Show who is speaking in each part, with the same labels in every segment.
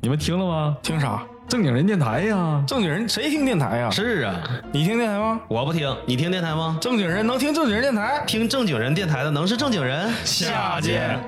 Speaker 1: 你们听了吗？
Speaker 2: 听啥？
Speaker 1: 正经人电台呀！
Speaker 2: 正经人谁听电台呀？
Speaker 3: 是啊，
Speaker 2: 你听电台吗？
Speaker 3: 我不听，你听电台吗？
Speaker 2: 正经人能听正经人电台？
Speaker 3: 听正经人电台的能是正经人？
Speaker 2: 下见。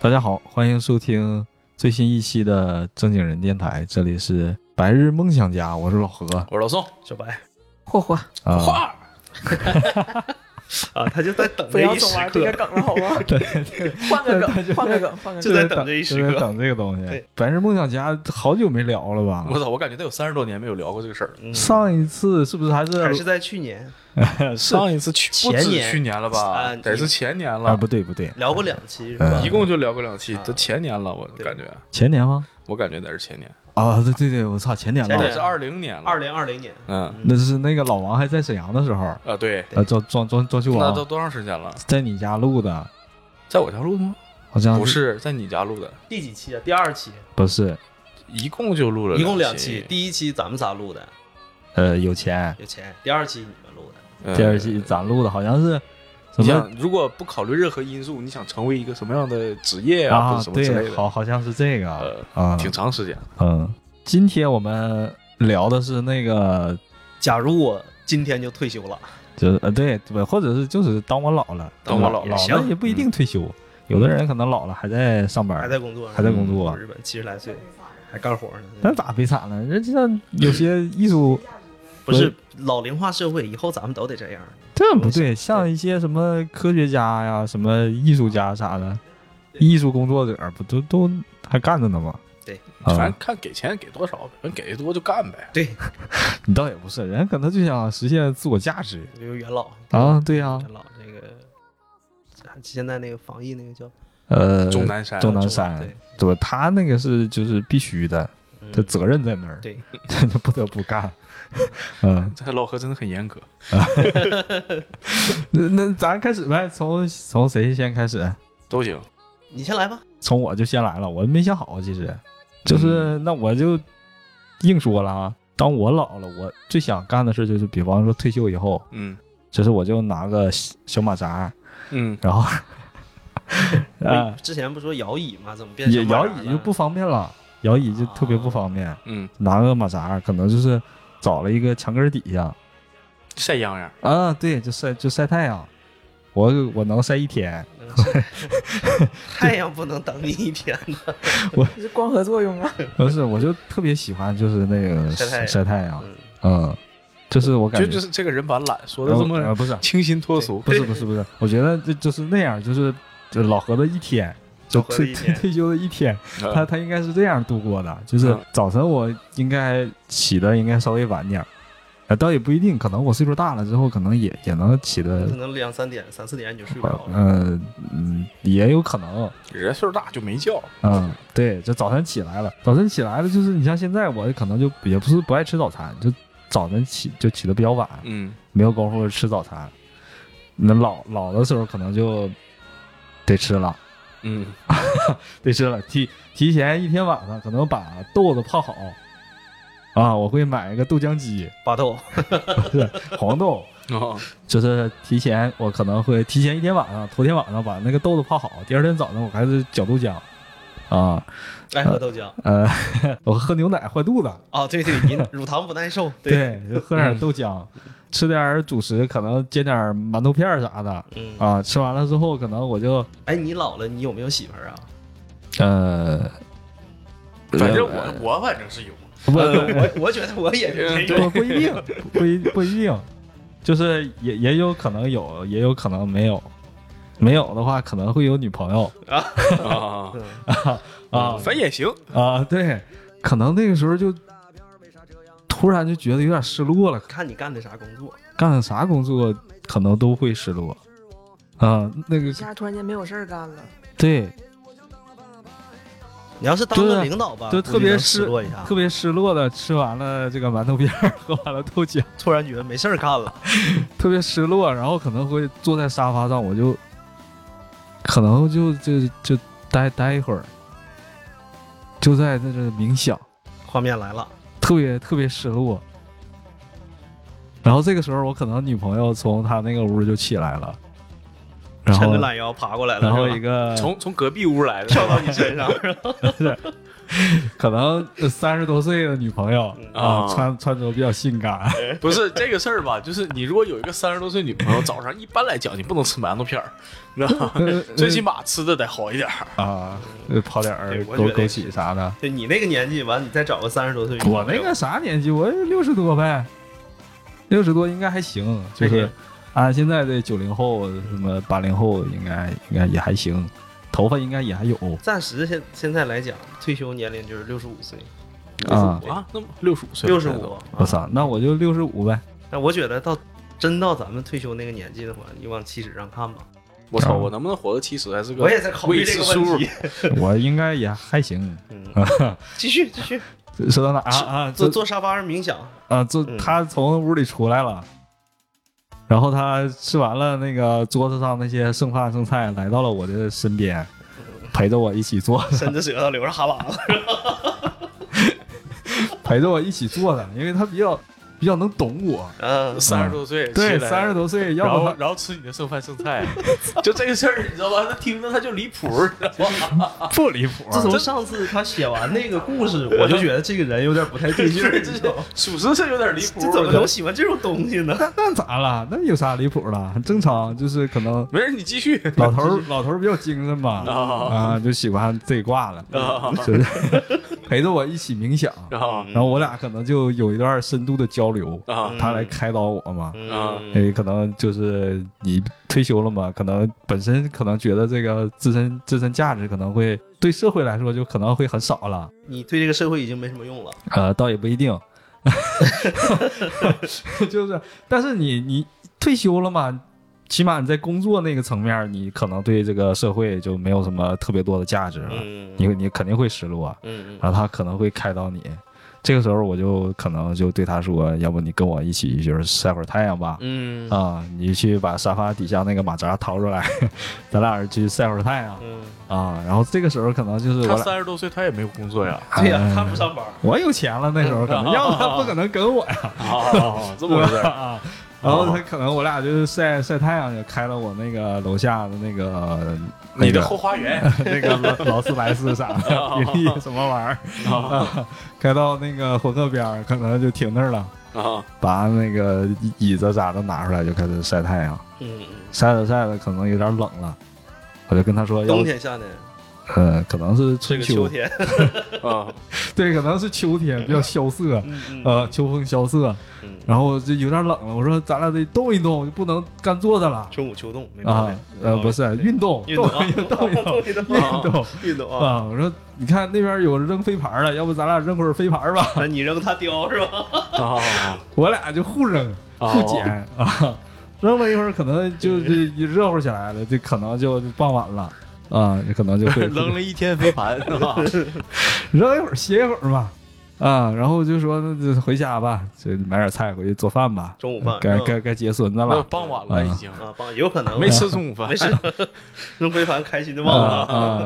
Speaker 1: 大家好，欢迎收听最新一期的正经人电台，这里是白日梦想家，我是老何
Speaker 2: 我是老宋，
Speaker 3: 小白
Speaker 4: 霍霍，
Speaker 1: 啊。
Speaker 2: 话
Speaker 3: 啊，他就在 等
Speaker 4: 不要总
Speaker 3: 啊
Speaker 4: 玩这个梗了，好 吗？
Speaker 1: 对对，
Speaker 4: 换个梗，换个梗，换个
Speaker 3: 就
Speaker 1: 就
Speaker 3: 在
Speaker 4: 梗。
Speaker 1: 在
Speaker 3: 等这一时
Speaker 1: 就在
Speaker 3: 刻
Speaker 1: 等这个东西
Speaker 3: 对。
Speaker 1: 白日梦想家好久没聊了吧？
Speaker 2: 操，我感觉得有三十多年没有聊过这个事儿
Speaker 3: 嗯
Speaker 2: 了。
Speaker 1: 上一次是不是还是
Speaker 3: 还是在去年
Speaker 1: 是
Speaker 2: 呃一次去
Speaker 3: 前
Speaker 2: 不止
Speaker 3: 年
Speaker 2: 去年了吧？
Speaker 3: 啊
Speaker 2: 得是前年
Speaker 1: 啊？
Speaker 2: 了，
Speaker 1: 不对不对，
Speaker 3: 聊过两
Speaker 1: 嗯
Speaker 3: 期是吧
Speaker 2: 一？共就聊过两期
Speaker 3: 啊，
Speaker 2: 都前年了，我
Speaker 3: 对
Speaker 2: 感觉，
Speaker 1: 前年吗？
Speaker 2: 我感觉得是前年，
Speaker 1: 啊，对对对，我操，前年
Speaker 3: 前
Speaker 2: 那
Speaker 3: 年
Speaker 1: 了，
Speaker 2: 得是二零年了，
Speaker 3: 二，零二零年，
Speaker 2: 嗯，
Speaker 1: 那是那个老王还在沈阳的时候，
Speaker 2: 啊对，
Speaker 3: 对
Speaker 1: 呃，装装装装修
Speaker 2: 那都
Speaker 1: 王
Speaker 2: 多长时间了？
Speaker 1: 在你家录的，
Speaker 2: 在我家录的吗？
Speaker 1: 好像
Speaker 2: 不是，在你家录的，
Speaker 3: 第几期啊？第二期，
Speaker 1: 不是，
Speaker 2: 一共就录了
Speaker 3: 一共两期
Speaker 2: 期，，
Speaker 3: 第一期咱们仨录的，
Speaker 1: 呃，有钱。
Speaker 3: 有钱；第二期你们录的，
Speaker 2: 嗯
Speaker 1: 第二期咱录的好像是什
Speaker 2: 你
Speaker 1: 么
Speaker 2: 想，如果不考虑任何因素，你想成为一个什么样的职业 啊，或者什么之类
Speaker 1: 对，
Speaker 2: 的，
Speaker 1: 好好像是这个
Speaker 2: 呃，
Speaker 1: 啊，
Speaker 2: 挺长时间。
Speaker 1: 嗯。今天我们聊的是那个，
Speaker 3: 假如我今天就退休了，
Speaker 1: 就是呃，对，不，或者是就是当我老了，
Speaker 2: 当我老
Speaker 1: 老
Speaker 2: 了嗯
Speaker 1: 了也不一定退休，有的人可能老了还在上班，
Speaker 3: 还在工作，
Speaker 1: 还在工作
Speaker 3: 日本七十来岁还干活呢
Speaker 1: 那。咋悲惨了？人家有些艺术
Speaker 2: 嗯
Speaker 3: 不是老龄化社会，以后咱们都得这样。
Speaker 1: 这不对，像一些什么科学家呀、什么艺术家啥的，艺术工作者不都都还干着呢吗？
Speaker 3: 对
Speaker 1: 啊，
Speaker 2: 反正看给钱给多少呗，人给的多就干呗。
Speaker 3: 对，
Speaker 1: 你倒也不是，人可能就想实现自我价值
Speaker 3: 比如元老，
Speaker 2: 嗯
Speaker 1: 啊，对呀、
Speaker 3: 元老那个现在那个防疫那个叫
Speaker 1: 呃，
Speaker 2: 钟南山，
Speaker 1: 钟南
Speaker 3: 钟
Speaker 1: 山
Speaker 3: 南，
Speaker 1: 对，他那个是就是必须的，
Speaker 3: 嗯
Speaker 1: 他责任在那儿，
Speaker 3: 对，
Speaker 1: 他就不得不干。 嗯，
Speaker 2: 这老何真的很严格。
Speaker 1: 那那咱开始呗，从从谁先开始？
Speaker 2: 都行，
Speaker 3: 你先来吧。
Speaker 1: 从我就先来了，我没想好，啊其实就是、那我就硬说了啊。当我老了，我最想干的事就是，比方说退休以后，
Speaker 2: 嗯
Speaker 1: 就是我就拿个小小马扎，
Speaker 2: 嗯，
Speaker 1: 然后，啊，
Speaker 3: 之前不说摇椅吗？怎么变
Speaker 1: 也
Speaker 3: 成马
Speaker 1: 摇
Speaker 3: 扎了
Speaker 1: 椅就不方便了，摇椅就特别不方便。
Speaker 2: 嗯，
Speaker 1: 拿个马扎，可能就是找了一个墙根儿底下
Speaker 2: 晒秧秧，
Speaker 1: 啊，对，就晒就晒太阳。我我能晒一天，
Speaker 3: 能是嗯 太阳不能等你一天呢。
Speaker 4: 这是光合作用 啊！
Speaker 1: 不是，我就特别喜欢就是那个
Speaker 3: 呃晒太阳
Speaker 1: 晒太阳，
Speaker 3: 嗯，
Speaker 1: 嗯，就是我感
Speaker 2: 就
Speaker 1: 觉
Speaker 2: 就是这个人蛮懒，说的这
Speaker 1: 呃
Speaker 2: 么
Speaker 1: 不是
Speaker 2: 清新脱俗。
Speaker 1: 不是不是不是，我觉得就就是那样，就是就老何的一天，就
Speaker 3: 老何 的
Speaker 1: 退
Speaker 3: 一天
Speaker 1: 退休的一天，
Speaker 2: 呃
Speaker 1: 他他应该是这样度过的，就是
Speaker 2: 嗯
Speaker 1: 早晨我应该起的应该稍微晚点儿，啊，倒也不一定，可能我岁数大了之后，可能也也能起的
Speaker 3: 可，能两三点、三四点你就睡不着 了。
Speaker 1: 呃嗯，也有可能，
Speaker 2: 人岁数大就没觉，
Speaker 1: 嗯，对，就早晨起来了，早晨起来了，就是你像现在我可能就也不是不爱吃早餐，就早晨起就起的比较晚，
Speaker 2: 嗯，
Speaker 1: 没有功夫吃早餐。那老老的时候可能就得吃了，
Speaker 2: 嗯，
Speaker 1: 得吃了，提提前一天晚上可能把豆子泡好，啊，我会买一个豆浆机，
Speaker 3: 巴豆，
Speaker 1: 黄豆，
Speaker 2: 哦，
Speaker 1: 就是提前我可能会提前一天晚上，头天晚上把那个豆子泡好，第二天早上我还是搅豆浆，啊，
Speaker 3: 爱喝豆浆。
Speaker 1: 呃， 我喝牛奶坏肚子。
Speaker 3: 哦，对对，您乳糖不耐 受。对，
Speaker 1: 对，就喝点儿豆浆，吃点儿主食，可能煎点儿馒头片儿啥的
Speaker 3: 嗯，
Speaker 1: 啊。吃完了之后，可能我就
Speaker 3: 哎，你老了，你有没有媳妇儿啊？
Speaker 1: 呃，
Speaker 2: 反正我我反正是 有，
Speaker 1: 不不
Speaker 3: 呃 我我觉得我也是这
Speaker 1: 不
Speaker 3: 种。
Speaker 1: 不一定， 不一不一定，就是也也有可能有，也有可能没有。没有的话，可能会有女朋友
Speaker 2: 啊，
Speaker 3: 嗯
Speaker 1: 啊
Speaker 2: 反正也行，
Speaker 1: 啊，对，可能那个时候就突然就觉得有点失落了，
Speaker 3: 看你干的啥工作？
Speaker 1: 干啥工作可能都会失落。啊，那个
Speaker 4: 一下突然间没有事儿干了，
Speaker 1: 对，
Speaker 3: 你要是当
Speaker 1: 对
Speaker 3: 个
Speaker 1: 啊
Speaker 3: 领导吧，
Speaker 1: 就
Speaker 3: 估计
Speaker 1: 特别
Speaker 3: 能
Speaker 1: 失
Speaker 3: 失落一下
Speaker 1: 特，别失落的吃完了这个馒头片儿，喝完了豆浆，
Speaker 3: 突然觉得没事儿干了，
Speaker 1: 特别失落，然后可能会坐在沙发上，我就可能就就就待待一会儿，就在那这冥想，
Speaker 3: 画面来了，
Speaker 1: 特别特别失落。然后这个时候，我可能女朋友从她那个屋就起来了， 然
Speaker 3: 抻
Speaker 1: 后
Speaker 3: 着懒腰爬过来了，
Speaker 1: 然后
Speaker 3: 是吧
Speaker 1: 一个
Speaker 2: 从从隔壁屋来的，
Speaker 3: 跳到你身上， 是吧
Speaker 1: 可能三十多岁的女朋友
Speaker 3: 嗯
Speaker 1: 啊，
Speaker 2: 啊
Speaker 1: 穿穿着比较性 感，
Speaker 2: 不是这个事儿吧？就是你如果有一个三十多岁女朋友，早上一般来讲你不能吃馒头片儿，你知 道吗？最起码吃的得好一点儿。
Speaker 1: 啊，呃泡点儿
Speaker 3: 对我
Speaker 1: 枸
Speaker 3: 觉得
Speaker 1: 枸
Speaker 3: 也
Speaker 1: 杞
Speaker 3: 是
Speaker 1: 啥的。
Speaker 3: 对你那个年纪，完你再找个三十多岁，
Speaker 1: 我那个啥年纪，我六十多呗，六十多应该还行，就
Speaker 3: 还
Speaker 1: 是
Speaker 3: 行
Speaker 1: 按现在这九零后什么八零后，应该应该也还行，头发应该也还有
Speaker 3: 暂时现现在来讲，退休年龄就是六十五岁，
Speaker 1: 啊。
Speaker 2: 啊，那么六十五岁，
Speaker 3: 六十五。
Speaker 1: 我操，那我就六十五呗，
Speaker 3: 但我觉得到真到咱们退休那个年纪的话，你往七十上看吧。
Speaker 2: 我操，我能不能活到七十还是个
Speaker 3: 我也在考虑这个问
Speaker 2: 未知
Speaker 3: 题
Speaker 2: 数。
Speaker 1: 我应该也还行。
Speaker 3: 嗯，继续继续，
Speaker 1: 说到哪啊啊？
Speaker 3: 坐
Speaker 1: 坐
Speaker 3: 坐沙发上冥想，
Speaker 1: 啊坐，
Speaker 3: 嗯
Speaker 1: 他从屋里出来了。然后他吃完了那个桌子上那些剩饭剩菜，来到了我的身边，陪着我一起坐，
Speaker 3: 伸着舌头流着哈喇子。
Speaker 1: 陪着我一起坐的，因为他比较比较能懂我，
Speaker 3: 嗯，
Speaker 2: 三十多岁，
Speaker 1: 对，
Speaker 2: 起来
Speaker 1: 三十。多 岁，
Speaker 2: 然
Speaker 1: 要不
Speaker 2: 后
Speaker 1: 他
Speaker 2: 然后吃你的剩饭剩菜， 就这个事儿，你知道吧？他听着他就离谱，你知道吗？
Speaker 1: 不离谱
Speaker 3: 自从上次他写完那个故事，我就觉得这个人有点不太 对劲儿，
Speaker 2: 这
Speaker 3: 你知道吗
Speaker 2: 属实是有点离谱。
Speaker 3: 这怎么能喜欢这种东西呢？
Speaker 1: 那那咋了？ 那有啥离谱了？很正常，就是可能
Speaker 2: 没事，你继 续。
Speaker 1: 老头儿老头儿比较精神吧，
Speaker 2: 啊
Speaker 1: 啊，就喜欢这一挂了，
Speaker 2: 啊
Speaker 1: 就是 陪着我一起冥想，
Speaker 2: 啊
Speaker 1: 然后我俩可能就有一段深度的交流，
Speaker 2: 啊
Speaker 1: 他来开导我嘛。哎
Speaker 3: 嗯，
Speaker 1: 诶，可能就是你退休了嘛，可能本身可能觉得这个自身自身价值可能会对社会来说就可能会很少了，
Speaker 3: 你对这个社会已经没什么用了。
Speaker 1: 呃，倒也不一定， 就是，但是你你退休了嘛，起码你在工作那个层面儿，你可能对这个社会就没有什么特别多的价值了，
Speaker 3: 嗯
Speaker 1: 你你肯定会失落，
Speaker 3: 嗯
Speaker 1: 然后他可能会开导你。这个时候我就可能就对他说，要不你跟我一起就是晒会儿太阳吧，
Speaker 3: 嗯
Speaker 1: 啊，你去把沙发底下那个马扎掏出来， 咱俩去晒会儿太阳
Speaker 3: 嗯，
Speaker 1: 啊。然后这个时候可能就是我
Speaker 2: 他
Speaker 1: 俩
Speaker 2: 三十多岁，他也没有工 作呀。
Speaker 3: 对呀，他不上班。
Speaker 1: 我有钱了那时候可
Speaker 3: 哦
Speaker 1: 能，要不他不可能跟我呀。
Speaker 2: 啊，这么回事儿。
Speaker 1: 啊。然后
Speaker 3: 哦
Speaker 1: 他可能我俩就是晒晒太阳，就开到我那个楼下的那个 那
Speaker 2: 你的
Speaker 1: 个
Speaker 2: 后花园
Speaker 1: 那个 劳劳斯莱斯啥的宾利什么玩意儿
Speaker 3: 哦
Speaker 1: 啊， 开到那个火车边儿，可能就停那儿了，
Speaker 2: 啊，
Speaker 1: 把那个椅椅子啥的拿出来就开始晒太阳，
Speaker 3: 嗯，嗯
Speaker 1: 晒着晒着可能有点冷了，我就跟他说要
Speaker 3: 冬
Speaker 1: 不，
Speaker 3: 天、夏天，
Speaker 1: 呃，可能是
Speaker 3: 这
Speaker 1: 春
Speaker 3: 个
Speaker 1: 秋
Speaker 3: 秋，天，
Speaker 2: 啊，
Speaker 1: 对，可能是秋天比较萧瑟，
Speaker 3: 嗯嗯
Speaker 1: 呃，秋风萧瑟，
Speaker 3: 嗯，
Speaker 1: 然后就有点冷了，我说咱俩得动一动，就不能干坐着了。
Speaker 3: 春捂秋冻，没毛
Speaker 1: 啊
Speaker 3: 病。，
Speaker 1: 呃，不是运动，
Speaker 3: 运动啊
Speaker 1: 动运动运动
Speaker 3: 运动啊
Speaker 1: 运动
Speaker 3: 运动啊，
Speaker 1: 啊！我说，你看那边有扔飞盘的，要不咱俩扔会儿飞盘吧？
Speaker 3: 那你扔他叼是吧？
Speaker 2: 啊，
Speaker 1: 我俩就互扔
Speaker 2: 哦
Speaker 1: 互捡啊，扔了一会儿，可能就就热乎起来了，就可能就傍晚了啊，可能就会
Speaker 2: 扔了一天飞盘，是吧？
Speaker 1: 扔一会儿歇一会儿吧。啊，然后就说那就回家吧，就买点菜回去做饭吧。
Speaker 3: 中午饭
Speaker 1: 该
Speaker 3: 嗯
Speaker 1: 该该接孙子
Speaker 2: 那
Speaker 1: 了
Speaker 2: 傍晚了已经，
Speaker 3: 啊，帮有可能
Speaker 2: 没吃中午饭
Speaker 3: 没，事， 扔飞盘开心的
Speaker 1: 啊
Speaker 3: 忘了。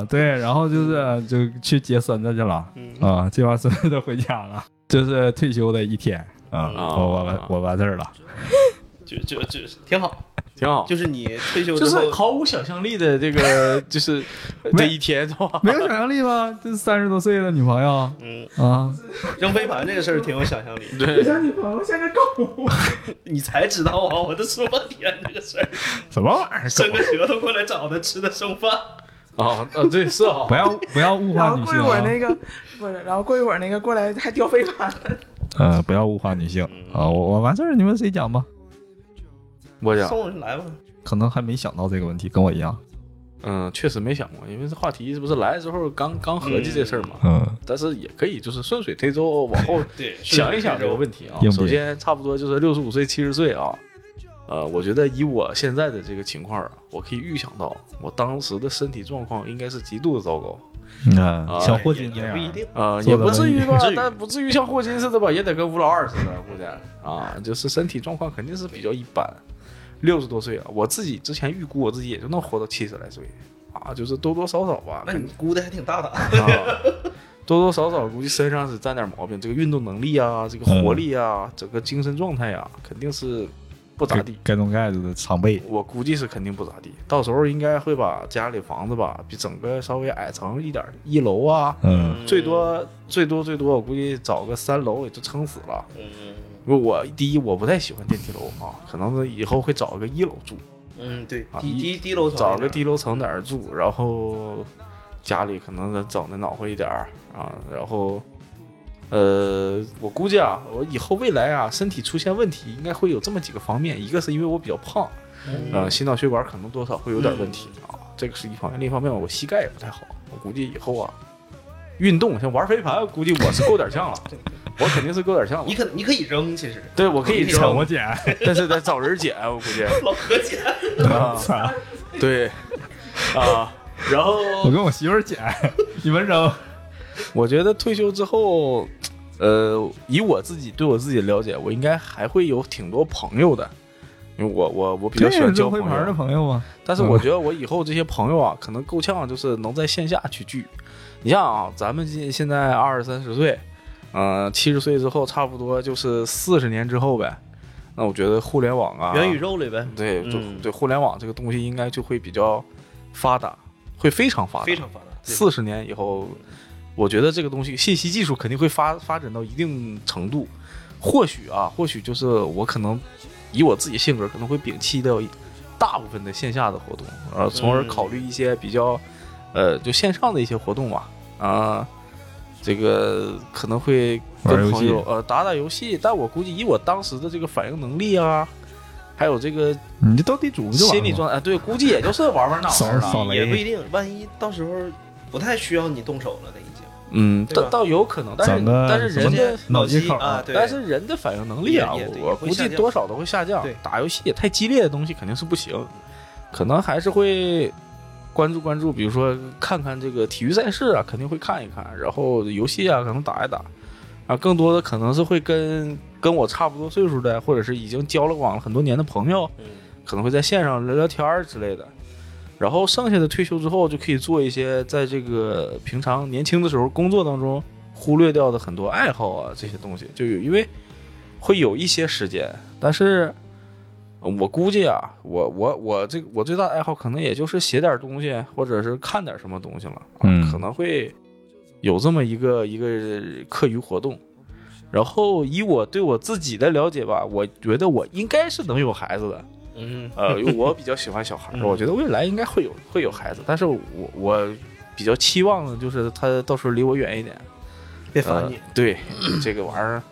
Speaker 1: 啊！对，然后就是就去接孙子去了。
Speaker 3: 嗯
Speaker 1: 啊，这帮孙子都回家了，这是退休的一天
Speaker 4: 嗯
Speaker 1: 啊，我
Speaker 3: 啊
Speaker 1: 我完我完事儿了，
Speaker 3: 就就就挺好，
Speaker 2: 挺好。
Speaker 3: 就是你退休
Speaker 2: 就
Speaker 3: 之
Speaker 2: 是
Speaker 3: 后，
Speaker 2: 毫无想象力的这个，就是这一天是吧？
Speaker 1: 没有想象力吗？这三十多岁的女朋友
Speaker 3: 嗯，
Speaker 1: 啊，
Speaker 3: 扔飞盘这个事儿挺有想象力。
Speaker 4: 我
Speaker 2: 对，
Speaker 4: 像女朋友像个狗，
Speaker 3: 你才知道啊！我都说半天这个事儿，
Speaker 1: 什么玩意儿？
Speaker 3: 伸个舌头过来找他吃的剩饭，
Speaker 2: 啊啊，对，是啊
Speaker 1: 不，要不要物化
Speaker 4: 然后
Speaker 1: 女
Speaker 4: 过一
Speaker 1: 性
Speaker 4: 会儿
Speaker 1: 啊！
Speaker 4: 那个不是，然后过一会儿那个过来还叼飞盘，
Speaker 1: 呃，不要物化女性
Speaker 4: 嗯
Speaker 1: 啊！我我完事儿，你们谁讲吧？
Speaker 2: 我讲，
Speaker 3: 送人来吧。
Speaker 1: 可能还没想到这个问题，跟我一样。
Speaker 2: 嗯，确实没想过，因为这话题不是来的时候刚刚合计这事儿嘛，
Speaker 1: 嗯，
Speaker 2: 但是也可以就是顺水推舟往后
Speaker 3: 对，
Speaker 2: 想一想这个问题啊
Speaker 1: 硬。币
Speaker 2: 首先，差不多就是六十五岁、七十岁啊，呃，我觉得以我现在的这个情况啊，我可以预想到我当时的身体状况应该是极度的糟糕。
Speaker 1: 嗯
Speaker 5: 啊，像霍金那
Speaker 6: 也
Speaker 5: 样
Speaker 6: 不一定。
Speaker 2: 呃，
Speaker 5: 做
Speaker 2: 也
Speaker 5: 得
Speaker 2: 不至于吧
Speaker 6: 不至，于
Speaker 2: 但不至于像霍金似的吧，也得跟吴老二似的，估计啊，就是身体状况肯定是比较一般。六十多岁了，啊我自己之前预估我自己也就能活到七十来岁啊，就是多多少少吧，
Speaker 6: 那你估的还挺大胆。
Speaker 2: 啊， 多多少少估计身上是占点毛病，这个运动能力啊，这个活力啊，整个精神状态啊，肯定是不咋地。
Speaker 5: 盖中盖子的常备。
Speaker 2: 我估计是肯定不咋地，到时候应该会把家里房子吧，比整个稍微矮层一点，一楼啊，
Speaker 5: 嗯，
Speaker 2: 最多最多最多，我估计找个三楼也就撑死了。
Speaker 6: 嗯
Speaker 2: 因为我第一我不太喜欢电梯楼啊，可能是以后会找个一楼住，
Speaker 6: 嗯，对
Speaker 2: 啊，
Speaker 6: 低
Speaker 2: 一
Speaker 6: 低低楼层
Speaker 2: 找
Speaker 6: 那
Speaker 2: 个
Speaker 6: 边
Speaker 2: 低楼层点儿住，然后家里可能整的暖和一点儿啊，然后呃，我估计啊，我以后未来啊，身体出现问题应该会有这么几个方面，一个是因为我比较胖，
Speaker 6: 嗯
Speaker 2: 呃，心脑血管可能多少会有点问题啊，这个是一方面。另一方面，我膝盖也不太好，我估计以后啊，运动像玩飞盘，估计我是够点呛了，我肯定是够点呛
Speaker 6: 你
Speaker 2: 了。
Speaker 6: 可你可以扔，其实
Speaker 2: 对，我可
Speaker 4: 嗯
Speaker 2: 以
Speaker 5: 抢
Speaker 2: 扔
Speaker 5: 我，
Speaker 4: 啊
Speaker 5: 姐，
Speaker 2: 但是得找人捡，啊我估计
Speaker 6: 老何姐，
Speaker 2: 啊，
Speaker 5: 操
Speaker 2: 对啊，然后
Speaker 5: 我跟我媳妇 儿捡，你们扔。
Speaker 2: 我觉得退休之后，呃，以我自己对我自己的了解，我应该还会有挺多朋友的，因为我我我比较喜欢交
Speaker 5: 扔
Speaker 2: 朋
Speaker 5: 灰盘的
Speaker 2: 友。
Speaker 5: 朋友吗？
Speaker 2: 但是我觉得我以后这些朋友啊，可能够呛，就是能在线下去聚。你像啊，咱们现现在二十三十岁，嗯、呃，七十岁之后，差不多就是四十年之后呗。那我觉得互联网啊，
Speaker 6: 元宇宙里呗，
Speaker 2: 对，就
Speaker 6: 嗯
Speaker 2: 对互联网这个东西应该就会比较发达，会非常发达，
Speaker 6: 非常啊发达。对
Speaker 2: 啊四十年以后，我觉得这个东西信息技术肯定会发发展到一定程度，或许啊，或许就是我可能以我自己性格可能会摒弃掉一大部分的线下的活动，呃，从而
Speaker 6: 嗯
Speaker 2: 考虑一些比较呃就线上的一些活动吧，啊。这个可能会
Speaker 5: 玩游
Speaker 2: 跟
Speaker 5: 戏
Speaker 2: 朋友呃打打游戏，但我估计以我当时的这个反应能力啊，还有这个
Speaker 5: 你就斗地主不就完了
Speaker 2: 心
Speaker 5: 吗？
Speaker 2: 理状态，哎对，估计也就是 玩玩脑子
Speaker 5: 扫
Speaker 2: 了。
Speaker 5: 扫
Speaker 6: 也不
Speaker 5: 雷，
Speaker 6: 一定，万一到时候不太需要你动手了，那已经。
Speaker 2: 嗯，
Speaker 6: 对
Speaker 2: 倒
Speaker 6: 吧
Speaker 2: 倒有可能，但
Speaker 5: 整
Speaker 2: 是
Speaker 5: 个
Speaker 2: 但是
Speaker 5: 什么
Speaker 2: 人家
Speaker 5: 脑机口
Speaker 6: 啊，对，
Speaker 2: 但是人的反应能力啊，
Speaker 6: 也也对
Speaker 2: 我
Speaker 6: 也
Speaker 2: 我
Speaker 6: 会
Speaker 2: 估
Speaker 6: 下
Speaker 2: 计
Speaker 6: 降
Speaker 2: 多少都会下降
Speaker 6: 对。
Speaker 2: 打游戏也太激烈的东西肯定是不行，可能还是会关注关注，比如说看看这个体育赛事啊，肯定会看一看，然后游戏啊可能打一打，啊，更多的可能是会跟跟我差不多岁数的，或者是已经交了往了很多年的朋友，
Speaker 6: 嗯
Speaker 2: 可能会在线上聊聊天儿之类的。然后剩下的退休之后，就可以做一些在这个平常年轻的时候工作当中忽略掉的很多爱好啊，这些东西就有，因为会有一些时间。但是呃我估计啊，我我我这我最大的爱好可能也就是写点东西，或者是看点什么东西了，啊、
Speaker 5: 嗯
Speaker 2: 可能会有这么一个一个课余活动。然后以我对我自己的了解吧，我觉得我应该是能有孩子的。
Speaker 6: 嗯，
Speaker 2: 呃，因为我比较喜欢小孩儿，
Speaker 6: 嗯
Speaker 2: 我觉得未来应该会有会有孩子，但是我我比较期望的就是他到时候离我远一点。
Speaker 6: 别
Speaker 2: 呃
Speaker 6: 烦你，，
Speaker 2: 对 这个玩意儿，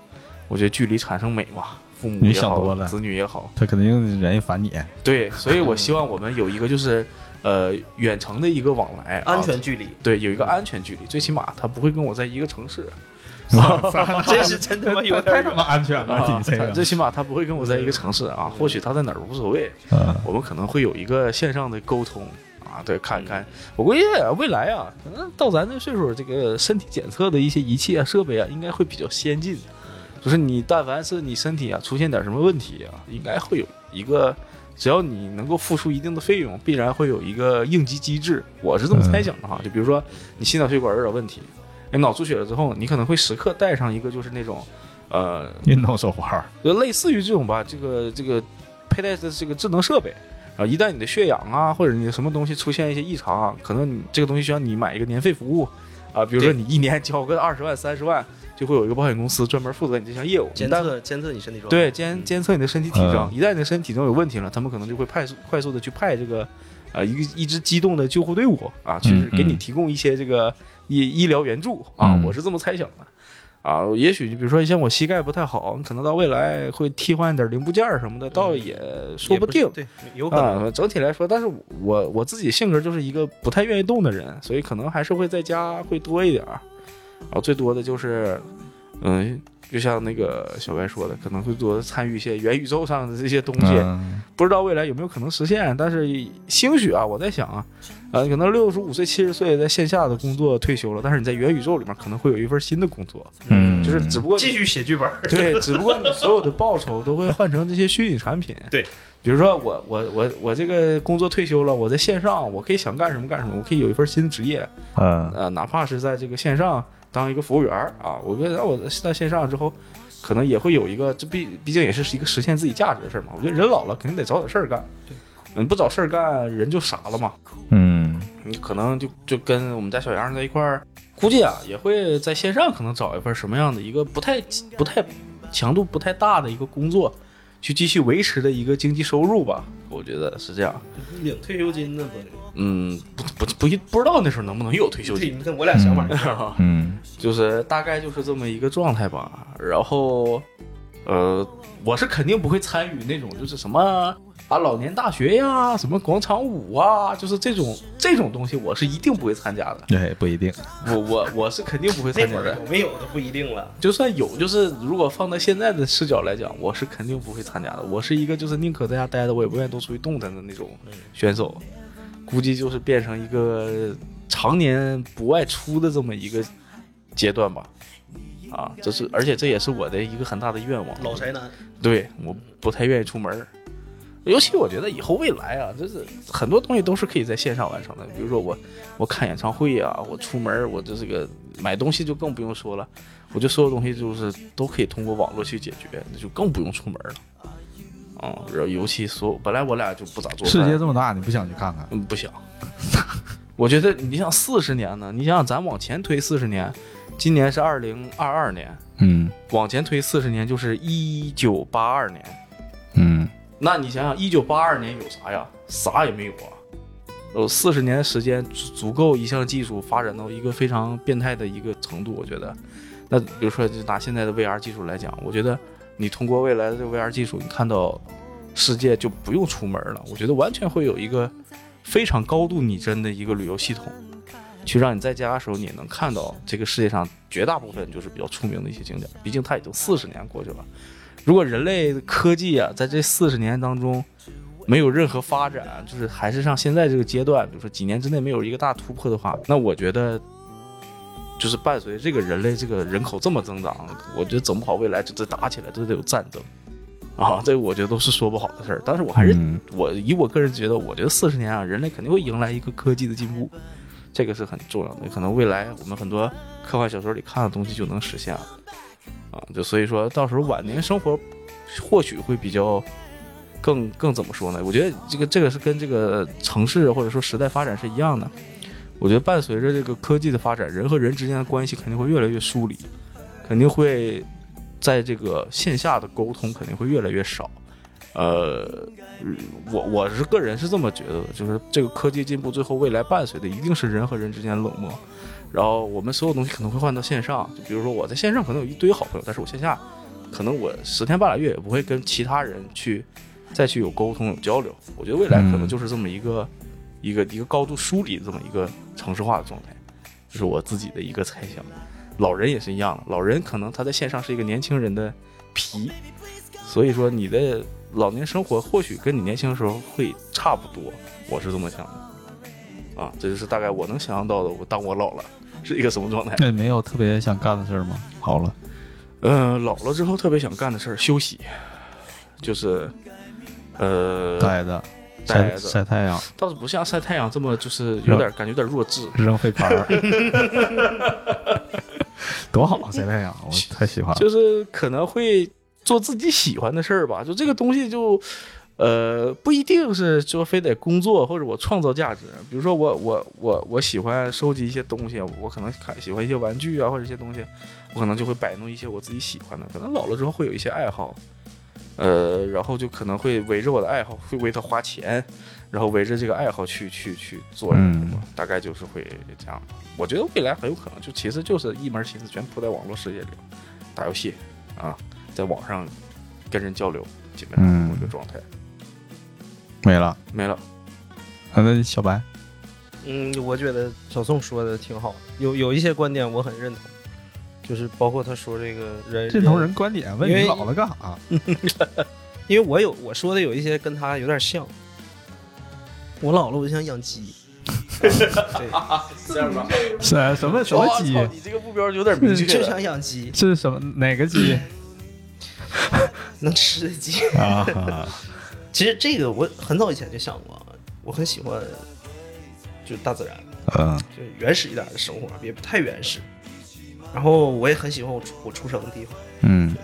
Speaker 2: 我觉得距离产生美嘛，父母
Speaker 5: 你
Speaker 2: 也
Speaker 5: 想
Speaker 2: 好
Speaker 5: 多，了
Speaker 2: 子女也好，
Speaker 5: 他肯定人家烦 你。
Speaker 2: 对，所以我
Speaker 6: 嗯
Speaker 2: 希望我们有一个就是呃远程的一个往来，
Speaker 6: 安
Speaker 2: 啊，
Speaker 6: 全距离，
Speaker 2: 对，有一个安全距离，最起码他不会跟我在一个城市，
Speaker 6: 这 是真他妈有
Speaker 5: 太
Speaker 6: 点
Speaker 5: 他妈安全了，
Speaker 2: 啊
Speaker 5: 你这
Speaker 2: 他最
Speaker 5: 个。
Speaker 2: 起码他不会跟我在一个城市啊，或许他在哪儿无所谓，
Speaker 5: 嗯
Speaker 2: 我们可能会有一个线上的沟通啊，对，看一看。我估计未来啊，可能到咱这岁数，这个身体检测的一些仪器啊、设备啊，应该会比较先进。就是你但凡是你身体啊出现点什么问题啊，应该会有一个，只要你能够付出一定的费用，必然会有一个应急机制。我是这么猜想的哈，就比如说你心脑血管有点问题，你脑出血了之后，你可能会时刻带上一个就是那种，呃，
Speaker 5: 运动手环儿，
Speaker 2: 就类似于这种吧，这个这个佩戴的这个智能设备，啊，一旦你的血氧啊或者你的什么东西出现一些异常啊，可能你这个东西需要你买一个年费服务啊，比如说
Speaker 6: 对
Speaker 2: 你一年交个二十万三十万，就会有一个保险公司专门负责你这项业务。
Speaker 6: 监
Speaker 2: 一旦
Speaker 6: 测监测你身体状态。
Speaker 2: 对监
Speaker 6: 嗯
Speaker 2: 监测你的身体体征
Speaker 5: 嗯，
Speaker 2: 一旦你的身体体征有问题了，他们可能就会快速快速的去派这个啊一个一支机动的救护队伍啊，去
Speaker 5: 嗯嗯
Speaker 2: 给你提供一些这个医医疗援助啊
Speaker 5: 嗯，
Speaker 2: 我是这么猜想的。啊，也许就比如说像我膝盖不太好，可能到未来会替换点零部件什么的，倒也说
Speaker 6: 也
Speaker 2: 不
Speaker 6: 是
Speaker 2: 定。
Speaker 6: 对，有可能。
Speaker 2: 啊，整体来说，但是我我自己性格就是一个不太愿意动的人，所以可能还是会在家会多一点儿。然后最多的就是，嗯，就像那个小白说的，可能会多参与一些元宇宙上的这些东西，
Speaker 5: 嗯，
Speaker 2: 不知道未来有没有可能实现，但是兴许啊，我在想啊，呃，可能六十五岁、七十岁在线下的工作退休了，但是你在元宇宙里面可能会有一份新的工作，
Speaker 5: 嗯
Speaker 2: 就是只不过
Speaker 6: 继续写剧本儿。
Speaker 2: 对，只不过你所有的报酬都会换成这些虚拟产品。
Speaker 6: 对，
Speaker 2: 比如说我我我我这个工作退休了，我在线上我可以想干什么干什么，我可以有一份新的职业，
Speaker 5: 嗯
Speaker 2: 呃，哪怕是在这个线上当一个服务员儿啊，我觉得我在线上之后，可能也会有一个，这毕毕竟也是一个实现自己价值的事儿嘛。我觉得人老了肯定得找点事儿干，你不找事儿干人就傻了嘛。
Speaker 5: 嗯
Speaker 2: 你可能就就跟我们家小杨在一块儿，估计啊也会在线上可能找一份什么样的一个不太不太强度不太大的一个工作，去继续维持的一个经济收入吧。我觉得是这样，
Speaker 6: 领退休金呢不？
Speaker 2: 嗯，不不不一不知道那时候能不能有退休
Speaker 6: 对，
Speaker 2: 金，
Speaker 6: 你看我俩想法儿一样。
Speaker 5: 嗯
Speaker 2: 就是大概就是这么一个状态吧。然后，呃，我是肯定不会参与那种就是什么啊老年大学呀、什么广场舞啊，就是这种这种东西，我是一定不会参加的。
Speaker 5: 对，哎不一定，
Speaker 2: 我我我是肯定不会
Speaker 6: 那
Speaker 2: 参
Speaker 6: 会
Speaker 2: 加
Speaker 6: 儿
Speaker 2: 的
Speaker 6: 有。没有都不一定了。
Speaker 2: 就算有，就是如果放在现在的视角来讲，我是肯定不会参加的。我是一个就是宁可在家待着，我也不愿意多出去动弹的那种
Speaker 6: 嗯
Speaker 2: 选手，估计就是变成一个常年不外出的这么一个阶段吧。啊，这是而且这也是我的一个很大的愿望。
Speaker 6: 老宅男，
Speaker 2: 对，我不太愿意出门儿。尤其我觉得以后未来啊，就是很多东西都是可以在线上完成的。比如说我，我看演唱会呀、我出门儿，我的这个买东西就更不用说了，我就所有东西就是都可以通过网络去解决，那就更不用出门儿了。嗯，然后尤其所有本来我俩就不咋做
Speaker 5: 世
Speaker 2: 饭
Speaker 5: 界这么大，你不想去看看？
Speaker 2: 嗯，不想。 我觉得你想四十年呢，你想想咱往前推四十年，今年是二零二二年，
Speaker 5: 嗯
Speaker 2: 往前推四十年就是一九八二年。
Speaker 5: 嗯
Speaker 2: 那你想想，一九八二年有啥呀？啥也没有啊。有四十年时间足足够一项技术发展到一个非常变态的一个程度，我觉得。那比如说，就拿现在的 VR 技术来讲，我觉得你通过未来的这个 VR 技术，你看到世界就不用出门了。我觉得完全会有一个非常高度拟真的一个旅游系统，去让你在家的时候你也能看到这个世界上绝大部分就是比较出名的一些景点。毕竟它已经四十年过去了。如果人类的科技啊，在这四十年当中没有任何发展，就是还是像现在这个阶段，比如说几年之内没有一个大突破的话，那我觉得，就是伴随这个人类这个人口这么增长，我觉得整不好未来就得打起来，就得有战争啊，这我觉得都是说不好的事儿。但是我还是、
Speaker 5: 嗯
Speaker 2: 我以我个人觉得，我觉得四十年啊，人类肯定会迎来一个科技的进步，这个是很重要的。可能未来我们很多科幻小说里看的东西就能实现了啊，就所以说到时候晚年生活或许会比较更更怎么说呢？我觉得这个这个是跟这个城市或者说时代发展是一样的。我觉得伴随着这个科技的发展，人和人之间的关系肯定会越来越疏离，肯定会在这个线下的沟通肯定会越来越少。呃，我我是个人是这么觉得的，就是这个科技进步最后未来伴随的一定是人和人之间的冷漠，然后我们所有东西可能会换到线上，就比如说我在线上可能有一堆好朋友，但是我线下可能我十天半拉月也不会跟其他人去再去有沟通有交流。我觉得未来可能就是这么一个、一个一个高度梳理的这么一个城市化的状态，这、是我自己的一个猜想。老人也是一样的，老人可能他在线上是一个年轻人的皮，所以说你的老年生活或许跟你年轻的时候会差不多，我是这么想的。啊，这就是大概我能想象到的。我当我老了是一个什么状态？
Speaker 5: 那没有特别想干的事儿吗？好了，
Speaker 2: 嗯、老了之后特别想干的事儿，休息，就是，呃，
Speaker 5: 呆着，
Speaker 2: 呆
Speaker 5: 晒
Speaker 2: 着
Speaker 5: 晒太阳，
Speaker 2: 倒是不像晒太阳这么，就是有点感觉有点弱智。
Speaker 5: 扔飞盘 儿多好！啊晒太阳，我太喜欢了。
Speaker 2: 就是可能会做自己喜欢的事儿吧。就这个东西就，呃，不一定是说非得工作或者我创造价值。比如说我我我我喜欢收集一些东西，我可能看喜欢一些玩具啊或者一些东西，我可能就会摆弄一些我自己喜欢的。可能老了之后会有一些爱好。呃，然后就可能会围着我的爱好，会为他花钱，然后围着这个爱好去去去做什么、
Speaker 5: 嗯
Speaker 2: 大概就是会这样。我觉得未来很有可能就其实就是一门心思全扑在网络世界里了，打游戏啊，在网上跟人交流，基本上这么一个状态。
Speaker 5: 没了，
Speaker 2: 没了，
Speaker 5: 啊那小白，
Speaker 6: 嗯，我觉得小宋说的挺好的，有有一些观点我很认同。
Speaker 3: 就是包括他说这个人
Speaker 1: 这种人观点，问
Speaker 3: 因
Speaker 1: 你
Speaker 3: 为
Speaker 1: 老了干啥？
Speaker 3: 因为我有我说的有一些跟他有点像。我老了，我就想养 鸡。
Speaker 2: 是这样吧？
Speaker 1: 什啊什么什么鸡？
Speaker 2: 我操你这个目标有点明确
Speaker 3: 就
Speaker 2: 了。
Speaker 3: 想养鸡，
Speaker 1: 是什么哪个鸡
Speaker 3: 能吃的鸡。
Speaker 1: 啊？
Speaker 3: 其实这个我很早以前就想过，我很喜欢，就大自然，
Speaker 1: 嗯
Speaker 3: 就原始一点的生活，别太原始。然后我也很喜欢我出我出生的地方，
Speaker 1: 嗯，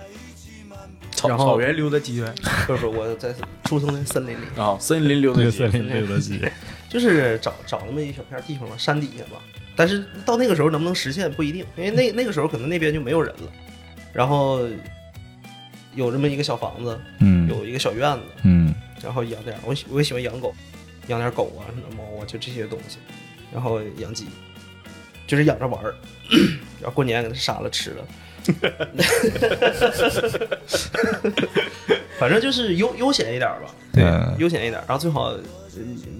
Speaker 2: 草
Speaker 3: 然后
Speaker 2: 草原溜达鸡呗，
Speaker 3: 不是不是我在 出生在森林里，
Speaker 2: 啊，森林溜达
Speaker 1: 这个
Speaker 2: 鸡
Speaker 1: 森。林里的鸡，
Speaker 3: 就是找找那么一小片地方吧，山底下吧。但是到那个时候能不能实现不一定，因为那那个时候可能那边就没有人了。然后有这么一个小房子，
Speaker 1: 嗯
Speaker 3: 有一个小院子，
Speaker 1: 嗯
Speaker 3: 然后养点儿我喜我也喜欢养狗，养点儿狗啊什么猫啊，就这些东西，然后养鸡，就是养着玩儿，然后过年给它杀了吃了， 反正就是悠悠闲一点儿吧，对，
Speaker 1: 嗯
Speaker 3: 悠闲一点儿，然后最好、嗯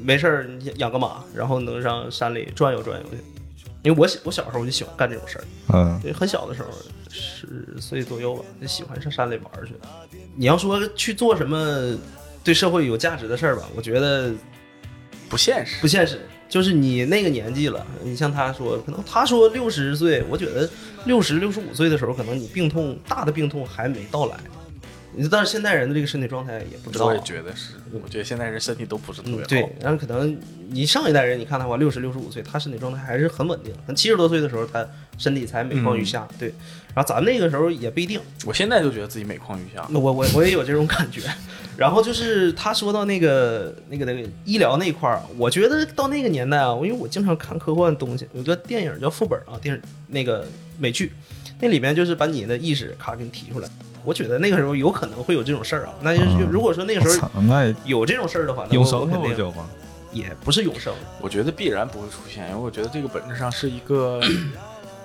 Speaker 3: 没事儿你养个马，然后能上山里转悠转悠去。因为我小我小时候我就喜欢干这种事儿，
Speaker 1: 嗯
Speaker 3: 对，很小的时候，十岁左右吧，就喜欢上山里玩儿去。你要说去做什么对社会有价值的事儿吧，我觉得
Speaker 2: 不现实。
Speaker 3: 不现实。就是你那个年纪了，你像他说，可能他说六十岁，我觉得六十六十五岁的时候，可能你病痛大的病痛还没到来。你但是现代人的这个身体状态也不知道，
Speaker 2: 我也觉得是，我觉得现在人身体都不是特别
Speaker 3: 嗯
Speaker 2: 好。，
Speaker 3: 对，然后可能你上一代人，你看的话，六十六十五岁，他身体状态还是很稳定。可能七十多岁的时候，他身体才每况
Speaker 2: 嗯
Speaker 3: 愈下。对，然后咱们那个时候也不一定。
Speaker 2: 我现在就觉得自己每况愈下。
Speaker 3: 我我我也有这种感觉。然后就是他说到那个那个那个医疗那块儿，我觉得到那个年代啊，我因为我经常看科幻东西，有个电影叫《副本》啊，电视那个美剧，那里面就是把你的意识咔给你提出来。我觉得那个时候有可能会有这种事儿啊。那就是、
Speaker 1: 嗯
Speaker 3: 如果说那个
Speaker 1: 我
Speaker 3: 时候
Speaker 1: 操，那也
Speaker 3: 有这种事儿的话，那
Speaker 1: 永
Speaker 3: 我
Speaker 1: 生
Speaker 3: 肯
Speaker 1: 了不
Speaker 3: 定
Speaker 1: 就吗？
Speaker 3: 也不是永生。
Speaker 2: 我觉得必然不会出现，因为我觉得这个本质上是一 个，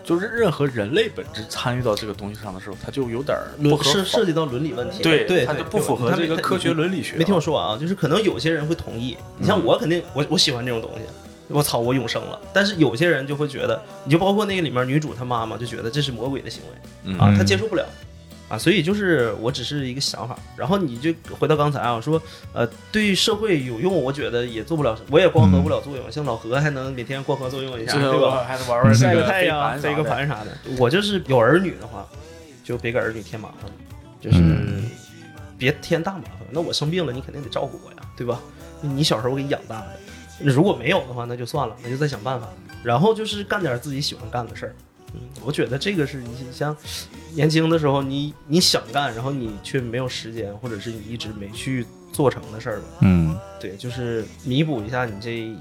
Speaker 2: 就是任何人类本质参与到这个东西上的时候，它就有点儿不
Speaker 3: 伦
Speaker 2: 合
Speaker 3: 涉
Speaker 2: 法
Speaker 3: 涉及到伦理问题，
Speaker 2: 对
Speaker 3: 对，
Speaker 2: 它
Speaker 3: 对
Speaker 2: 就不符合
Speaker 3: 他
Speaker 2: 这
Speaker 3: 没
Speaker 2: 个
Speaker 3: 他
Speaker 2: 科学伦理学。
Speaker 3: 没听我说完啊，就是可能有些人会同意，你
Speaker 2: 嗯
Speaker 3: 像我肯定我我喜欢这种东西，我操我永生了。但是有些人就会觉得，你就包括那个里面女主她妈妈就觉得这是魔鬼的行为
Speaker 2: 嗯
Speaker 3: 啊，
Speaker 1: 嗯
Speaker 3: 她接受不了啊，所以就是我只是一个想法。然后你就回到刚才啊，我说呃对社会有用，我觉得也做不了，我也光合不了作用，像老何还能每天光合作用一下，
Speaker 2: 嗯这
Speaker 3: 啊对吧？
Speaker 2: 个还得玩 玩这
Speaker 3: 晒嗯个
Speaker 2: 个
Speaker 3: 太阳，
Speaker 2: 飞
Speaker 3: 飞个
Speaker 2: 啥的
Speaker 3: 盘啥的。我就是有儿女的话，就别给儿女添麻烦了，就是
Speaker 1: 嗯
Speaker 3: 别添大麻烦。那我生病了，你肯定得照顾我呀，对吧？你小时候我给你养大的，如果没有的话，那就算了，那就再想办法。然后就是干点自己喜欢干的事儿。嗯，我觉得这个是你像年轻的时候你，你想干，然后你却没有时间，或者是你一直没去做成的事儿吧。
Speaker 1: 嗯
Speaker 3: 对，就是弥补一下你这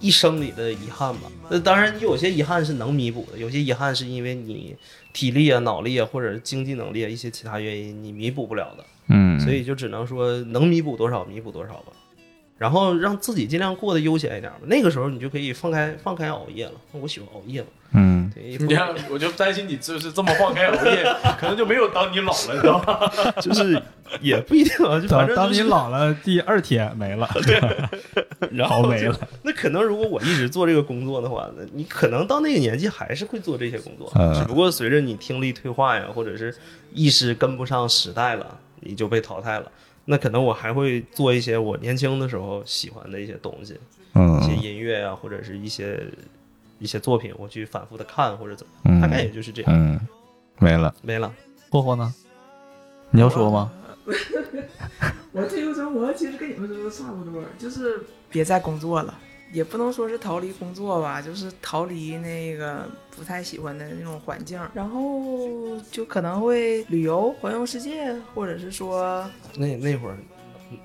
Speaker 3: 一生里的遗憾吧。那当然，有些遗憾是能弥补的，有些遗憾是因为你体力啊、脑力啊，或者经济能力啊一些其他原因你弥补不了的，
Speaker 1: 嗯，
Speaker 3: 所以就只能说能弥补多少弥补多少吧。然后让自己尽量过得悠闲一点吧。那个时候你就可以放开放开熬夜了。我喜欢熬夜嘛，
Speaker 1: 嗯
Speaker 3: 对，
Speaker 2: 你看，我就担心你就是这么放开熬夜， 可能就没有当你老了，你知 道吗？
Speaker 3: 就是也不一定啊，就反
Speaker 1: 当
Speaker 3: 正
Speaker 1: 当
Speaker 3: 就
Speaker 1: 你
Speaker 3: 是
Speaker 1: 老了第二天没 了，
Speaker 3: 然
Speaker 1: 熬
Speaker 3: 后
Speaker 1: 没
Speaker 3: 就
Speaker 1: 了。
Speaker 3: 那可能如果我一直做这个工作的话，那你可能到那个年纪还是会做这些工作，
Speaker 1: 嗯
Speaker 3: 只不过随着你听力退化呀，或者是意识跟不上时代了，你就被淘汰了。那可能我还会做一些我年轻的时候喜欢的一些东西，一些
Speaker 1: 嗯
Speaker 3: 音乐啊，或者是一些一些作品，我去反复的看或者怎么样，大概也
Speaker 1: 嗯
Speaker 3: 就是这样，
Speaker 1: 嗯，没了。
Speaker 3: 没了。
Speaker 5: 霍霍呢？你要说吗？
Speaker 4: 我退休生活其实跟你们说的差不多，就是别再工作了，也不能说是逃离工作吧，就是逃离那个不太喜欢的那种环境，然后就可能会旅游环游世界，或者是说，
Speaker 3: 那那会儿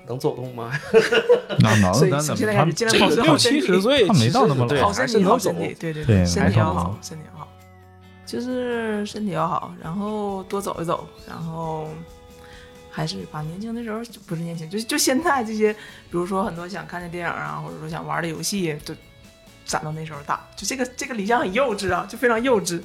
Speaker 3: 能走动吗？
Speaker 1: 那能
Speaker 4: 所以
Speaker 1: 咱
Speaker 4: 从
Speaker 1: 怎
Speaker 4: 现
Speaker 1: 么
Speaker 4: 在开始
Speaker 1: 他
Speaker 4: 尽量保持
Speaker 2: 六
Speaker 4: 好身
Speaker 2: 七
Speaker 4: 体
Speaker 2: 十。岁
Speaker 1: 他没到那么老
Speaker 2: 其实
Speaker 4: 好
Speaker 2: 对，还
Speaker 4: 身
Speaker 2: 是
Speaker 4: 体，好
Speaker 2: 能走
Speaker 4: 身。体，对对
Speaker 1: 对
Speaker 4: 身体
Speaker 1: 还是能
Speaker 4: 要好
Speaker 1: 走，
Speaker 4: 身体要好，就是身体要好，然后多走一走，然后还是把年轻的时候就不是年轻，就就现在这些，比如说很多想看的电影啊，或者说想玩的游戏，就攒到那时候打，就这个这个理想很幼稚啊，就非常幼稚，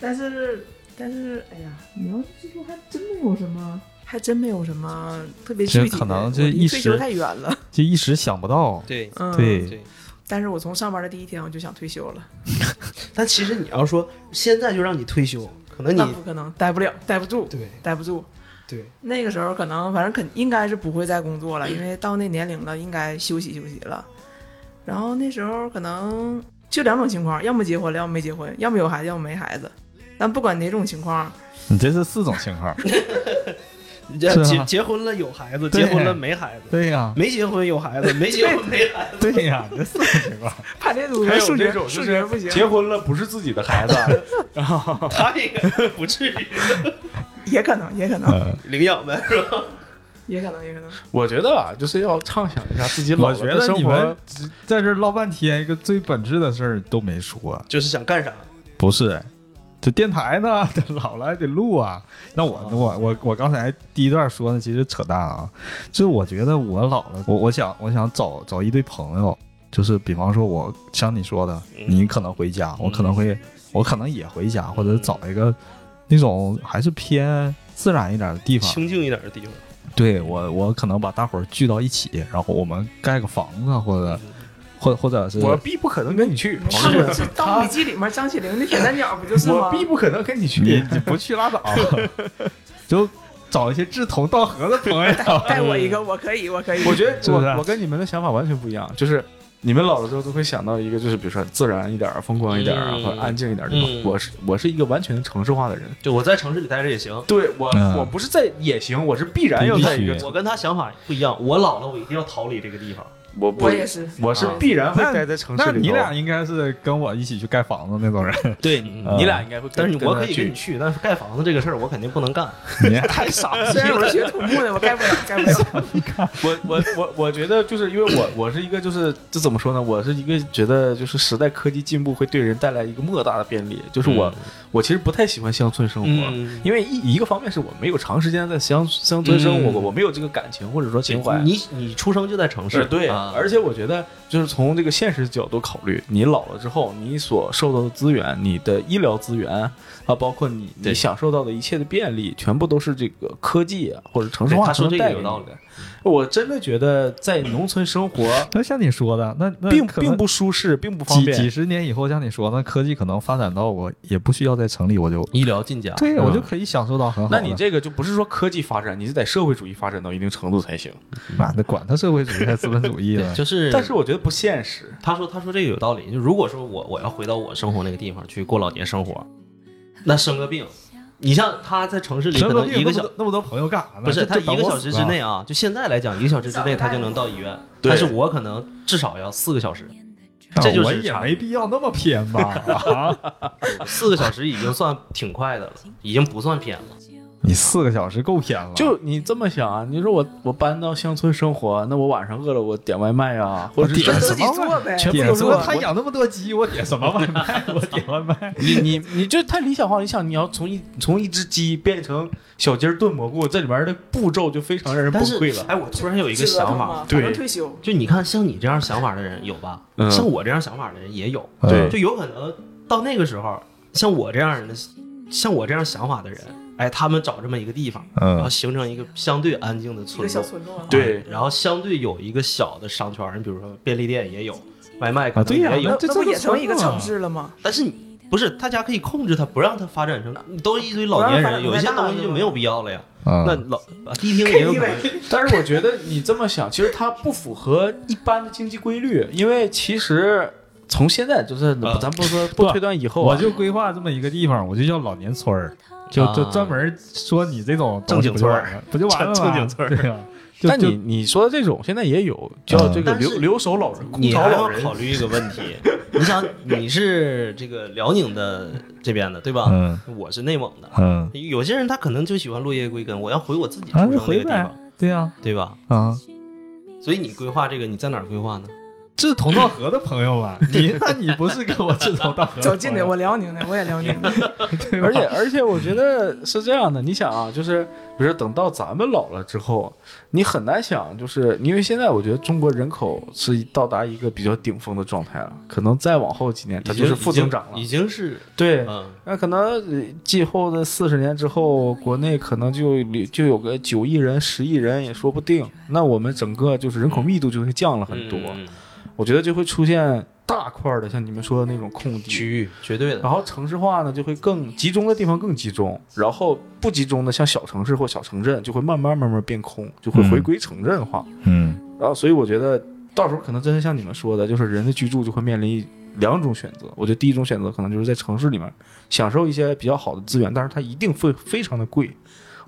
Speaker 4: 但是但是哎呀，你要是说还真没有什么。还真没有什么特别具体的，
Speaker 5: 这可能这
Speaker 4: 我离
Speaker 5: 一
Speaker 4: 退休
Speaker 5: 时
Speaker 4: 太远了。
Speaker 5: 就一时想不到，
Speaker 3: 对
Speaker 4: 嗯，
Speaker 1: 对
Speaker 3: 对，
Speaker 4: 但是我从上班的第一天我就想退休了，
Speaker 3: 但其实你要说现在就让你退休，可能
Speaker 4: 那
Speaker 3: 你
Speaker 4: 不可能，待不了，待不住，
Speaker 3: 对
Speaker 4: 待不住。
Speaker 3: 对，
Speaker 4: 那个时候可能反正肯应该是不会再工作了，因为到那年龄了，应该休息休息了。然后那时候可能就两种情况，要么结婚了，要么没结婚，要么有孩子，要么没孩子。但不管哪种情况，
Speaker 1: 你这是四种情况。
Speaker 3: 你这
Speaker 1: 是啊
Speaker 3: 结结婚了有孩子，
Speaker 1: 对
Speaker 3: 结婚了没孩子，
Speaker 1: 对呀、
Speaker 3: 没结婚有孩子， 没结婚没孩子，
Speaker 1: 对呀、这四种情况。
Speaker 4: 排列组合数学数学不行，
Speaker 2: 结婚了不是自己的孩子，
Speaker 3: 啊他这个不至于
Speaker 4: 也可能，也可能，
Speaker 1: 呃，
Speaker 3: 领养 呗，是吧？
Speaker 4: 也可能，也可能。
Speaker 2: 我觉得啊，就是要畅想一下自己 老
Speaker 1: 我
Speaker 2: 了
Speaker 1: 觉
Speaker 2: 的
Speaker 1: 得
Speaker 2: 生
Speaker 1: 你们
Speaker 2: 活。
Speaker 1: 在这儿唠半天，一个最本质的事儿都没说。
Speaker 3: 就是想干啥？
Speaker 1: 不是，这电台呢， 这老了还得录啊。那我、
Speaker 2: 哦
Speaker 1: 我我我刚才第一段说的其实扯淡啊，就是我觉得我老了，我我想我想找找一堆朋友，就是比方说我像你说的，
Speaker 2: 嗯
Speaker 1: 你可能回家，我可能会我可能也回家，或者找一个那种还是偏自然一点的地方，
Speaker 3: 清静一点的地方，
Speaker 1: 对我我可能把大伙儿聚到一起，然后我们盖个房子或者。或或者是
Speaker 2: 我必不可能跟你去，
Speaker 1: 嗯
Speaker 4: 他们是《盗墓笔记》里面张起灵的铁三角不就是
Speaker 2: 我
Speaker 4: 吗？
Speaker 2: 必不可能跟你去。
Speaker 1: 你你不去拉倒，啊 就找一些志同道合的朋友。
Speaker 4: 带我一个，我可以，我可以。
Speaker 2: 我觉得
Speaker 1: 是不是
Speaker 2: 我我跟你们的想法完全不一样，就是你们老了之后都会想到一个，就是比如说自然一点儿、风光一点儿，啊
Speaker 3: 嗯
Speaker 2: 或者安静一点儿的地方。
Speaker 3: 嗯
Speaker 2: 我是我是一个完全城市化的人，
Speaker 3: 就我在城市里待着也行。
Speaker 2: 对我、
Speaker 1: 嗯
Speaker 2: 我不是在野行，我是必然要在一个
Speaker 1: 必须
Speaker 3: 我跟他想法不一样，我老了我一定要逃离这个地方。
Speaker 2: 我
Speaker 4: 我也是，
Speaker 2: 我是必然会待在城市
Speaker 1: 啊那
Speaker 2: 里头。
Speaker 1: 你俩应该是跟我一起去盖房子那种人，
Speaker 3: 对，
Speaker 2: 嗯你俩应该会跟，
Speaker 3: 嗯但是我可以
Speaker 2: 跟
Speaker 3: 跟你
Speaker 2: 他去
Speaker 3: 去，但是盖房子这个事儿我肯定不能 干。
Speaker 1: 你
Speaker 2: 太傻了。
Speaker 4: 虽然我是学土木的，我盖不了，盖不了。
Speaker 2: 我我我我觉得就是因为我我是一个就是这怎么说呢？我是一个觉得就是时代科技进步会对人带来一个莫大的便利，就是我、我其实不太喜欢乡村生活。
Speaker 3: 嗯
Speaker 2: 因为一一个方面是我没有长时间在乡乡村生活过，
Speaker 3: 嗯
Speaker 2: 我没有这个感情或者说情怀。
Speaker 3: 你你出生就在城
Speaker 2: 是
Speaker 3: 市，
Speaker 2: 对，
Speaker 3: 啊
Speaker 2: 而且我觉得就是从这个现实角度考虑，你老了之后，你所受到的资源、你的医疗资源啊，包括你你
Speaker 3: 对
Speaker 2: 享受到的一切的便利，全部都是这个科技啊或者城市
Speaker 3: 对
Speaker 2: 化
Speaker 3: 他说
Speaker 2: 所
Speaker 3: 这个
Speaker 2: 带
Speaker 3: 有
Speaker 2: 给你
Speaker 3: 道理
Speaker 2: 的。我真的觉得在农村生活
Speaker 1: 那像你说的，那
Speaker 3: 嗯
Speaker 1: 那
Speaker 2: 并
Speaker 1: 可能
Speaker 2: 并不舒适，并不方
Speaker 1: 几几
Speaker 2: 便。
Speaker 1: 十年以后，像你说，那科技可能发展到我也不需要在城里，我就
Speaker 3: 医疗进家，
Speaker 1: 对
Speaker 2: 嗯
Speaker 1: 我就可以享受到很好
Speaker 2: 那
Speaker 1: 的。
Speaker 2: 你这个就不是说科技发展，你是得社会主义发展到一定程度才行。
Speaker 1: 妈的，管他社会主义还是资本主义
Speaker 3: 对
Speaker 1: 了，
Speaker 3: 就是。
Speaker 2: 但是我觉得不现实。
Speaker 3: 他说他说这个有道理，就如果说我我要回到我生活那个地方去过老年生活，那生个病，你像他在城市里
Speaker 1: 生
Speaker 3: 可
Speaker 1: 了
Speaker 3: 能
Speaker 1: 病
Speaker 3: 一个小
Speaker 1: 那么多朋友干啥呢？
Speaker 3: 不是
Speaker 1: 就
Speaker 3: 他
Speaker 1: 就
Speaker 3: 一
Speaker 1: 等
Speaker 3: 个
Speaker 1: 我
Speaker 3: 小
Speaker 1: 死
Speaker 3: 时之
Speaker 1: 啊
Speaker 3: 内啊，就现在来讲，一个小时之内他就能到医院，
Speaker 2: 对
Speaker 3: 但是我可能至少要四个小时，
Speaker 1: 啊
Speaker 3: 这就是
Speaker 1: 我也
Speaker 3: 差
Speaker 1: 没
Speaker 3: 别
Speaker 1: 必要那么偏吧？ 啊，
Speaker 3: 四个小时已经算挺快的了，已经不算偏了。
Speaker 1: 你四个小时够偏了，
Speaker 2: 就你这么想啊？你说我我搬到乡村生活，那我晚上饿了我点外卖啊，或者是
Speaker 1: 点
Speaker 4: 自己做呗，
Speaker 2: 全部
Speaker 1: 点
Speaker 2: 都
Speaker 1: 什
Speaker 2: 是
Speaker 1: 么？
Speaker 2: 我
Speaker 1: 他养那么多鸡，我点什么外卖？我点外卖。
Speaker 2: 你你你这太理想化了！你想你要从一从一只鸡变成小鸡儿炖蘑菇，这里面的步骤就非常让人崩
Speaker 3: 但是
Speaker 2: 溃了。
Speaker 3: 哎，我突然有一个
Speaker 4: 折腾
Speaker 3: 想
Speaker 4: 嘛
Speaker 3: 法，
Speaker 4: 反正
Speaker 2: 对
Speaker 4: 退休。
Speaker 3: 就你看像你这样想法的人有吧？
Speaker 2: 嗯
Speaker 3: 像我这样想法的人也有，
Speaker 2: 对
Speaker 3: 就有可能到那个时候，像我这样人的，像我这样想法的人，哎，他们找这么一个地方，然后
Speaker 1: 嗯，
Speaker 3: 形成一个相对安静的
Speaker 4: 一
Speaker 3: 村
Speaker 4: 个小
Speaker 3: 落，哎
Speaker 4: 村落啊，
Speaker 2: 对
Speaker 3: 然后相对有一个小的商圈，你比如说便利店也有，外卖可
Speaker 1: 啊
Speaker 3: 能
Speaker 1: 对呀
Speaker 3: 也有，
Speaker 1: 那
Speaker 4: 那不
Speaker 1: 这都
Speaker 4: 也
Speaker 1: 啊
Speaker 4: 成
Speaker 1: 是
Speaker 4: 一个
Speaker 1: 村落
Speaker 4: 城市了吗？
Speaker 2: 嗯
Speaker 3: 但是你。不是，大家可以控制它，不让它发展成，你都一堆老年人，有一些东西就没有必要了呀。那
Speaker 1: 嗯，
Speaker 3: 老啊迪厅也有可能，
Speaker 2: 但是我觉得你这么想，其实它不符合一般的经济规律，因为其实从现在就是，
Speaker 3: 呃
Speaker 2: 咱不说
Speaker 1: 不
Speaker 2: 不推断以后、啊，
Speaker 1: 我就规划这么一个地方，我就叫老年村儿，就就
Speaker 3: 啊
Speaker 1: 专门说你这种东西
Speaker 3: 正经村儿
Speaker 1: 不就完了，不就完了吗？
Speaker 3: 正经村儿
Speaker 1: 对呀。就
Speaker 2: 但
Speaker 1: 就
Speaker 2: 你你说的这种现在也有叫这个
Speaker 3: 但是
Speaker 2: 留留守老人、空
Speaker 3: 你
Speaker 2: 巢
Speaker 3: 还
Speaker 2: 老
Speaker 3: 要
Speaker 2: 人，
Speaker 3: 考虑一个问题，你想你是这个辽宁的这边的对吧？
Speaker 1: 嗯
Speaker 3: 我是内蒙的，
Speaker 1: 嗯，
Speaker 3: 有些人他可能就喜欢落叶归根，我要回我自己出
Speaker 1: 啊，
Speaker 3: 生
Speaker 1: 就
Speaker 3: 那个
Speaker 1: 回
Speaker 3: 地
Speaker 1: 呗
Speaker 3: 方，，
Speaker 1: 对呀，
Speaker 3: 对吧？
Speaker 1: 啊，
Speaker 3: 所以你规划这个，你在哪儿规划呢？
Speaker 1: 志同道合的朋友啊，你那你不是跟我志同道合的朋友？
Speaker 4: 走近点，我辽宁的，我也辽宁的，
Speaker 2: 嗯
Speaker 1: 对吧
Speaker 2: 而且而且，我觉得是这样的。你想啊，就是比如说等到咱们老了之后，你很难想，就是因为现在我觉得中国人口是到达一个比较顶峰的状态了，可能再往后几年它
Speaker 3: 已
Speaker 2: 就
Speaker 3: 经
Speaker 2: 是负增长了
Speaker 3: 已。经已经是
Speaker 2: 对，
Speaker 3: 嗯，
Speaker 2: 那可能呃继后的四十年之后，国内可能就里就有个九亿人、十亿人也说不定。那我们整个就是人口密度就会降了很多。
Speaker 3: 嗯
Speaker 2: 我觉得就会出现大块儿的，像你们说的那种空地。
Speaker 3: 区域绝对的，
Speaker 2: 然后城市化呢，就会更集中的地方更集中，然后不集中的像小城市或小城镇，就会慢慢慢慢变空，就会回归城镇化。
Speaker 1: 嗯
Speaker 2: 然后，所以我觉得到时候可能真是像你们说的，就是人的居住就会面临两种选择。我觉得第一种选择可能就是在城市里面享受一些比较好的资源，但是它一定会非常的贵。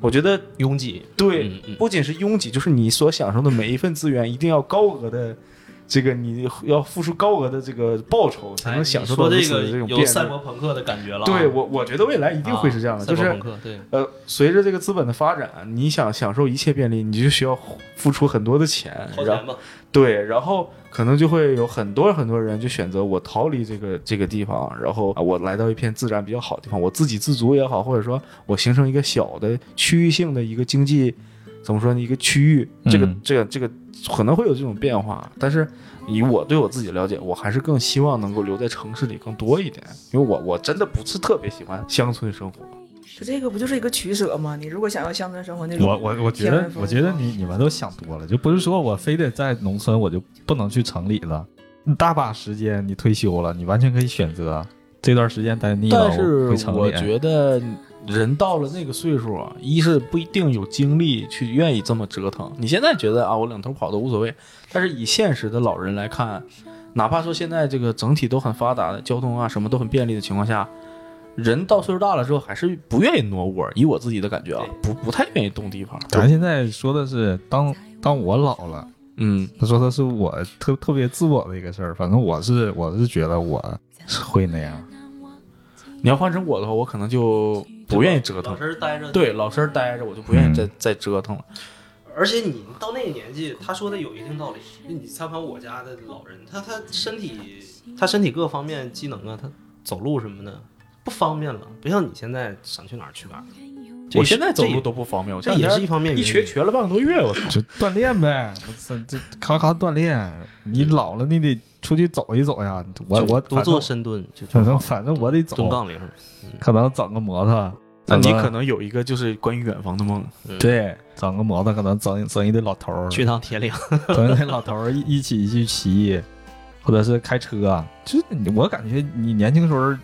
Speaker 2: 我觉得
Speaker 3: 拥挤，
Speaker 2: 对，
Speaker 3: 嗯嗯
Speaker 2: 不仅是拥挤，就是你所享受的每一份资源，一定要高额的，这个你要付出高额的这个报酬，才
Speaker 3: 哎
Speaker 2: 能
Speaker 3: 你
Speaker 2: 享受
Speaker 3: 说
Speaker 2: 到如
Speaker 3: 这
Speaker 2: 此
Speaker 3: 个
Speaker 2: 的这种便
Speaker 3: 有
Speaker 2: 利。
Speaker 3: 赛博朋克的感觉了啊，啊
Speaker 2: 对我，我觉得未来一
Speaker 3: 一
Speaker 2: 定会是这样的，就是
Speaker 3: 朋克对，
Speaker 2: 呃，随着这个资本的发展，你想享受一切便利，你就需要付出很多的钱，
Speaker 3: 掏
Speaker 2: 然后
Speaker 3: 钱吧，
Speaker 2: 对，然后可能就会有很多很多人就选择我逃离这个这个地方，然后啊，我来到一片自然比较好的地方，我自给自足也好，或者说我形成一个小的区域性的一个经济，怎么说呢？一个区域，这个
Speaker 1: 嗯
Speaker 2: 这个这个可能会有这种变化，但是以我对我自己的了解，我还是更希望能够留在城市里更多一点，因为我我真的不是特别喜欢乡村生活。
Speaker 4: 可这个不 就是一个取舍吗？你如果想要乡村生活那种，
Speaker 1: 我我我觉
Speaker 4: 田
Speaker 1: 得
Speaker 4: 园，风
Speaker 1: 我觉得你你们都想多了，就不是说我非得在农村我就不能去城里了。你大把时间，你退休了，你完全可以选择这段时间待腻了，
Speaker 2: 但
Speaker 1: 我
Speaker 2: 是
Speaker 1: 回城
Speaker 2: 我
Speaker 1: 里。
Speaker 2: 觉得人到了那个岁数啊，一是不一定有精力去愿意这么折腾。你现在觉得啊，我两头跑都无所谓，但是以现实的老人来看，哪怕说现在这个整体都很发达的交通啊，什么都很便利的情况下。人到岁数大了之后，还是不愿意挪窝儿。以我自己的感觉啊，不不太愿意动地方。
Speaker 1: 咱现在说的是，当当我老了，
Speaker 2: 嗯，
Speaker 1: 他说的是我特特别自我的一个事儿。反正我是我是觉得我是会那样。
Speaker 2: 你要换成我的话，我可能就不愿意折腾
Speaker 3: 老。实待着，
Speaker 2: 对，老实待着，我就不愿意再、
Speaker 1: 嗯
Speaker 2: 再折腾了。
Speaker 3: 而且你到那个年纪，他说的有一定道理。就你参考我家的老人，他他身体他身体各方面机能啊，他走路什么的不方便了，不像你现在想去哪儿去哪儿。这
Speaker 2: 我
Speaker 3: 也是
Speaker 2: 现在走
Speaker 3: 这也
Speaker 2: 路都不方便，我
Speaker 3: 这
Speaker 2: 前两
Speaker 3: 也
Speaker 2: 天
Speaker 3: 是一方面
Speaker 2: 一
Speaker 3: 原
Speaker 2: 瘸
Speaker 3: 因
Speaker 2: 瘸了半个多月，我操！
Speaker 1: 就锻炼呗，我操，这咔咔锻炼。你老了，你得出去走一走呀。我
Speaker 3: 就
Speaker 1: 我
Speaker 3: 多做，深蹲，就
Speaker 1: 反正反正我得
Speaker 3: 蹲
Speaker 1: 走，
Speaker 3: 杠铃。
Speaker 2: 嗯
Speaker 1: 可能整个摩托。
Speaker 2: 那你
Speaker 1: 整个
Speaker 2: 可能有一个就是关于远方的梦，
Speaker 1: 对整个摩托，可能整整一堆老头儿，
Speaker 3: 去趟铁岭，
Speaker 1: 整一堆老头儿一一起去骑，或者是开车。啊就是你我感觉你年轻时候，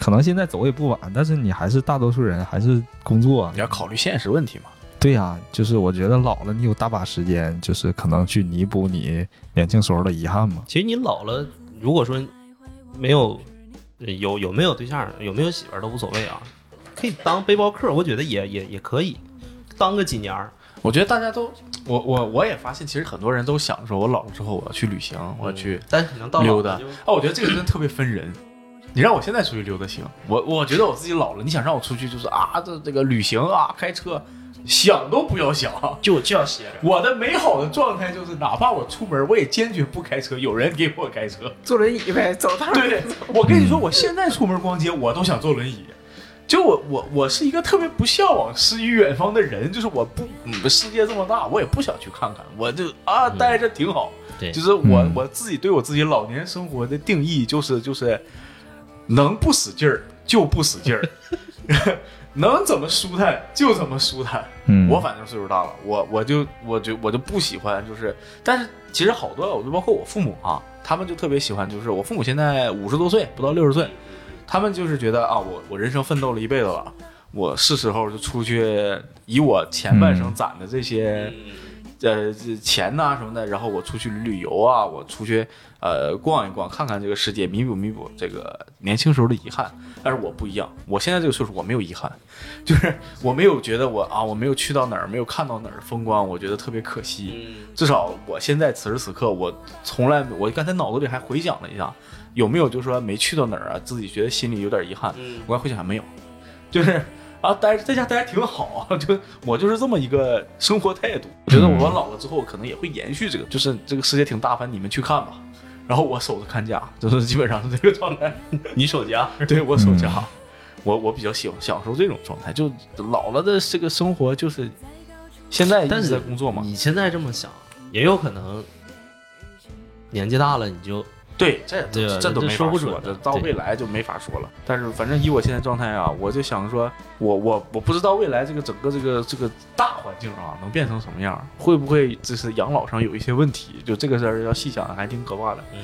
Speaker 1: 可能现在走也不晚，但是你还是大多数人还是工作
Speaker 2: 你。要考虑现实问题嘛。
Speaker 1: 对呀、就是我觉得老了，你有大把时间，就是可能去弥补你年轻时候的遗憾嘛。
Speaker 3: 其实你老了，如果说没有呃有有没有对象，有没有媳妇儿都无所谓啊，可以当背包客，我觉得也也也可以，当个几年儿。
Speaker 2: 我觉得大家都，我我我也发现，其实很多人都想说，我老了之后我要去旅行，我要去。
Speaker 3: 嗯但是可能到老
Speaker 2: 溜达
Speaker 3: 了就
Speaker 2: 啊，我觉得这个真的特别分人。你让我现在出去溜达行，我我觉得我自己老了，你想让我出去就是啊，这这个旅行啊，开车，想都不要想。
Speaker 3: 就就要歇着。
Speaker 2: 我的美好的状态就是，哪怕我出门，我也坚决不开车，有人给我开车。
Speaker 4: 坐轮椅呗，走道儿
Speaker 2: 对，我跟你说，我现在出门逛街，我都想坐轮椅。就我我我是一个特别不向往诗与远方的人，就是我不，嗯世界这么大，我也不想去看看，我就啊
Speaker 3: 嗯
Speaker 2: 待着挺好。
Speaker 3: 对
Speaker 2: 就是我、
Speaker 1: 嗯
Speaker 2: 我自己对我自己老年生活的定义就是就是，能不使劲儿就不使劲儿，能怎么舒坦就怎么舒坦。
Speaker 1: 嗯
Speaker 2: 我反正岁数大了，我我就我就我就不喜欢，就是，但是其实好多，我就包括我父母啊，他们就特别喜欢，就是我父母现在五十多岁，不到六十岁，他们就是觉得啊，我我人生奋斗了一辈子了，我是时候就出去以我前半生攒的这些。
Speaker 3: 嗯
Speaker 2: 呃，这钱呐、什么的，然后我出去旅游啊，我出去呃逛一逛，看看这个世界，弥补弥补这个年轻时候的遗憾。但是我不一样，我现在这个岁数我没有遗憾，就是我没有觉得我啊我没有去到哪儿，没有看到哪儿的风光，我觉得特别可惜。至少我现在此时此刻，我从来我刚才脑子里还回想了一下，有没有就说没去到哪儿啊，自己觉得心里有点遗憾。
Speaker 3: 嗯，
Speaker 2: 我还回想还没有，就是啊，待着在家待着挺好啊， 就我就是这么一个生活态度。我觉得
Speaker 3: 嗯
Speaker 2: 我老了之后可能也会延续这个，就是这个世界挺大，反正你们去看吧。然后我守着看家，就是基本上是这个状态。
Speaker 3: 你手机啊，
Speaker 2: 对我守家，我我比较喜欢享受这种状态，就老了的这个生活就是现在一
Speaker 3: 但
Speaker 2: 直
Speaker 3: 是
Speaker 2: 在工作嘛，
Speaker 3: 你现在这么想，也有可能年纪大了你就
Speaker 2: 对，这
Speaker 3: 对
Speaker 2: 这
Speaker 3: 吧
Speaker 2: 这都
Speaker 3: 这
Speaker 2: 没法
Speaker 3: 说不
Speaker 2: 说，
Speaker 3: 准
Speaker 2: 这
Speaker 3: 的
Speaker 2: 到
Speaker 3: 对
Speaker 2: 未来就没法说了。但是反正以我现在状态啊，我就想说，我我我不知道未来这个整个这个这个大环境啊，能变成什么样？会不会就是养老上有一些问题？就这个事儿要细想还挺可怕的。
Speaker 3: 嗯，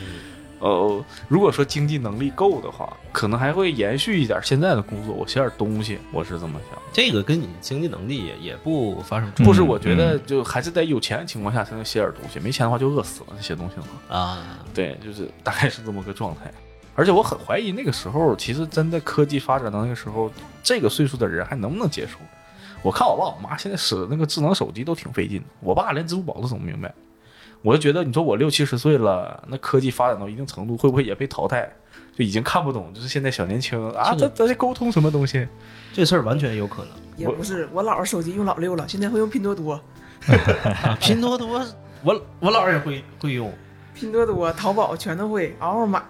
Speaker 2: 呃，如果说经济能力够的话，可能还会延续一点现在的工作，我学点东西，我是这么想。
Speaker 3: 这个跟你经济能力也也不发生冲
Speaker 2: 不是，我觉得就还是得有钱的情况下才能写点东西，没钱的话就饿死了。这写东西的话，
Speaker 3: 突啊。
Speaker 2: 对，就是大概是这么个状态。而且我很怀疑那个时候，其实真的科技发展到那个时候，这个岁数的人还能不能接受？我看我爸我妈现在使那个智能手机都挺费劲的，我爸连支付宝都整不明白。我就觉得，你说我六七十岁了，那科技发展到一定程度，会不会也被淘汰？就已经看不懂，就是现在小年轻啊，
Speaker 3: 这
Speaker 2: 咱咱这沟通什么东西？
Speaker 3: 这事儿完全有可能
Speaker 4: 也不是，我姥儿手机用老六了，现在会用拼多多，
Speaker 3: 啊！拼多多，我我姥儿也会会用，
Speaker 4: 拼多多、淘宝全都会，嗷嗷买，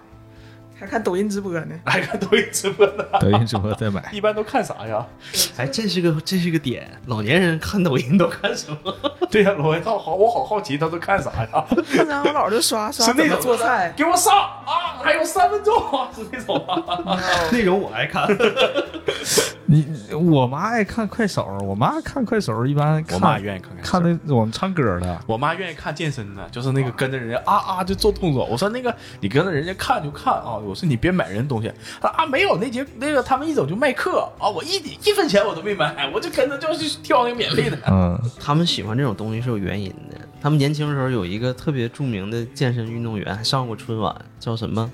Speaker 4: 还看抖音直播呢。
Speaker 2: 还看抖音直播呢？
Speaker 1: 抖音直播再买，
Speaker 2: 一般都看啥呀？
Speaker 3: 哎，这是个这是个点。老年人看抖音都看什么？
Speaker 2: 对呀、我好好，我好好奇他都看啥呀？
Speaker 4: 经常我姥儿就 刷刷
Speaker 2: 是
Speaker 4: 怎
Speaker 2: 那
Speaker 4: 么
Speaker 2: 种
Speaker 4: 做菜，
Speaker 2: 给我上啊！还有三分钟 啊，是那种啊。
Speaker 3: 那种我爱看。
Speaker 1: 你我妈爱看快手，我妈看快手一般看
Speaker 2: 我妈愿意看看
Speaker 1: 看
Speaker 2: 那，
Speaker 1: 那我们唱歌的，
Speaker 2: 我妈愿意看健身的，就是那个跟着人家啊啊就做动作。我说那个你跟着人家看就看啊，我说你别买人东西。她啊没有那节那个他们一整就卖课啊，我一点一分钱我都没买，我就跟着就是挑那个免费的。
Speaker 1: 嗯，
Speaker 3: 他们喜欢这种东西是有原因的。他们年轻的时候有一个特别著名的健身运动员，还上过春晚，叫什么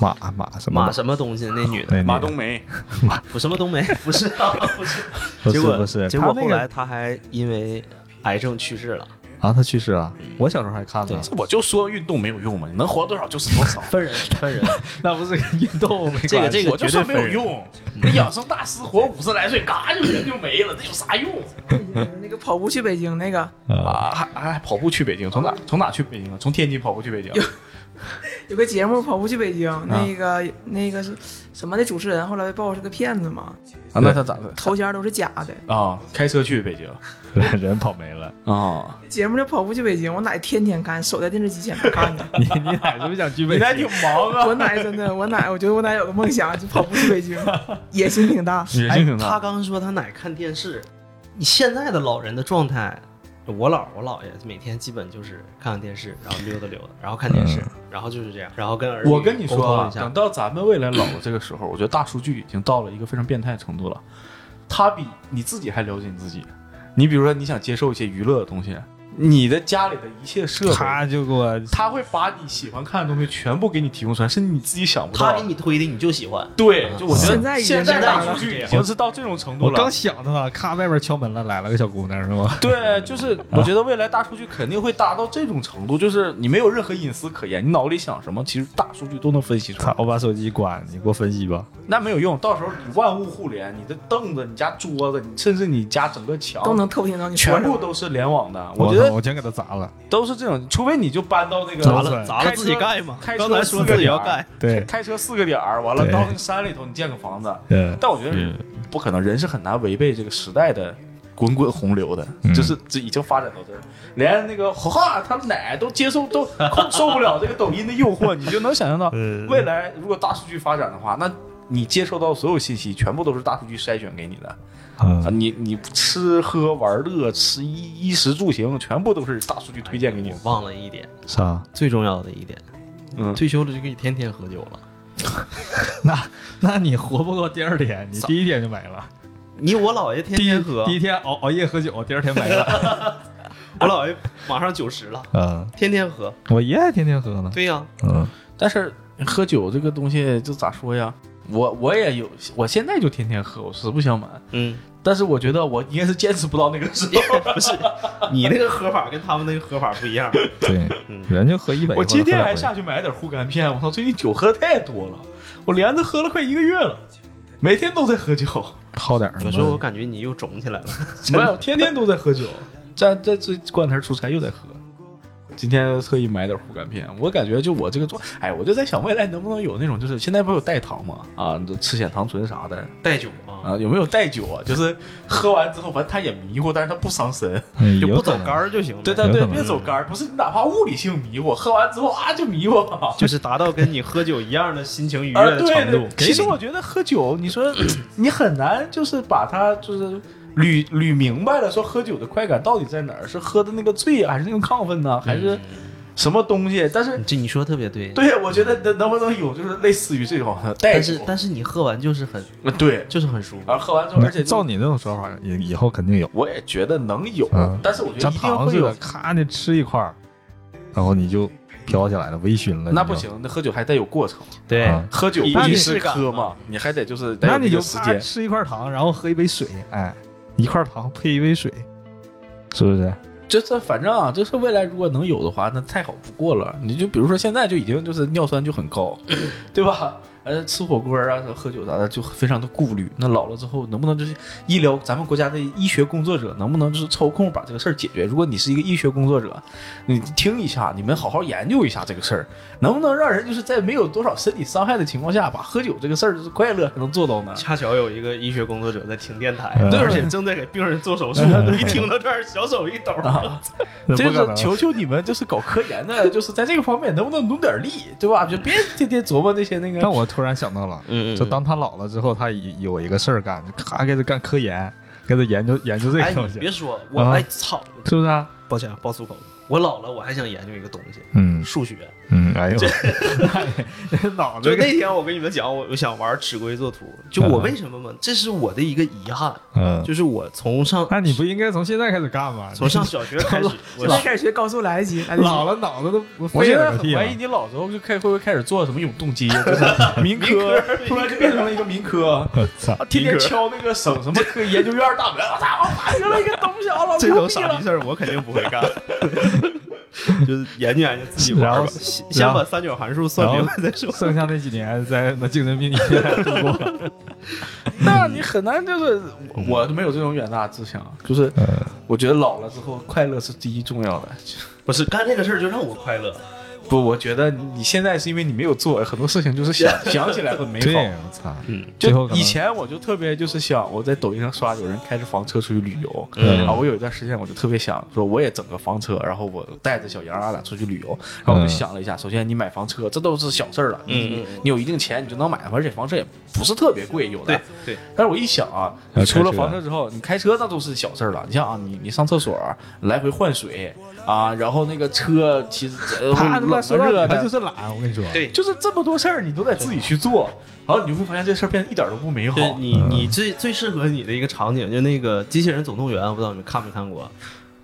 Speaker 1: 马马什么
Speaker 3: 马
Speaker 1: 的
Speaker 3: 什么东西？那女 的
Speaker 1: 那
Speaker 2: 马
Speaker 1: 那个
Speaker 2: 冬梅，
Speaker 3: 不什么 东北，不是、不是。
Speaker 1: 不
Speaker 3: 结
Speaker 1: 是
Speaker 3: 果
Speaker 1: 不是，
Speaker 3: 结
Speaker 1: 她
Speaker 3: 果
Speaker 1: 那
Speaker 3: 后
Speaker 1: 个
Speaker 3: 来他还因为癌症去世了。
Speaker 1: 啊，他去世了，我小时候还看
Speaker 3: 嗯
Speaker 1: 呢，
Speaker 2: 这我就说运动没有用嘛，你能活多少就是多 少。
Speaker 3: 分人分人，
Speaker 1: 那不是跟运动没
Speaker 3: 这个
Speaker 1: 关系
Speaker 3: 这个
Speaker 2: 我就
Speaker 3: 绝
Speaker 2: 说没
Speaker 3: 对分
Speaker 2: 有
Speaker 3: 人。
Speaker 2: 用，那养生大师活五十来岁，嘎就人就没了，那有啥用？
Speaker 4: 嗯那个跑步去北京那个，
Speaker 1: 啊，
Speaker 2: 啊，还还跑步去北京，从哪从哪去北京啊？从天津跑步去北京。
Speaker 4: 有个节目跑步去北京，
Speaker 2: 啊
Speaker 4: 那个那个是什么的主持人，后来被爆是个骗子嘛，
Speaker 2: 啊，那他咋的？
Speaker 4: 头衔都是假的。
Speaker 2: 啊，开车去北 京
Speaker 1: 人跑没了，
Speaker 2: 啊？
Speaker 4: 节目叫跑步去北京，我奶天天看，守在电视机前面看呢。
Speaker 1: 你你奶是不是想去
Speaker 2: 你
Speaker 1: 北
Speaker 2: 还
Speaker 1: 京？
Speaker 2: 挺忙啊。
Speaker 4: 我奶真的，我奶，我觉得我奶有个梦想，就跑步去北京，野心挺大。
Speaker 2: 野
Speaker 3: 哎，他刚说他奶看电视，哎你现在的老人的状态，我姥我姥爷每天基本就是看看电视，然后溜达溜达，然后看电视，然后就是这样，然后跟儿 女
Speaker 2: 我跟你
Speaker 3: 沟
Speaker 2: 说
Speaker 3: 通
Speaker 2: 啊
Speaker 3: 一，下
Speaker 2: 等，到咱们未来老了这个时候，我觉得大数据已经到了一个非常变态的程度了。他比你自己还了解你自己。你比如说，你想接受一些娱乐的东西，你的家里的一切设备，
Speaker 1: 他就给我
Speaker 2: 他会把你喜欢看的东西全部给你提供出来，是你自己想不
Speaker 3: 他
Speaker 2: 到
Speaker 3: 给
Speaker 2: 的。
Speaker 3: 你推的你就喜欢，
Speaker 2: 对，就我觉得
Speaker 4: 现在已经
Speaker 2: 哦现在
Speaker 4: 这样
Speaker 2: 大
Speaker 4: 了
Speaker 2: 数据已经是到这种程度
Speaker 1: 我
Speaker 2: 了。
Speaker 1: 刚想到啊，咔，外边敲门了，来了个小姑娘是吗？
Speaker 2: 对，就是
Speaker 1: 啊
Speaker 2: 我觉得未来大数据肯定会大到这种程度，就是你没有任何隐私可言，你脑子里想什么，其实大数据都能分析出
Speaker 1: 操
Speaker 2: 来，。
Speaker 1: 我把手机关，你给我分析吧。
Speaker 2: 那没有用，到时候你万物互联，你的凳子、你家桌子，你甚至你家整个墙
Speaker 4: 都能偷听到你说
Speaker 2: 全
Speaker 4: 什
Speaker 2: 部
Speaker 4: 么。
Speaker 2: 都是联网的。
Speaker 1: 我
Speaker 2: 我觉
Speaker 1: 操
Speaker 2: 得
Speaker 1: 我全给他砸了。
Speaker 2: 都是这种，除非你就搬到那个
Speaker 1: 砸
Speaker 3: 砸
Speaker 1: 了
Speaker 3: 了砸了自己盖嘛，
Speaker 2: 开车
Speaker 3: 刚才说自己要盖，
Speaker 1: 对，
Speaker 2: 开车四个点儿，完了
Speaker 1: 对
Speaker 2: 到那个山里头你建个房子。
Speaker 1: 嗯，
Speaker 2: 但我觉得不可能，人是很难违背这个时代的滚滚洪流的，
Speaker 1: 嗯
Speaker 2: 就是这已经发展到这儿，连那个哈他奶都接受都控受不了这个抖音的诱惑，你就能想 象到
Speaker 1: 嗯
Speaker 2: 未来如果大数据发展的话，那你接收到所有信息全部都是大数据筛选给你的啊，
Speaker 1: 嗯
Speaker 2: 你你吃喝玩乐、吃衣衣食住行全部都是大数据推荐给你
Speaker 3: 我。忘了一点，
Speaker 1: 啥？
Speaker 3: 最重要的一点，
Speaker 2: 嗯
Speaker 3: 退休了就可以天天喝酒了。
Speaker 1: 那那你活不过第二天，你第一天就没了。
Speaker 3: 你我姥爷天天喝
Speaker 1: 第，一天熬熬夜喝酒，第二天没 了。
Speaker 3: 我姥爷马上九十了，
Speaker 1: 嗯，
Speaker 3: 天天喝。
Speaker 1: 我爷爷天天喝呢。
Speaker 3: 对呀、
Speaker 1: 嗯，
Speaker 2: 但是喝酒这个东西就咋说呀？我我也有，我现在就天天喝，我实不相瞒，
Speaker 3: 嗯，
Speaker 2: 但是我觉得我应该是坚持不到那个时候。
Speaker 3: 不是，你那个喝法跟他们那个喝法不一样。
Speaker 1: 对，
Speaker 3: 嗯，
Speaker 1: 人就喝一百。
Speaker 2: 我今天还
Speaker 1: 喝
Speaker 2: 下去买点护肝片，我操，最近酒喝的太多了，我连着喝了快一个月了，每天都在喝酒，
Speaker 1: 泡点儿什
Speaker 3: 有
Speaker 1: 么。
Speaker 3: 时候我感觉你又肿起来了。
Speaker 2: 没有，天天都在喝酒，在在这这关头出差又在喝。今天特意买点护肝片，我感觉就我这个做，哎，我就在想未来能不能有那种，就是现在不是有代糖嘛，啊，这吃显糖醇啥的
Speaker 3: 带酒啊，
Speaker 2: 啊，有没有代酒啊？就是喝完之后，反正它也迷糊，但是它不伤身。
Speaker 1: 嗯
Speaker 3: 就
Speaker 1: 有
Speaker 3: 不走
Speaker 1: 可能
Speaker 3: 杆儿就行了。
Speaker 2: 对对
Speaker 1: 有
Speaker 2: 对
Speaker 1: 可，能
Speaker 2: 别走肝儿，不是你哪怕物理性迷糊，喝完之后啊就迷糊了。
Speaker 3: 就是达到跟你喝酒一样的心情愉悦
Speaker 2: 啊，
Speaker 3: 的
Speaker 2: 对
Speaker 3: 程
Speaker 2: 对
Speaker 3: 度，。嗯
Speaker 2: 其实我觉得喝酒，你说你很难就是把它就是捋捋明白了，说喝酒的快感到底在哪儿？是喝的那个醉啊，还是那个亢奋呢、还
Speaker 3: 嗯
Speaker 2: 是什么东西？但是
Speaker 3: 这你说得特别对，
Speaker 2: 对，我觉得能能不能有就是类似于这种的代
Speaker 3: 但是
Speaker 2: 酒？
Speaker 3: 但是你喝完就是很
Speaker 2: 对，
Speaker 3: 就是很舒服
Speaker 2: 啊，，喝完之后，而且
Speaker 1: 照
Speaker 2: 就
Speaker 1: 你这种说法，以以后肯定有，
Speaker 2: 我也觉得能有
Speaker 1: 嗯，
Speaker 2: 但是我觉得
Speaker 1: 像
Speaker 2: 一定
Speaker 1: 糖
Speaker 2: 会
Speaker 1: 似的
Speaker 2: 有，。
Speaker 1: 咔你吃一块儿，然后你就飘起来了，微醺了。
Speaker 2: 那
Speaker 1: 你
Speaker 2: 不
Speaker 1: 就，
Speaker 2: 行，那喝酒还得有过程，
Speaker 3: 对
Speaker 1: 啊
Speaker 2: 喝酒
Speaker 3: 仪
Speaker 2: 不仅
Speaker 3: 式
Speaker 2: 是
Speaker 3: 感
Speaker 2: 喝
Speaker 3: 嘛
Speaker 2: 嘛，你还得就是得有
Speaker 1: 那你
Speaker 2: 那
Speaker 1: 就
Speaker 2: 个时
Speaker 1: 啪
Speaker 2: 间。
Speaker 1: 吃一块糖，然后喝一杯水，哎，一块糖配一杯水，是不是？
Speaker 2: 就是反正啊，就是未来如果能有的话，那太好不过了。你就比如说现在就已经就是尿酸就很高，对吧？呃，吃火锅啊、喝酒啥的就非常的顾虑。那老了之后能不能就是医疗，咱们国家的医学工作者能不能就是抽空把这个事儿解决？如果你是一个医学工作者，你听一下，你们好好研究一下这个事儿，能不能让人就是在没有多少身体伤害的情况下，把喝酒这个事儿就是快乐能做到呢？
Speaker 3: 恰巧有一个医学工作者在听电台，
Speaker 1: 嗯
Speaker 3: 而且正在给病人做手术，一听到这儿 小手一抖，
Speaker 2: 啊
Speaker 1: 那
Speaker 2: 就
Speaker 1: 不可能
Speaker 2: 是求求你们，就是搞科研的， 就是在这个方面能不能努点力，对吧？就别天天琢磨那些那个
Speaker 1: 但我突然想到了，
Speaker 3: 嗯
Speaker 1: 就当他老了之后，他一有一个事儿干，就咔给他干科研，给他研究研究这
Speaker 3: 哎，
Speaker 1: 个东
Speaker 3: 你
Speaker 1: 西，
Speaker 3: 别说，我
Speaker 1: 啊
Speaker 3: 哎操，
Speaker 1: 是不是啊？
Speaker 3: 抱歉啊，爆粗口了，我老了，我还想研究一个东西，
Speaker 1: 嗯
Speaker 3: 数学。
Speaker 1: 嗯，哎 呦，脑
Speaker 3: 就
Speaker 1: 子
Speaker 3: 那天我跟你们讲，我我想玩指挥作图，就我
Speaker 1: 嗯
Speaker 3: 为什么嘛？这是我的一个遗憾，
Speaker 1: 嗯，
Speaker 3: 就是我从上
Speaker 1: 那你不应该从现在开始干吗？
Speaker 3: 从上小学 开始，我
Speaker 4: 现在开始学高速来得及，来得及
Speaker 1: 老了脑子都不
Speaker 2: 我
Speaker 1: 废
Speaker 2: 现
Speaker 1: 了
Speaker 2: 在
Speaker 1: 个
Speaker 2: 很
Speaker 1: 屁了
Speaker 2: 怀疑你老之后就开会不会开始做什么永动机， 就是民科， 突然就变成了一个民科，
Speaker 1: 我操！
Speaker 2: 天天敲那个省什么科研究院大门，啊我操，我发现了一个东西，我老
Speaker 3: 这
Speaker 2: 牛
Speaker 3: 种
Speaker 2: 逼
Speaker 3: 傻
Speaker 2: 了
Speaker 3: 逼。事儿我肯定不会 干，就是研究研究自己玩
Speaker 1: 然
Speaker 3: 儿
Speaker 1: 后
Speaker 3: 吧，先先把三角函数算明白再说。
Speaker 1: 剩下那几年在那精神病医院度过。
Speaker 2: 那你很难就是我我没有这种远大志向，就是我觉得老了之后快乐是第一重要的。
Speaker 3: 不是干这个事儿就让我快乐，
Speaker 2: 不，我觉得你现在是因为你没有做，很多事情就是想想起来很美好
Speaker 1: 对，。我操！
Speaker 3: 嗯
Speaker 1: 最后可
Speaker 2: 就
Speaker 1: 能
Speaker 2: 以前我就特别就是想，我在抖音上刷有人开着房车出去旅游，
Speaker 3: 嗯
Speaker 2: 啊，我有一段时间我就特别想说，我也整个房车，然后我带着小杨俺俩出去旅游，然后我就
Speaker 1: 嗯
Speaker 2: 想了一下，首先你买房车这都是小事儿了，
Speaker 3: 嗯嗯
Speaker 2: 你你有一定钱你就能买，而且房车也不是特别贵，有的
Speaker 3: 对。对，
Speaker 2: 但是我一想啊，
Speaker 1: 要
Speaker 2: 你
Speaker 1: 开
Speaker 2: 出了
Speaker 1: 车
Speaker 2: 房车之后，你开车那都是小事儿了，你像啊，你你上厕所来回换水啊，然后那个车其实呃
Speaker 1: 他他
Speaker 2: 冷
Speaker 1: 妈
Speaker 2: 啊
Speaker 1: 说到
Speaker 2: 热
Speaker 1: 底他
Speaker 2: 的
Speaker 1: 哎就。是懒，我跟你说。
Speaker 3: 对
Speaker 2: 就是这么多事儿，你都得自己去做，然后你会发现这事儿变得一点儿都不美好。
Speaker 3: 就是你
Speaker 2: 嗯
Speaker 3: 你最最适合你的一个场景，就那个《机器人总动员》，我不知道你们看没看过。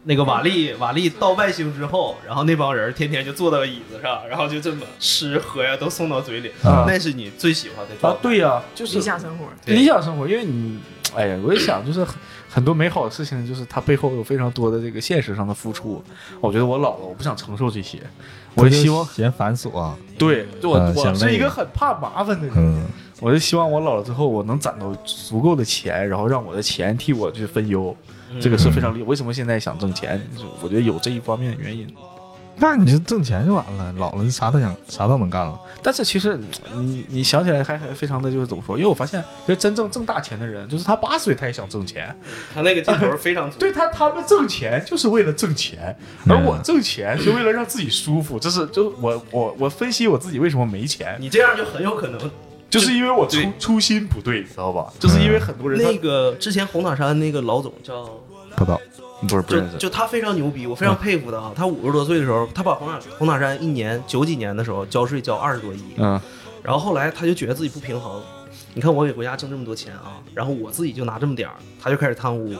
Speaker 3: 那个瓦力，瓦力到外星之后，然后那帮人天天就坐到椅子上，然后就这么吃喝呀都送到嘴里，
Speaker 1: 啊
Speaker 3: 那是你最喜欢的
Speaker 2: 嗯
Speaker 3: 状
Speaker 2: 啊，
Speaker 3: 态。
Speaker 2: 对呀、就是
Speaker 4: 理想生活。
Speaker 3: 对
Speaker 2: 理想生活，因为你，哎呀，我也想，就是很很多美好的事情，就是它背后有非常多的这个现实上的付出。我觉得我老了，我不想承受这些，我
Speaker 1: 我
Speaker 2: 也
Speaker 1: 就
Speaker 2: 希望，
Speaker 1: 嫌繁琐。
Speaker 2: 对，就我、
Speaker 1: 呃
Speaker 2: 我
Speaker 1: 嫌
Speaker 2: 是
Speaker 1: 累
Speaker 2: 一个很怕麻烦的人，
Speaker 1: 嗯，
Speaker 2: 我就希望我老了之后，我能攒到足够的钱，然后让我的钱替我去分忧。这个是非常厉害。为什么现在想挣钱？就是我觉得有这一方面的原因。
Speaker 1: 那你就挣钱就完了，老了啥都想啥都能干了。
Speaker 2: 但是其实嗯你你想起来还还非常的就是怎么说？因为我发现，就真正挣大钱的人，就是他八十岁他也想挣钱，
Speaker 3: 他那个镜头非常足，
Speaker 2: 啊对他他们挣钱就是为了挣钱，而我挣钱是为了让自己舒服。这是就是我我我分析我自己为什么没钱，
Speaker 3: 你这样就很有可能。
Speaker 2: 就是因为我初
Speaker 3: 对
Speaker 2: 初心不对，你知道吧？就是因为很多人他
Speaker 3: 那个之前红塔山那个老总叫
Speaker 1: 不到，
Speaker 2: 不是不
Speaker 3: 就是就他非常牛逼，我非常佩服他啊。他五十多岁的时候，他把红塔红塔山一年九几年的时候交税交二十多亿，
Speaker 2: 嗯
Speaker 3: 然后后来他就觉得自己不平衡。你看我给国家挣这么多钱啊，然后我自己就拿这么点儿，他就开始贪污，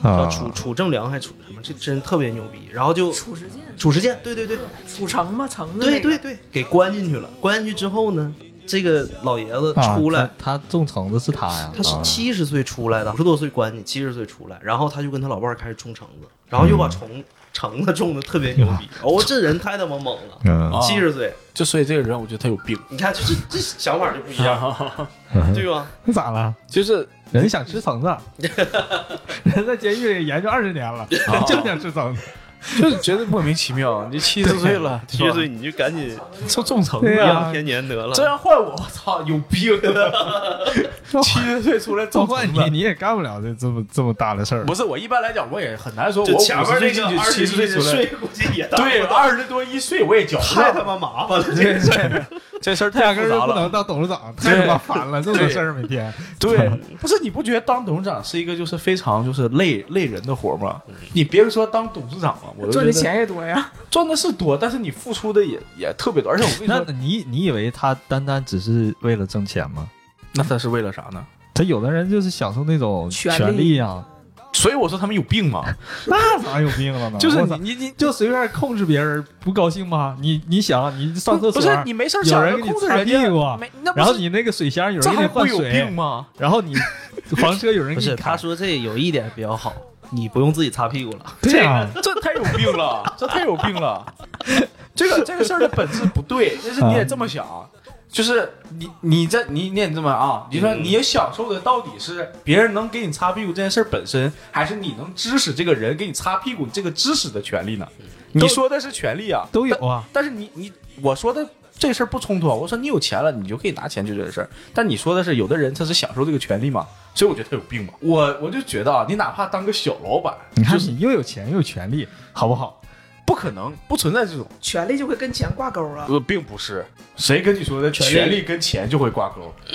Speaker 1: 啊，
Speaker 3: 储储正粮还储什么，这真特别牛逼。然后就
Speaker 4: 褚时健，
Speaker 3: 褚时健，对对对
Speaker 4: 褚橙嘛，橙子、那
Speaker 3: 对对
Speaker 4: 个。
Speaker 3: 对，给关进去了。关进去之后呢，这个老爷子
Speaker 1: 啊
Speaker 3: 出来，
Speaker 1: 他他种橙子是他呀，
Speaker 3: 他是
Speaker 1: 啊
Speaker 3: 七十岁出来的，五十多岁关进，七十岁出来，然后他就跟他老伴儿开始种橙子，然后又
Speaker 2: 嗯
Speaker 3: 把橙橙子种的特别牛 逼，哦，这人太他妈猛了，
Speaker 1: 嗯，
Speaker 2: 啊
Speaker 3: 七十岁，
Speaker 2: 就所以这个人，我觉得他有 病。
Speaker 3: 你看这这这想法就不一
Speaker 2: 啊
Speaker 3: 样，
Speaker 1: 嗯
Speaker 3: 对吧？
Speaker 1: 那咋了？
Speaker 2: 就是
Speaker 1: 人想吃橙子，人在监狱里研究二十年了，就想吃橙子。
Speaker 2: 就是觉得莫名其妙。你七十岁了，
Speaker 3: 七十岁你就赶紧
Speaker 2: 就中层
Speaker 5: 对
Speaker 3: 颐
Speaker 5: 呀
Speaker 3: 养天年得了。
Speaker 2: 啊这要换我，我操，有病啊！ 七十岁 出来
Speaker 1: 召
Speaker 2: 中
Speaker 1: 唤
Speaker 2: 层
Speaker 1: 你
Speaker 2: 了，
Speaker 1: 你也干不了这这么这么大的事儿。
Speaker 2: 不是我一般来讲，我也很难说我
Speaker 3: 就前
Speaker 2: 五
Speaker 3: 面
Speaker 2: 十岁
Speaker 3: 那
Speaker 2: 进
Speaker 3: 个
Speaker 2: 去，
Speaker 3: 二
Speaker 2: 七
Speaker 3: 十
Speaker 2: 十岁
Speaker 3: 岁
Speaker 2: 出
Speaker 3: 的
Speaker 2: 来。
Speaker 3: 税估计也到
Speaker 2: 对，二十多一岁我也觉不
Speaker 3: 太他
Speaker 2: 到，
Speaker 3: 妈麻烦了，这个事儿。
Speaker 2: 这事儿
Speaker 1: 压
Speaker 2: 太
Speaker 1: 根
Speaker 2: 复
Speaker 1: 儿就
Speaker 2: 杂
Speaker 1: 不
Speaker 2: 了
Speaker 1: 能。当董事长，太他妈烦了，这种
Speaker 2: 对
Speaker 1: 事儿每 天。
Speaker 2: 对，不是你不觉得当董事长是一个就是非常就是累累人的活儿吗？你别说当董事长了，我就
Speaker 4: 赚
Speaker 2: 觉得
Speaker 4: 的钱也多呀。
Speaker 2: 赚的是多，但是你付出的也也特别多，而且我跟你
Speaker 1: 那
Speaker 2: 说，
Speaker 1: 你你以为他单单只是为了挣钱吗？
Speaker 2: 那他是为了啥呢？
Speaker 1: 他有的人就是享受那种
Speaker 4: 权
Speaker 1: 权
Speaker 4: 利
Speaker 1: 利 啊，
Speaker 2: 所以我说他们有病嘛，
Speaker 1: 那咋有病了呢？
Speaker 2: 就是
Speaker 1: 我
Speaker 2: 你
Speaker 1: 操
Speaker 2: 你你
Speaker 1: 就随便控制别人，不高兴吗？你你想啊你上厕
Speaker 2: 不
Speaker 1: 所，
Speaker 2: 是你没事儿
Speaker 1: 有
Speaker 2: 想
Speaker 1: 人
Speaker 2: 着
Speaker 1: 给你
Speaker 2: 控制
Speaker 1: 擦
Speaker 2: 人
Speaker 1: 屁
Speaker 2: 家，
Speaker 1: 股
Speaker 2: 没那不
Speaker 1: 然后
Speaker 2: 是
Speaker 1: 你那个水箱有
Speaker 2: 这
Speaker 1: 人给
Speaker 2: 还
Speaker 1: 你
Speaker 2: 不
Speaker 1: 换
Speaker 2: 有病
Speaker 1: 水，
Speaker 2: 吗？
Speaker 1: 然 后你房车有人
Speaker 3: 不
Speaker 1: 给你
Speaker 3: 是，
Speaker 1: 开
Speaker 3: 他，说这有一点比较好，你不用自己擦屁股了。
Speaker 1: 对啊，
Speaker 2: 这太有病 了，这太有病了。啊这个这个事儿的本质不对，但是你也这么想，就是你你这你你也这么啊？你说你也享受的到底是别人能给你擦屁股这件事儿本身，还是你能指使这个人给你擦屁股这个指使的权利呢？你说的是权利啊，
Speaker 1: 都有啊，
Speaker 2: 但是你你我说的这事儿不冲突啊，我说你有钱了，你就可以拿钱去做这事儿。但你说的是有的人他是享受这个权利嘛，所以我觉得他有病嘛。我我就觉得啊，你哪怕当个小老板，
Speaker 1: 你看
Speaker 2: 就是
Speaker 1: 你又有钱又有权利，好不好？
Speaker 2: 不可能不存在这种，
Speaker 4: 权利就会跟钱挂钩啊。
Speaker 2: 呃，并不是谁跟你说的
Speaker 3: 权利
Speaker 2: 权利跟钱就会挂钩，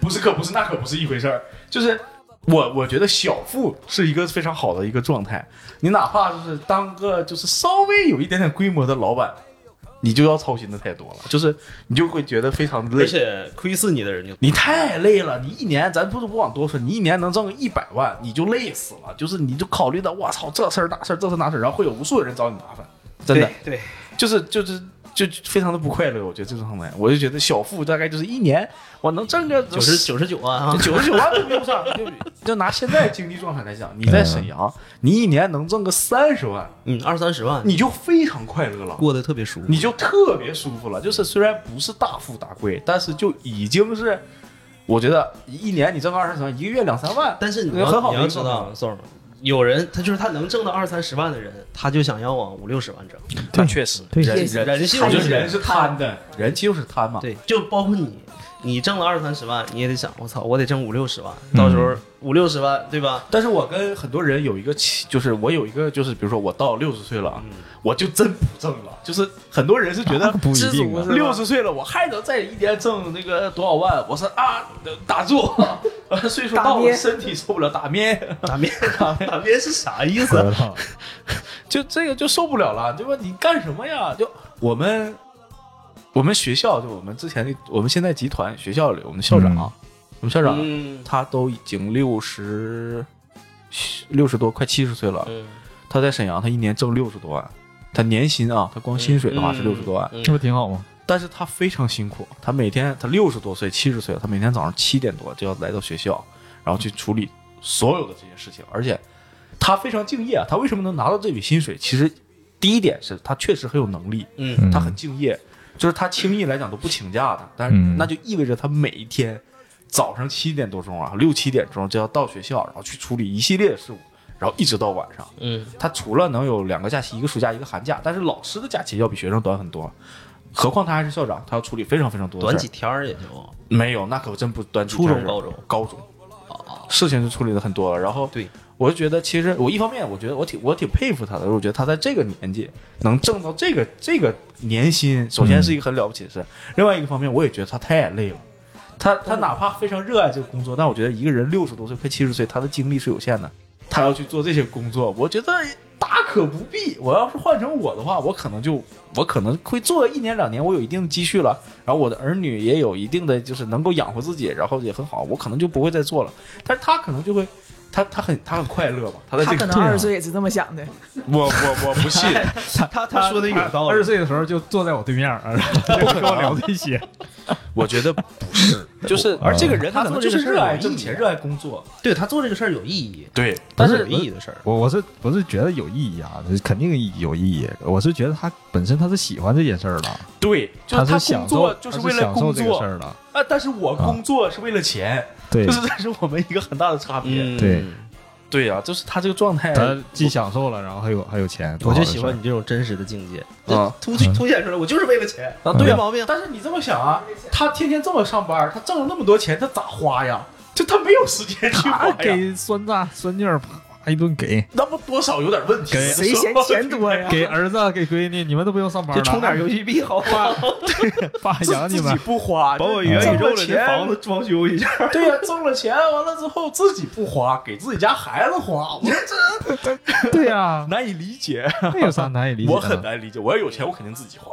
Speaker 2: 不是可不是那可不是一回事儿。就是我我觉得小富是一个非常好的一个状态，你哪怕就是当个就是稍微有一点点规模的老板。你就要操心的太多了，就是你就会觉得非常累
Speaker 3: 而，且窥视你的人就
Speaker 2: 你太累了，你一年咱不是不往多说，你一年能挣一百万，你就累死了。就是你就考虑到，我操，这事儿那事儿，这事儿那事儿，然后会有无数人找你麻烦，真的，
Speaker 3: 对，
Speaker 2: 就是就是就非常的不快乐。我觉得这种状态，我就觉得小富大概就是一年我能挣个
Speaker 3: 九十九十九万啊，
Speaker 2: 九十九万都用不上，就就拿现在经济状态来讲，你在沈阳，你一年能挣个三十万，
Speaker 3: 嗯，二三十万，
Speaker 2: 你就非常快乐了。
Speaker 3: 过得特别舒服。
Speaker 2: 你就特别舒服了。就是虽然不是大富大贵，但是就已经是，我觉得一年你挣个二三十万，一个月两三万，
Speaker 3: 但是你
Speaker 2: 那
Speaker 3: 要
Speaker 2: 很好
Speaker 3: 你
Speaker 2: 的
Speaker 3: 要
Speaker 2: 一个
Speaker 3: 知
Speaker 2: 状态
Speaker 3: 道，宋儿，有人他就是他能挣到二三十万的人，他就想要往五六十万挣。
Speaker 2: 那确实，
Speaker 1: 对
Speaker 2: 人
Speaker 4: 对
Speaker 2: 人
Speaker 3: 人性
Speaker 2: 我觉得
Speaker 3: 是
Speaker 2: 人是贪的，人就是贪嘛。
Speaker 3: 对，就包括你，你挣了二三十万，你也得想，我操，我得挣五六十万，
Speaker 2: 嗯
Speaker 3: 到时候五六十万，对吧？
Speaker 2: 但是我跟很多人有一个起，就是我有一个，就是比如说我到六十岁了
Speaker 4: 嗯
Speaker 2: 啊，我就真不挣了。就是很多人是觉得
Speaker 1: 不一
Speaker 4: 知
Speaker 1: 定
Speaker 4: 足
Speaker 1: 啊
Speaker 4: 是吧
Speaker 2: 六十岁了，我还能再一年挣那个多少万？我说啊，打住， 岁数
Speaker 4: 打
Speaker 2: 到了，
Speaker 4: 咩
Speaker 2: 身体受不了， 打咩。
Speaker 3: 打面打面是啥意思？
Speaker 1: 我操
Speaker 2: 就这个就受不了了，对吧？你干什么呀？就我们我们学校，就我们之前那我们现在集团学校里，我们校长，
Speaker 1: 嗯
Speaker 2: 我们校长、
Speaker 3: 嗯
Speaker 2: 他都已经六十六十多，快七十岁了。
Speaker 3: 嗯，
Speaker 2: 他在沈阳，他一年挣六十多万，他年薪啊，他光薪水的话是六十多万，
Speaker 3: 嗯
Speaker 1: 这不挺好吗？
Speaker 2: 但是他非常辛苦，他每天他六十多岁、七十岁了，他每天早上七点多就要来到学校，然后去处理所有的这些事情，而且他非常敬业啊。他为什么能拿到这笔薪水？其实第一点是他确实很有能力，
Speaker 3: 嗯
Speaker 1: 嗯
Speaker 2: 他很敬业，就是他轻易来讲都不请假的，但是
Speaker 1: 嗯
Speaker 2: 那就意味着他每一天早上七点多钟啊，六七点钟就要到学校，然后去处理一系列的事务，然后一直到晚上。
Speaker 3: 嗯，
Speaker 2: 他除了能有两个假期，一个暑假，一个寒假，但是老师的假期要比学生短很多。何况他还是校长，他要处理非常非常多的
Speaker 3: 短
Speaker 2: 事
Speaker 3: 几
Speaker 2: 儿
Speaker 3: 天儿也就
Speaker 2: 没有，那可真不短几
Speaker 3: 初
Speaker 2: 天
Speaker 3: 中
Speaker 2: 儿事儿
Speaker 3: 高中哦
Speaker 2: 高中，事情就处理的很多了。然后
Speaker 3: 对，
Speaker 2: 我就觉得其实我一方面我觉得我挺我挺佩服他的，我觉得他在这个年纪能挣到这个这个年薪，首先是一个很了不起的事。另外一个方面，我也觉得他太累了。他他哪怕非常热爱这个工作，但我觉得一个人六十多岁快七十岁，他的精力是有限的。他要去做这些工作，我觉得大可不必。我要是换成我的话，我可能就我可能会做一年两年，我有一定的积蓄了，然后我的儿女也有一定的就是能够养活自己，然后也很好，我可能就不会再做了。但是他可能就会，他他很他很快乐嘛，他在
Speaker 4: 他
Speaker 2: 这
Speaker 4: 可
Speaker 2: 个，
Speaker 4: 能
Speaker 1: 对啊
Speaker 4: 二十岁也是这么想的，
Speaker 2: 我我我不 信，
Speaker 3: 他他说的 有道
Speaker 1: 二
Speaker 3: 理
Speaker 1: 十。岁的时候就坐在我对面儿， 然后就跟我聊这些。
Speaker 2: 我觉得不是， 就是而这个人他可能就是热爱挣钱，热爱工作，
Speaker 3: 对他做这个事儿有意义，
Speaker 2: 对，
Speaker 3: 他
Speaker 2: 但
Speaker 3: 是有
Speaker 2: 是
Speaker 3: 意义的事儿。
Speaker 1: 我我是不是觉得有意义啊？肯定有意义。我是觉得他本身他是喜欢这件事儿的，
Speaker 2: 对，就是
Speaker 1: 是
Speaker 2: 工
Speaker 1: 享
Speaker 2: 作
Speaker 1: 受，
Speaker 2: 就
Speaker 1: 他
Speaker 2: 为了
Speaker 1: 享
Speaker 2: 工
Speaker 1: 受这个
Speaker 2: 作
Speaker 1: 事儿的。
Speaker 2: 啊，但是我工作是为了钱，
Speaker 1: 对
Speaker 2: 就是这是我们一个很大的差别。
Speaker 3: 嗯
Speaker 1: 对，
Speaker 7: 对呀、就是他这个状态，
Speaker 8: 他既享受了，然后还有还有钱，
Speaker 3: 我就喜欢你这种真实的境界，
Speaker 7: 啊
Speaker 3: 凸凸显出来，我就是为了钱，
Speaker 2: 嗯
Speaker 7: 啊，对呀、
Speaker 3: 没毛病。
Speaker 2: 但是你这么想啊，他天天这么上班，他挣了那么多钱，他咋花呀？就他没有时间去花
Speaker 1: 他
Speaker 2: 呀，
Speaker 1: 给酸榨酸劲儿，啪一顿 给，
Speaker 2: 那不多少有点问题。
Speaker 1: 谁
Speaker 2: 嫌钱多呀？
Speaker 1: 给儿子给闺女，你们都不用上班
Speaker 3: 就
Speaker 1: 了，
Speaker 3: 充点游戏币好不 好？
Speaker 1: 爸养你
Speaker 2: 自己
Speaker 1: 们，
Speaker 2: 不花，
Speaker 3: 把我
Speaker 2: 这
Speaker 3: 元宇宙
Speaker 2: 挣
Speaker 3: 里
Speaker 2: 了
Speaker 3: 的
Speaker 2: 钱
Speaker 3: 房子装修一下，
Speaker 2: 对呀、挣了钱完了之后自己不花，给自己家孩子花，我
Speaker 1: 对 呀，
Speaker 2: 难以理解。
Speaker 1: 那有啥难以理解的？啊
Speaker 2: 我很难理解。我要有钱，我肯定自己花。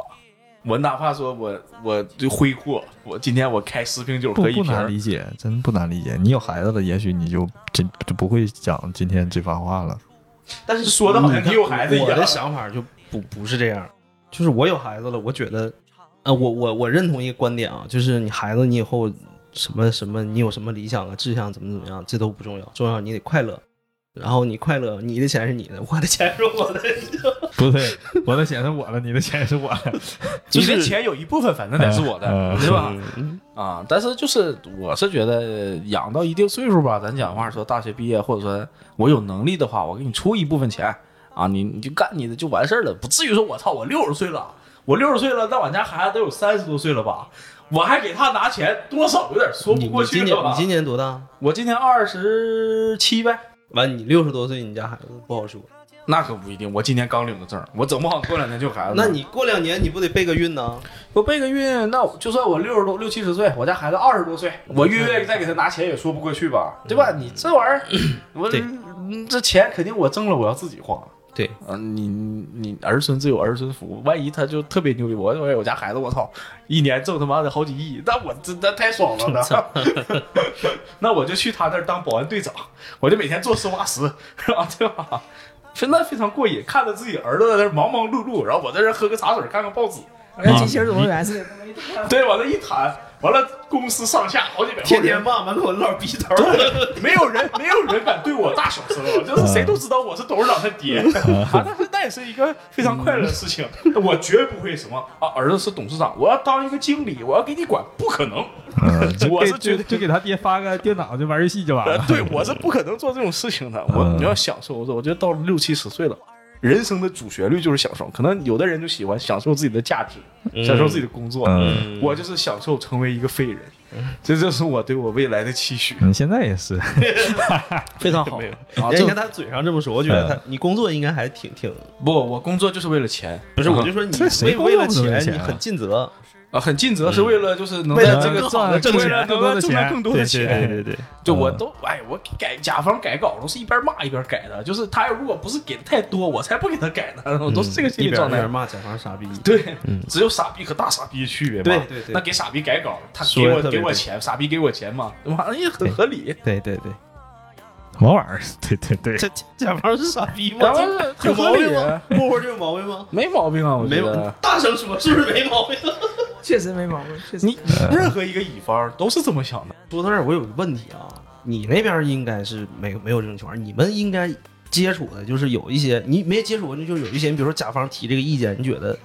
Speaker 2: 我哪怕说我我就挥霍，我今天我开十瓶酒
Speaker 1: 不
Speaker 2: 喝一
Speaker 1: 不
Speaker 2: 瓶
Speaker 1: 难
Speaker 2: 儿，
Speaker 1: 理解，真不难理解。你有孩子了，也许你就真就不会讲今天这番话了。
Speaker 3: 但是
Speaker 2: 说的好像你有孩子一
Speaker 3: 我的
Speaker 2: 样。
Speaker 3: 想法就不不是这样，就是我有孩子了，我觉得，呃，我我我认同一个观点啊，就是你孩子你以后什么什么，你有什么理想啊、志向怎么怎么样，这都不重要，重要你得快乐。然后你快乐，你的钱是你的，我的钱是我的，
Speaker 1: 不对，我的钱是我的，你的钱是我的，
Speaker 2: 你的钱有一部分反正得是我
Speaker 1: 呃
Speaker 2: 的，对吧？
Speaker 3: 嗯
Speaker 2: 啊，但是就是我是觉得养到一定岁数吧，咱讲话说大学毕业，或者说我有能力的话，我给你出一部分钱啊，你你就干你的就完事儿了，不至于说我操，我六十岁了，我六十岁了，那俺家孩子都有三十多岁了吧，我还给他拿钱，多少有点说
Speaker 3: 你
Speaker 2: 不过
Speaker 3: 你
Speaker 2: 去
Speaker 3: 今年
Speaker 2: 了吧
Speaker 3: 你？今年多大？
Speaker 2: 我今年二十七呗，
Speaker 3: 完，你六十多岁，你家孩子不好说。
Speaker 2: 那可不一定，我今年刚领的证，我整不好过两天就有孩子了。
Speaker 3: 那你过两年你不得备个孕呢？
Speaker 2: 我备个孕，那我就算我六十多、六七十岁，我家孩子二十多岁，我孕月再给他拿钱也说不过去吧，对吧？你这玩意 儿，我
Speaker 3: 对
Speaker 2: 嗯这钱肯定我挣了，我要自己花。
Speaker 3: 对，
Speaker 2: 啊，你你你儿孙自有儿孙福，万一他就特别牛逼，我我有家孩子，我操，一年挣他妈的好几亿，那我这那太爽了 呢。那我就去他那儿当保安队长，我就每天做实话实，啊，对吧？真的非常过瘾，看着自己儿子在那儿忙忙碌碌，然后我在这儿喝个茶水，看看报纸，
Speaker 4: 我说机器人总动员似的，他妈一 打
Speaker 2: 对，往那一弹，完了公司上下好几百号
Speaker 3: 天
Speaker 2: 人
Speaker 3: 天，骂满口老逼头，
Speaker 2: 没有人没有人敢对我大小声，就是谁都知道我是董事长他爹
Speaker 8: 嗯
Speaker 2: 啊。但是那也是一个非常快乐的事情，我绝不会什么啊，儿子是董事长，我要当一个经理，我要给你管，不可能， 我是绝
Speaker 8: 嗯就
Speaker 2: 对。
Speaker 8: 就给他爹发个电脑就玩游戏就完
Speaker 2: 呃
Speaker 8: 了，，
Speaker 2: 对我是不可能做这种事情的。我
Speaker 8: 嗯
Speaker 2: 你要享受，我说，我觉得到了六七十岁了，人生的主旋律就是享受。可能有的人就喜欢享受自己的价值，享受自己的工作。
Speaker 8: 嗯
Speaker 2: 我就是享受成为一个废人，这就是我对我未来的期许。
Speaker 8: 嗯你现在也是，
Speaker 2: 非常好啊！
Speaker 3: 人
Speaker 2: 这
Speaker 3: 家他嘴上这么说，我觉得他你工作应该还挺挺，
Speaker 2: 不，我工作就是为了钱，
Speaker 3: 不是，我就说你
Speaker 8: 这谁
Speaker 3: 为
Speaker 8: 工作
Speaker 3: 为了
Speaker 8: 不是为了
Speaker 3: 钱，
Speaker 8: 钱
Speaker 3: 你
Speaker 8: 啊
Speaker 3: 很尽责，
Speaker 2: 啊，很尽责，是为了就是能
Speaker 3: 嗯为
Speaker 2: 在
Speaker 3: 了
Speaker 2: 这个
Speaker 3: 更好的挣
Speaker 2: 为
Speaker 3: 钱
Speaker 2: 了能够挣到更多的钱。
Speaker 3: 对嗯对，
Speaker 2: 就我都哎，我改甲方改稿都是一边骂一边改的，就是他如果不是给的太多，我才不给他改呢，我都是这个心
Speaker 3: 嗯一
Speaker 2: 理
Speaker 3: 边
Speaker 2: 状
Speaker 3: 一
Speaker 2: 态
Speaker 3: 边。骂甲方傻逼，
Speaker 2: 对， 只有傻逼和大傻逼的区别嘛。
Speaker 3: 对对对
Speaker 2: 那给傻逼改稿，他
Speaker 3: 说
Speaker 2: 给
Speaker 3: 得
Speaker 2: 我
Speaker 3: 特别
Speaker 2: 给我
Speaker 3: 对
Speaker 2: 钱，傻逼给我钱嘛，对吧？哎呀，很
Speaker 3: 对
Speaker 2: 合理。
Speaker 3: 对对对，
Speaker 1: 什么玩意儿？对对对，
Speaker 3: 这甲方是傻逼
Speaker 2: 然
Speaker 3: 吗？
Speaker 2: 后
Speaker 3: 有
Speaker 2: 很合
Speaker 3: 毛
Speaker 2: 理
Speaker 3: 病，吗？过活就有毛病吗？
Speaker 2: 没毛病啊，我
Speaker 3: 没
Speaker 2: 觉
Speaker 3: 有
Speaker 2: 得。，
Speaker 3: 大声说，是不是没 毛病？
Speaker 4: 确实没毛病，确实。
Speaker 2: 你
Speaker 3: 嗯
Speaker 2: 任何一个乙方都是这么想的。
Speaker 3: 说到这儿，我有个问题啊，你那边应该是没没有这种情况，你们应该接触的就是有一些你没接触过，就是有一些，你比如说甲方提这个意见，你觉得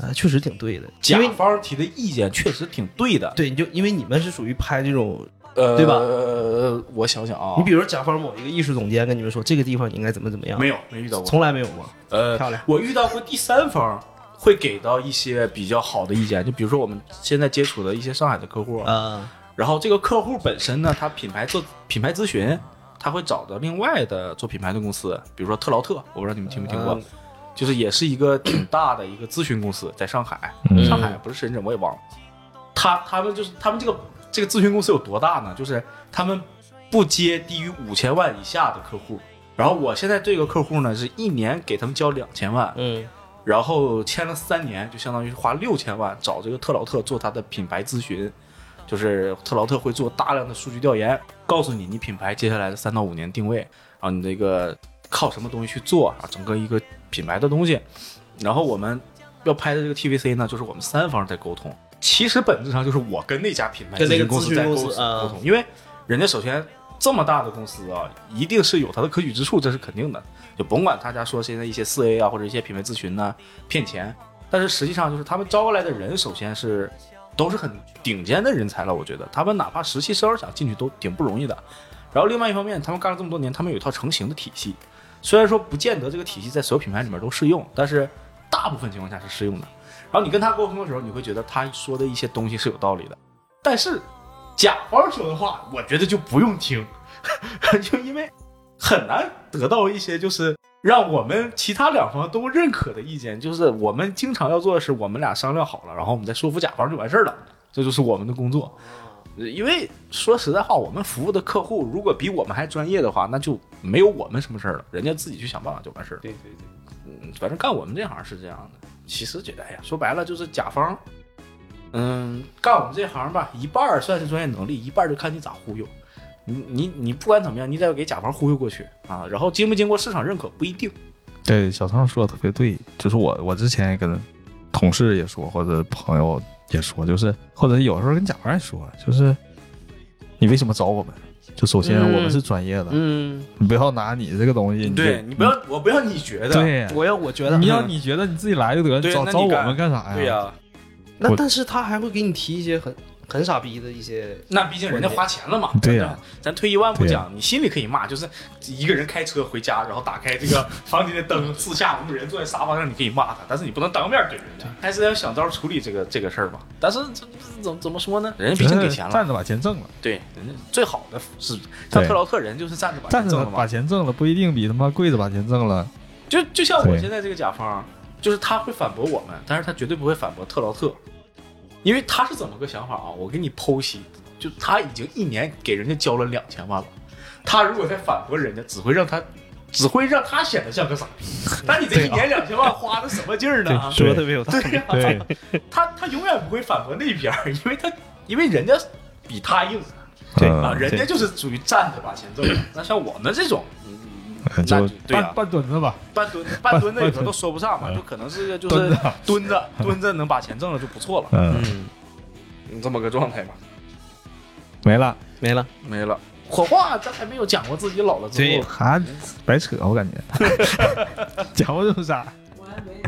Speaker 3: 呃确实挺对的，
Speaker 2: 甲
Speaker 3: 因为
Speaker 2: 方提的意见确实挺对的，
Speaker 3: 对，你就因为你们是属于拍这种，
Speaker 2: 呃，
Speaker 3: 对吧
Speaker 2: 呃，我想想啊，
Speaker 3: 你比如说甲方某一个艺术总监跟你们说这个地方你应该怎么怎么样，
Speaker 2: 没有没遇到过，
Speaker 3: 啊从来没有过，
Speaker 2: 呃，
Speaker 3: 漂亮，
Speaker 2: 我遇到过第三方会给到一些比较好的意见，就比如说我们现在接触的一些上海的客户，啊
Speaker 3: 呃，
Speaker 2: 然后这个客户本身呢，他品牌做品牌咨询，他会找到另外的做品牌的公司，比如说特劳特，我不知道你们听没听过，
Speaker 3: 嗯
Speaker 2: 就是也是一个挺大的一个咨询公司，在上海，
Speaker 1: 嗯
Speaker 2: 上海不是深圳，我也忘了。他他们就是他们这个这个咨询公司有多大呢？就是他们不接低于五千万以下的客户。然后我现在这个客户呢，是一年给他们交两千万，
Speaker 3: 嗯，
Speaker 2: 然后签了三年，就相当于花六千万找这个特劳特做他的品牌咨询，就是特劳特会做大量的数据调研，告诉你你品牌接下来的三到五年定位，然后你这个靠什么东西去做啊，整个一个品牌的东西。然后我们要拍的这个 TVC 呢，就是我们三方在沟通，其实本质上就是我跟那家品牌
Speaker 3: 跟
Speaker 2: 咨
Speaker 3: 那个
Speaker 2: 询公司
Speaker 3: 咨询
Speaker 2: 在沟
Speaker 3: 公
Speaker 2: 沟
Speaker 3: 司啊
Speaker 2: 通，因为人家首先这么大的公司啊，一定是有它的可取之处，这是肯定的。就甭管大家说现在一些四 A 啊，或者一些品牌咨询呐、骗钱，但是实际上就是他们招过来的人，首先是都是很顶尖的人才了。我觉得他们哪怕实习生想进去都挺不容易的。然后另外一方面，他们干了这么多年，他们有一套成型的体系，虽然说不见得这个体系在所有品牌里面都适用，但是大部分情况下是适用的。然后你跟他沟通的时候，你会觉得他说的一些东西是有道理的，但是甲方说的话，我觉得就不用听， 就因为很难得到一些就是让我们其他两方都认可的意见。就是我们经常要做的是，我们俩商量好了，然后我们再说服甲方就完事儿了，这就是我们的工作。因为说实在话，我们服务的客户如果比我们还专业的话，那就没有我们什么事儿了，人家自己去想办法就完事儿了。
Speaker 3: 对对对，
Speaker 2: 嗯，反正干我们这行是这样的。其实觉得，哎呀，说白了就是甲方，嗯，干我们这行吧，一半儿算是专业能力，一半儿就看你咋忽悠。你你你不管怎么样，你得给甲方忽悠过去啊。然后经不经过市场认可不一定。
Speaker 1: 对，小畅说的特别对，就是我我之前也跟同事也说，或者朋友也说，就是或者有时候跟甲方也说，就是你为什么找我们？就首先
Speaker 3: 嗯
Speaker 1: 我们是专业的，
Speaker 3: 嗯，
Speaker 1: 你不要拿你这个东西，
Speaker 2: 对
Speaker 1: 就嗯
Speaker 2: 你不要，我不要你觉得。
Speaker 1: 对，
Speaker 3: 我要我觉得嗯
Speaker 1: 你要你觉得你自己来就得，
Speaker 2: 对
Speaker 1: 找
Speaker 2: 那你
Speaker 1: 找我
Speaker 2: 干
Speaker 1: 们干啥呀？
Speaker 2: 对哎呀、
Speaker 3: 那
Speaker 1: 我
Speaker 3: 但是他还会给你提一些很很傻逼的一些，
Speaker 2: 那毕竟人家花钱了嘛。
Speaker 1: 对呀
Speaker 2: 咱退一万步
Speaker 1: 对
Speaker 2: 讲，你心里可以骂，就是一个人开车回家，然后打开 这个房间的灯，四下无人，坐在沙发上，你可以骂他，但是你不能当面怼人家，还是要想招处理这个这个事儿吧。但是这这怎么怎么说呢？人家毕竟给钱了，
Speaker 1: 站着把钱挣了，
Speaker 2: 对，人家最好的是像
Speaker 1: 对
Speaker 2: 特劳特人就是站着把
Speaker 1: 站
Speaker 2: 钱挣
Speaker 1: 着
Speaker 2: 了嘛
Speaker 1: 把。钱挣了不一定比他妈跪着把钱挣了，
Speaker 2: 就就像我
Speaker 1: 对
Speaker 2: 现在这个甲方，就是他会反驳我们，但是他绝对不会反驳特劳特，因为他是怎么个想法啊？我给你剖析，就他已经一年给人家交了两千万了，他如果再反驳人家，只会让他。只会让他显得像个傻逼，那你这一
Speaker 1: 啊
Speaker 2: 年两千万花的什么劲儿呢？啊
Speaker 3: 说的没有道理。
Speaker 2: 对呀、
Speaker 1: 对，
Speaker 2: 他他永远不会反驳那边儿，因为他因为人家比他硬
Speaker 1: 嗯对
Speaker 2: 啊，人家就是属于站着把钱挣的。那像我们这种，
Speaker 1: 嗯
Speaker 2: 那
Speaker 1: 就
Speaker 2: 就对呀、
Speaker 1: 半半蹲着吧，
Speaker 2: 半蹲半蹲的有时
Speaker 1: 半
Speaker 2: 候
Speaker 1: 蹲
Speaker 2: 都说不上嘛，就可能是
Speaker 1: 嗯
Speaker 2: 就
Speaker 1: 蹲
Speaker 2: 是
Speaker 1: 着，
Speaker 2: 蹲着蹲着能把钱挣了就不错了，
Speaker 1: 嗯，
Speaker 2: 嗯，这么个状态吧。
Speaker 1: 没了，
Speaker 3: 没了，
Speaker 2: 没了，火化咱还没有讲过自己老了之
Speaker 3: 对
Speaker 2: 后，
Speaker 1: 还白扯，我感觉，讲不出啥，
Speaker 4: 我还没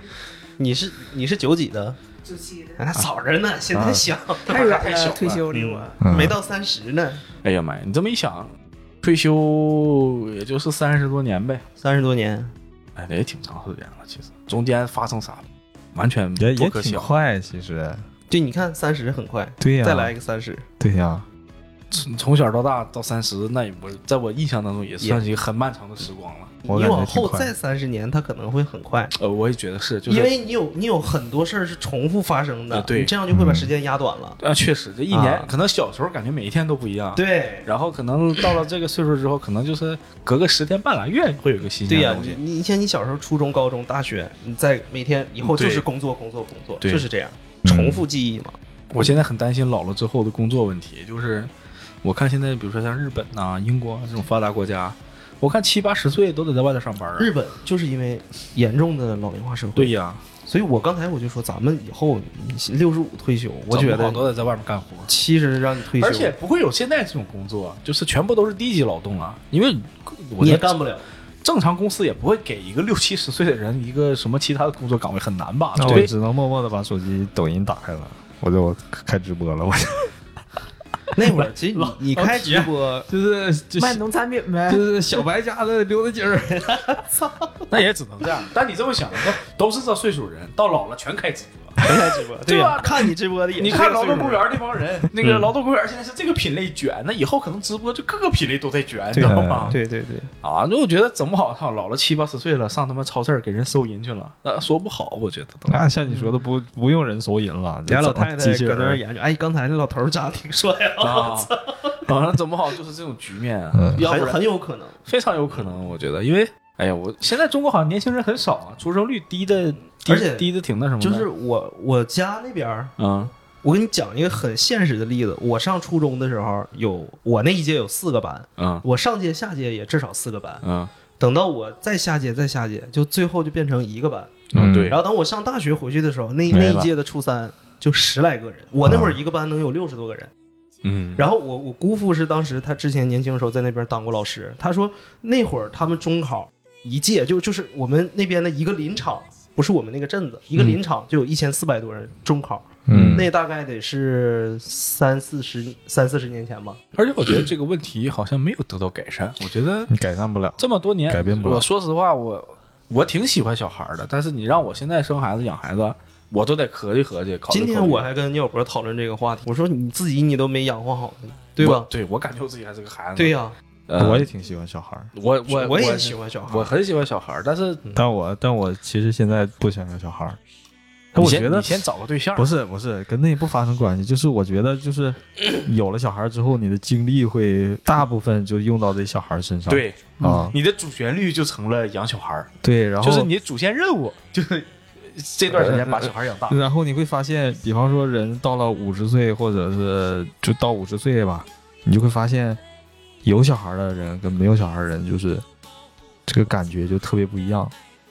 Speaker 3: 你是你是九几的？
Speaker 4: 九七的，
Speaker 3: 还啊早着呢，现
Speaker 1: 啊
Speaker 3: 在想、
Speaker 4: 太远
Speaker 2: 太小了
Speaker 4: 了，退休离我。
Speaker 1: 嗯
Speaker 3: 没到三十呢，
Speaker 2: 哎呀妈呀，你这么一想，退休也就是三十多年呗，
Speaker 3: 三十多年，
Speaker 2: 哎，也挺长时间了，其实中间发生啥，完全
Speaker 1: 也
Speaker 2: 不
Speaker 1: 也
Speaker 2: 可
Speaker 1: 挺
Speaker 2: 想。
Speaker 1: 快，其实，
Speaker 3: 对，你看三十很快，
Speaker 1: 对啊呀，
Speaker 3: 再来一个三十，
Speaker 1: 对呀，
Speaker 2: 从从小到大到三十，那也我在我印象当中也算是一个很漫长的时光了。
Speaker 1: 我
Speaker 3: 你
Speaker 1: 感觉
Speaker 3: 往
Speaker 1: 挺
Speaker 3: 后
Speaker 1: 快
Speaker 3: 再三十年，它可能会很快，
Speaker 2: 呃，我也觉得是，就是
Speaker 3: 因为你有你有很多事儿是重复发生的，
Speaker 2: 啊对
Speaker 3: 你这样就会把时间压短了。
Speaker 2: 啊，确实这一年、
Speaker 3: 啊
Speaker 2: 可能小时候感觉每一天都不一样，
Speaker 3: 对
Speaker 2: 然后可能到了这个岁数之后，可能就是隔个十天半拉月会有一个新鲜
Speaker 3: 对呀、
Speaker 2: 的东
Speaker 3: 你
Speaker 2: 西。
Speaker 3: 你你像你小时候初中、高中、大学，你在每天以后就是
Speaker 2: 对
Speaker 3: 工作、工作、工作，
Speaker 2: 对
Speaker 3: 就是这样，
Speaker 1: 嗯
Speaker 3: 重复记忆嘛。
Speaker 2: 我现在很担心老了之后的工作问题，就是我看现在比如说像日本呐、英国啊这种发达国家，我看七八十岁都得在外头上班啊。
Speaker 3: 日本就是因为严重的老龄化社会，
Speaker 2: 对呀，
Speaker 3: 所以我刚才我就说，咱们以后六十五退休，我
Speaker 2: 找
Speaker 3: 觉
Speaker 2: 不好
Speaker 3: 得
Speaker 2: 都得在外面干活。
Speaker 3: 七十让你退休，
Speaker 2: 而且不会有现在这种工作，就是全部都是低级劳动啊，因为我
Speaker 3: 你也
Speaker 2: 觉得
Speaker 3: 干不了。
Speaker 2: 正常公司也不会给一个六七十岁的人一个什么其他的工作岗位，很难吧？
Speaker 1: 那我
Speaker 2: 哦对
Speaker 1: 只能默默的把手机抖音打开了，我就开直播了，我就
Speaker 3: 那会儿其实你你开直播，
Speaker 1: 就是就
Speaker 4: 卖
Speaker 1: 是
Speaker 4: 农产品呗
Speaker 1: 就，是小白家的溜达鸡儿，
Speaker 2: 那也只能这样。但你这么想，那都是这岁数人，到老了全开直播。
Speaker 3: 全开直 播，
Speaker 2: 对
Speaker 3: 呀
Speaker 2: 吧，
Speaker 3: 看你直播的也是
Speaker 2: 你
Speaker 3: 这
Speaker 2: 看
Speaker 3: 个
Speaker 2: 劳动
Speaker 3: 岁数
Speaker 2: 公园那帮人，那个劳动公园现在是这个品类卷，那以后可能直播就各个品类都在卷，你知道吗？
Speaker 3: 对对对，
Speaker 2: 啊，那我觉得整不好，操，老了七八十岁了，上他妈超市儿给人收银去了，那说不好，我觉得 都。
Speaker 1: 那像你说的不不用人手银了，
Speaker 3: 俩老太太
Speaker 1: 嗯机器
Speaker 3: 搁那儿
Speaker 1: 人，
Speaker 3: 研究，哎，刚才那老头儿长得挺帅 啊，
Speaker 2: 啊，好像整不好就是这种局面啊，
Speaker 1: 嗯
Speaker 2: 要不
Speaker 3: 很
Speaker 2: 然
Speaker 3: 很有可能。
Speaker 2: 非常有可能，我觉得，因为哎呀，我现在中国好像年轻人很少啊，出生率低的，低
Speaker 3: 而且
Speaker 2: 低的挺那什么的，
Speaker 3: 就是我我家那边儿，
Speaker 2: 嗯
Speaker 3: 我跟你讲一个很现实的例子。我上初中的时候，有我那一届有四个班，
Speaker 2: 嗯
Speaker 3: 我上届下届也至少四个班。
Speaker 2: 嗯
Speaker 3: 等到我再下届再下届，就最后就变成一个班。
Speaker 1: 嗯
Speaker 2: 对
Speaker 3: 然后等我上大学回去的时候，那那
Speaker 1: 没了
Speaker 3: 一届的初三就十来个人，我那会儿一个班能有六十多个人。
Speaker 2: 嗯，
Speaker 3: 然后我我姑父是当时他之前年轻的时候在那边当过老师，他说那会儿他们中考一届就就是我们那边的一个林场，不不是我们那个镇子，一个林场就有一千四百多人中考，
Speaker 1: 嗯
Speaker 3: 那大概得是三四十三四十年前吧。
Speaker 2: 而且我觉得这个问题好像没有得到改善，我觉得
Speaker 1: 你改善不了，
Speaker 2: 这么多年
Speaker 1: 改变不了
Speaker 2: 我说实话，我我挺喜欢小孩儿的，但是你让我现在生孩子养孩子，我都得合计合计。考虑
Speaker 3: 今天
Speaker 2: 考虑
Speaker 3: 我还跟尿婆讨论这个话题，我说你自己你都没养活好呢，对
Speaker 2: 我
Speaker 3: 吧？
Speaker 2: 对我感觉我自己还是个孩子。
Speaker 3: 对
Speaker 2: 呀、
Speaker 3: 呀、
Speaker 2: 呃，
Speaker 1: 我
Speaker 2: 我
Speaker 1: 也挺喜欢小孩儿，
Speaker 2: 我我
Speaker 3: 我也喜欢小孩
Speaker 2: 我
Speaker 3: 儿。
Speaker 2: 很喜欢小孩儿，但是
Speaker 1: 但我但我其实现在不想要小孩儿，但
Speaker 2: 你
Speaker 1: 我
Speaker 2: 先
Speaker 1: 觉得
Speaker 2: 你先找个对象，
Speaker 1: 不是不是跟那不发生关系，就是我觉得就是 有了小孩儿之后，你的精力会大部分就用到这小孩儿身上，
Speaker 2: 对
Speaker 1: 啊，
Speaker 2: 你的主旋律就成了养小孩儿，
Speaker 1: 对，然后
Speaker 2: 就是你主线任务就是这段时间把小孩儿养大。
Speaker 1: 然后你会发现，比方说人到了五十岁，或者是就到五十岁吧，你就会发现，有小孩的人跟没有小孩的人，就是这个感觉就特别不一样。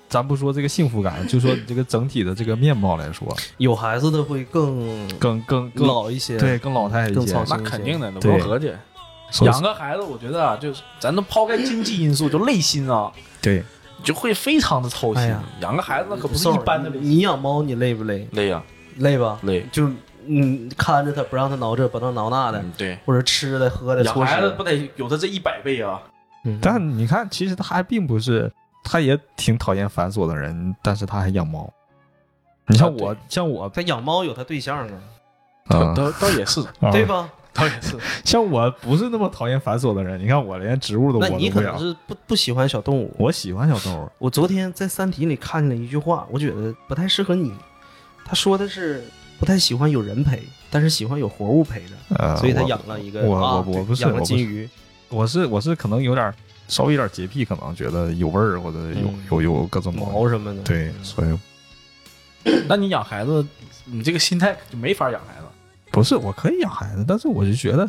Speaker 1: 咱不说这个幸福感，就说你这个整体的这个面貌来说，
Speaker 3: 有孩子的会更
Speaker 1: 更更更
Speaker 3: 老一些，嗯
Speaker 1: 对，更老态一
Speaker 3: 更
Speaker 1: 些。
Speaker 3: 操
Speaker 2: 那
Speaker 3: 心一些
Speaker 2: 肯定的，不
Speaker 1: 对
Speaker 2: 用合计。
Speaker 1: 所以
Speaker 2: 养个孩子，我觉得啊，就是咱都抛开经济因素，就内心啊，
Speaker 1: 对，
Speaker 2: 就会非常的操心。
Speaker 3: 哎呀
Speaker 2: 养个孩子那可不是
Speaker 3: 瘦
Speaker 2: 一
Speaker 3: 儿
Speaker 2: 般的累
Speaker 3: 你你养猫，你累不累？
Speaker 2: 累呀、
Speaker 3: 累吧，
Speaker 2: 累。
Speaker 3: 就嗯，看着它不让它挠这，不让它挠那的，
Speaker 2: 嗯，对，
Speaker 3: 或者吃的喝的，
Speaker 2: 养
Speaker 3: 搓
Speaker 2: 孩子
Speaker 3: 屎
Speaker 2: 不得有他这一百倍啊？
Speaker 3: 嗯
Speaker 1: 但你看，其实他还并不是，他也挺讨厌繁琐的人，但是他还养猫。你
Speaker 3: 啊
Speaker 1: 像我，像我，
Speaker 3: 他养猫有他对象啊，
Speaker 1: 啊，
Speaker 2: 倒倒也是，
Speaker 1: 啊
Speaker 3: 对吧？
Speaker 2: 倒也是。
Speaker 1: 像我不是那么讨厌繁琐的人，你看我连植物都我
Speaker 3: 那
Speaker 1: 都
Speaker 3: 你
Speaker 1: 不
Speaker 3: 可能
Speaker 1: 养。
Speaker 3: 是不不喜欢小动物。
Speaker 1: 我喜欢小动物，
Speaker 3: 我昨天在《三体》里看见了一句话，我觉得不太适合你。他说的是不太喜欢有人陪，但是喜欢有活物陪着，
Speaker 1: 呃，
Speaker 3: 所以他
Speaker 1: 我
Speaker 3: 养了一个
Speaker 1: 我
Speaker 3: 啊
Speaker 1: 我我不是
Speaker 3: 养
Speaker 1: 我
Speaker 3: 了
Speaker 1: 不
Speaker 3: 金
Speaker 1: 是
Speaker 3: 鱼，
Speaker 1: 我是我是可能有点儿稍微有点洁癖，可能觉得有味儿或者有、
Speaker 3: 嗯
Speaker 1: 有有各种毛病。
Speaker 3: 毛嗯什么的。
Speaker 1: 对，所以
Speaker 2: 那你养孩子，你这个心态就没法养孩子。
Speaker 1: 不是我可以养孩子，但是我就觉得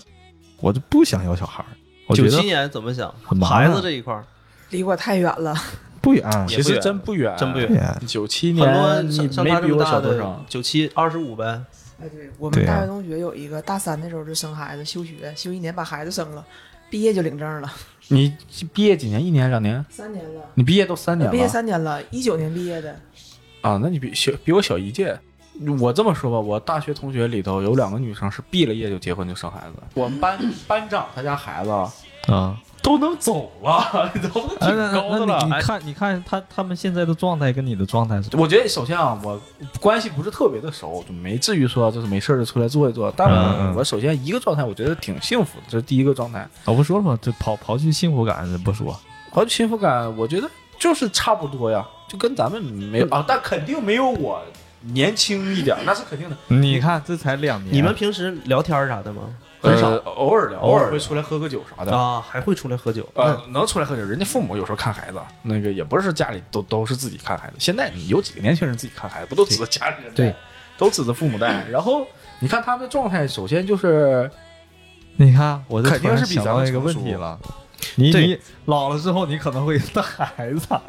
Speaker 1: 我就不想要小孩儿，我
Speaker 3: 九
Speaker 1: 觉
Speaker 3: 七
Speaker 1: 得
Speaker 3: 年怎么想？
Speaker 1: 很麻
Speaker 3: 孩
Speaker 1: 烦
Speaker 3: 子这一块儿
Speaker 4: 离我太远了。
Speaker 1: 不远，
Speaker 2: 其实真不远，
Speaker 3: 真不远
Speaker 1: 不。远。
Speaker 2: 九七
Speaker 3: 很多
Speaker 2: 年你
Speaker 3: 像像
Speaker 2: 没
Speaker 3: 他这
Speaker 2: 比
Speaker 3: 么
Speaker 2: 我
Speaker 3: 大
Speaker 2: 小多
Speaker 3: 的
Speaker 2: 少，
Speaker 3: 九七二十五呗，
Speaker 4: 哎，对我
Speaker 1: 对
Speaker 4: 们
Speaker 1: 呀
Speaker 4: 大学同学有一个大三的时候就生孩子，休学休一年把孩子生了，毕业就领证了，
Speaker 2: 你毕业几年？一年两年？
Speaker 4: 三年了，
Speaker 2: 你毕业都三年了，
Speaker 4: 我毕业三年了，一九年毕业的，
Speaker 2: 啊？那你比小比我小一届。我这么说吧，我大学同学里头有两个女生是毕了业就结婚就生孩子。我们班班长他家孩子
Speaker 1: 啊。
Speaker 2: 都能走了， 都挺
Speaker 1: 哎，那
Speaker 2: 高的
Speaker 1: 那
Speaker 2: 了
Speaker 1: 你。你看你看他他们现在的状态跟你的状态是
Speaker 2: 我觉得首先啊，我关系不是特别的熟，就没至于说就是没事儿就出来坐一坐。但
Speaker 1: 嗯嗯
Speaker 2: 我首先一个状态，我觉得挺幸福的，这是第一个状态。
Speaker 1: 我不说了吗？就刨刨去幸福感不说，
Speaker 2: 好幸福感，我觉得就是差不多呀，就跟咱们没有啊，但肯定没有我年轻一点，那是肯定的。
Speaker 1: 你看这才两年，
Speaker 3: 你们平时聊天儿啥的吗？
Speaker 2: 很少，偶尔的，
Speaker 3: 偶尔的
Speaker 2: 会出来喝个酒啥的。
Speaker 3: 啊，还会出来喝酒？
Speaker 2: 呃，能出来喝酒，人家父母有时候看孩子，那个也不是家里都都是自己看孩子。现在有几个年轻人自己看孩子，不都指着家里人带
Speaker 3: 对，
Speaker 2: 都指着父母带。然后你看他们的状态，首先就是
Speaker 1: 你看，我这
Speaker 2: 肯定是比
Speaker 1: 突然想到
Speaker 2: 咱们
Speaker 1: 一个
Speaker 2: 成
Speaker 1: 问
Speaker 2: 熟
Speaker 1: 题了。你
Speaker 3: 对
Speaker 1: 你老了之后，你可能会带孩子。，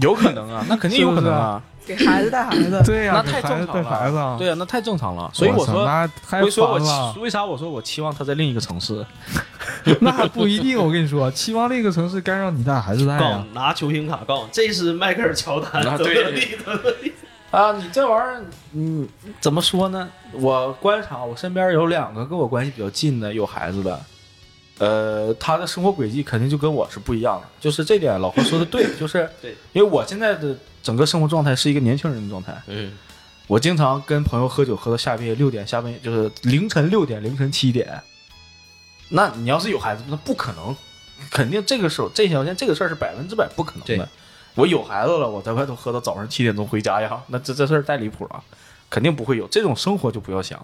Speaker 2: 有可能啊，那肯定有可能啊，
Speaker 4: 给孩子带孩子
Speaker 1: 对呀、
Speaker 2: 那
Speaker 1: 给
Speaker 2: 太
Speaker 1: 孩
Speaker 2: 正
Speaker 1: 子
Speaker 2: 常
Speaker 1: 带
Speaker 2: 了
Speaker 1: 孩子啊。
Speaker 2: 对啊，那太正常了。所以
Speaker 1: 我
Speaker 2: 我
Speaker 1: 操
Speaker 2: 说，
Speaker 1: 那太
Speaker 2: 所以说
Speaker 1: 烦了
Speaker 2: 我为啥我说我期望他在另一个城市，
Speaker 1: 那还不一定。我跟你说，期望另一个城市该让你带还是带
Speaker 3: 嗯告诉
Speaker 1: 呀
Speaker 3: 你、拿球星卡告诉你，这是迈克尔乔丹，
Speaker 2: 啊
Speaker 3: 怎么
Speaker 2: 对
Speaker 3: 怎么地怎么地。
Speaker 2: 啊，你这玩意儿，嗯，怎么说呢？我观察，我身边有两个跟我关系比较近的有孩子的，呃，他的生活轨迹肯定就跟我是不一样的。就是这点，老何说的对，就是
Speaker 3: 对，
Speaker 2: 因为我现在的整个生活状态是一个年轻人的状态。
Speaker 3: 嗯，
Speaker 2: 我经常跟朋友喝酒，喝到下半夜六点，下半夜就是凌晨六点、凌晨七点。那你要是有孩子，那不可能，肯定这个时候这条件这个事儿是百分之百不可能
Speaker 3: 对
Speaker 2: 的。我有孩子了，我在外头喝到早上七点钟回家呀，那这这事儿太离谱了，肯定不会有这种生活就不要想。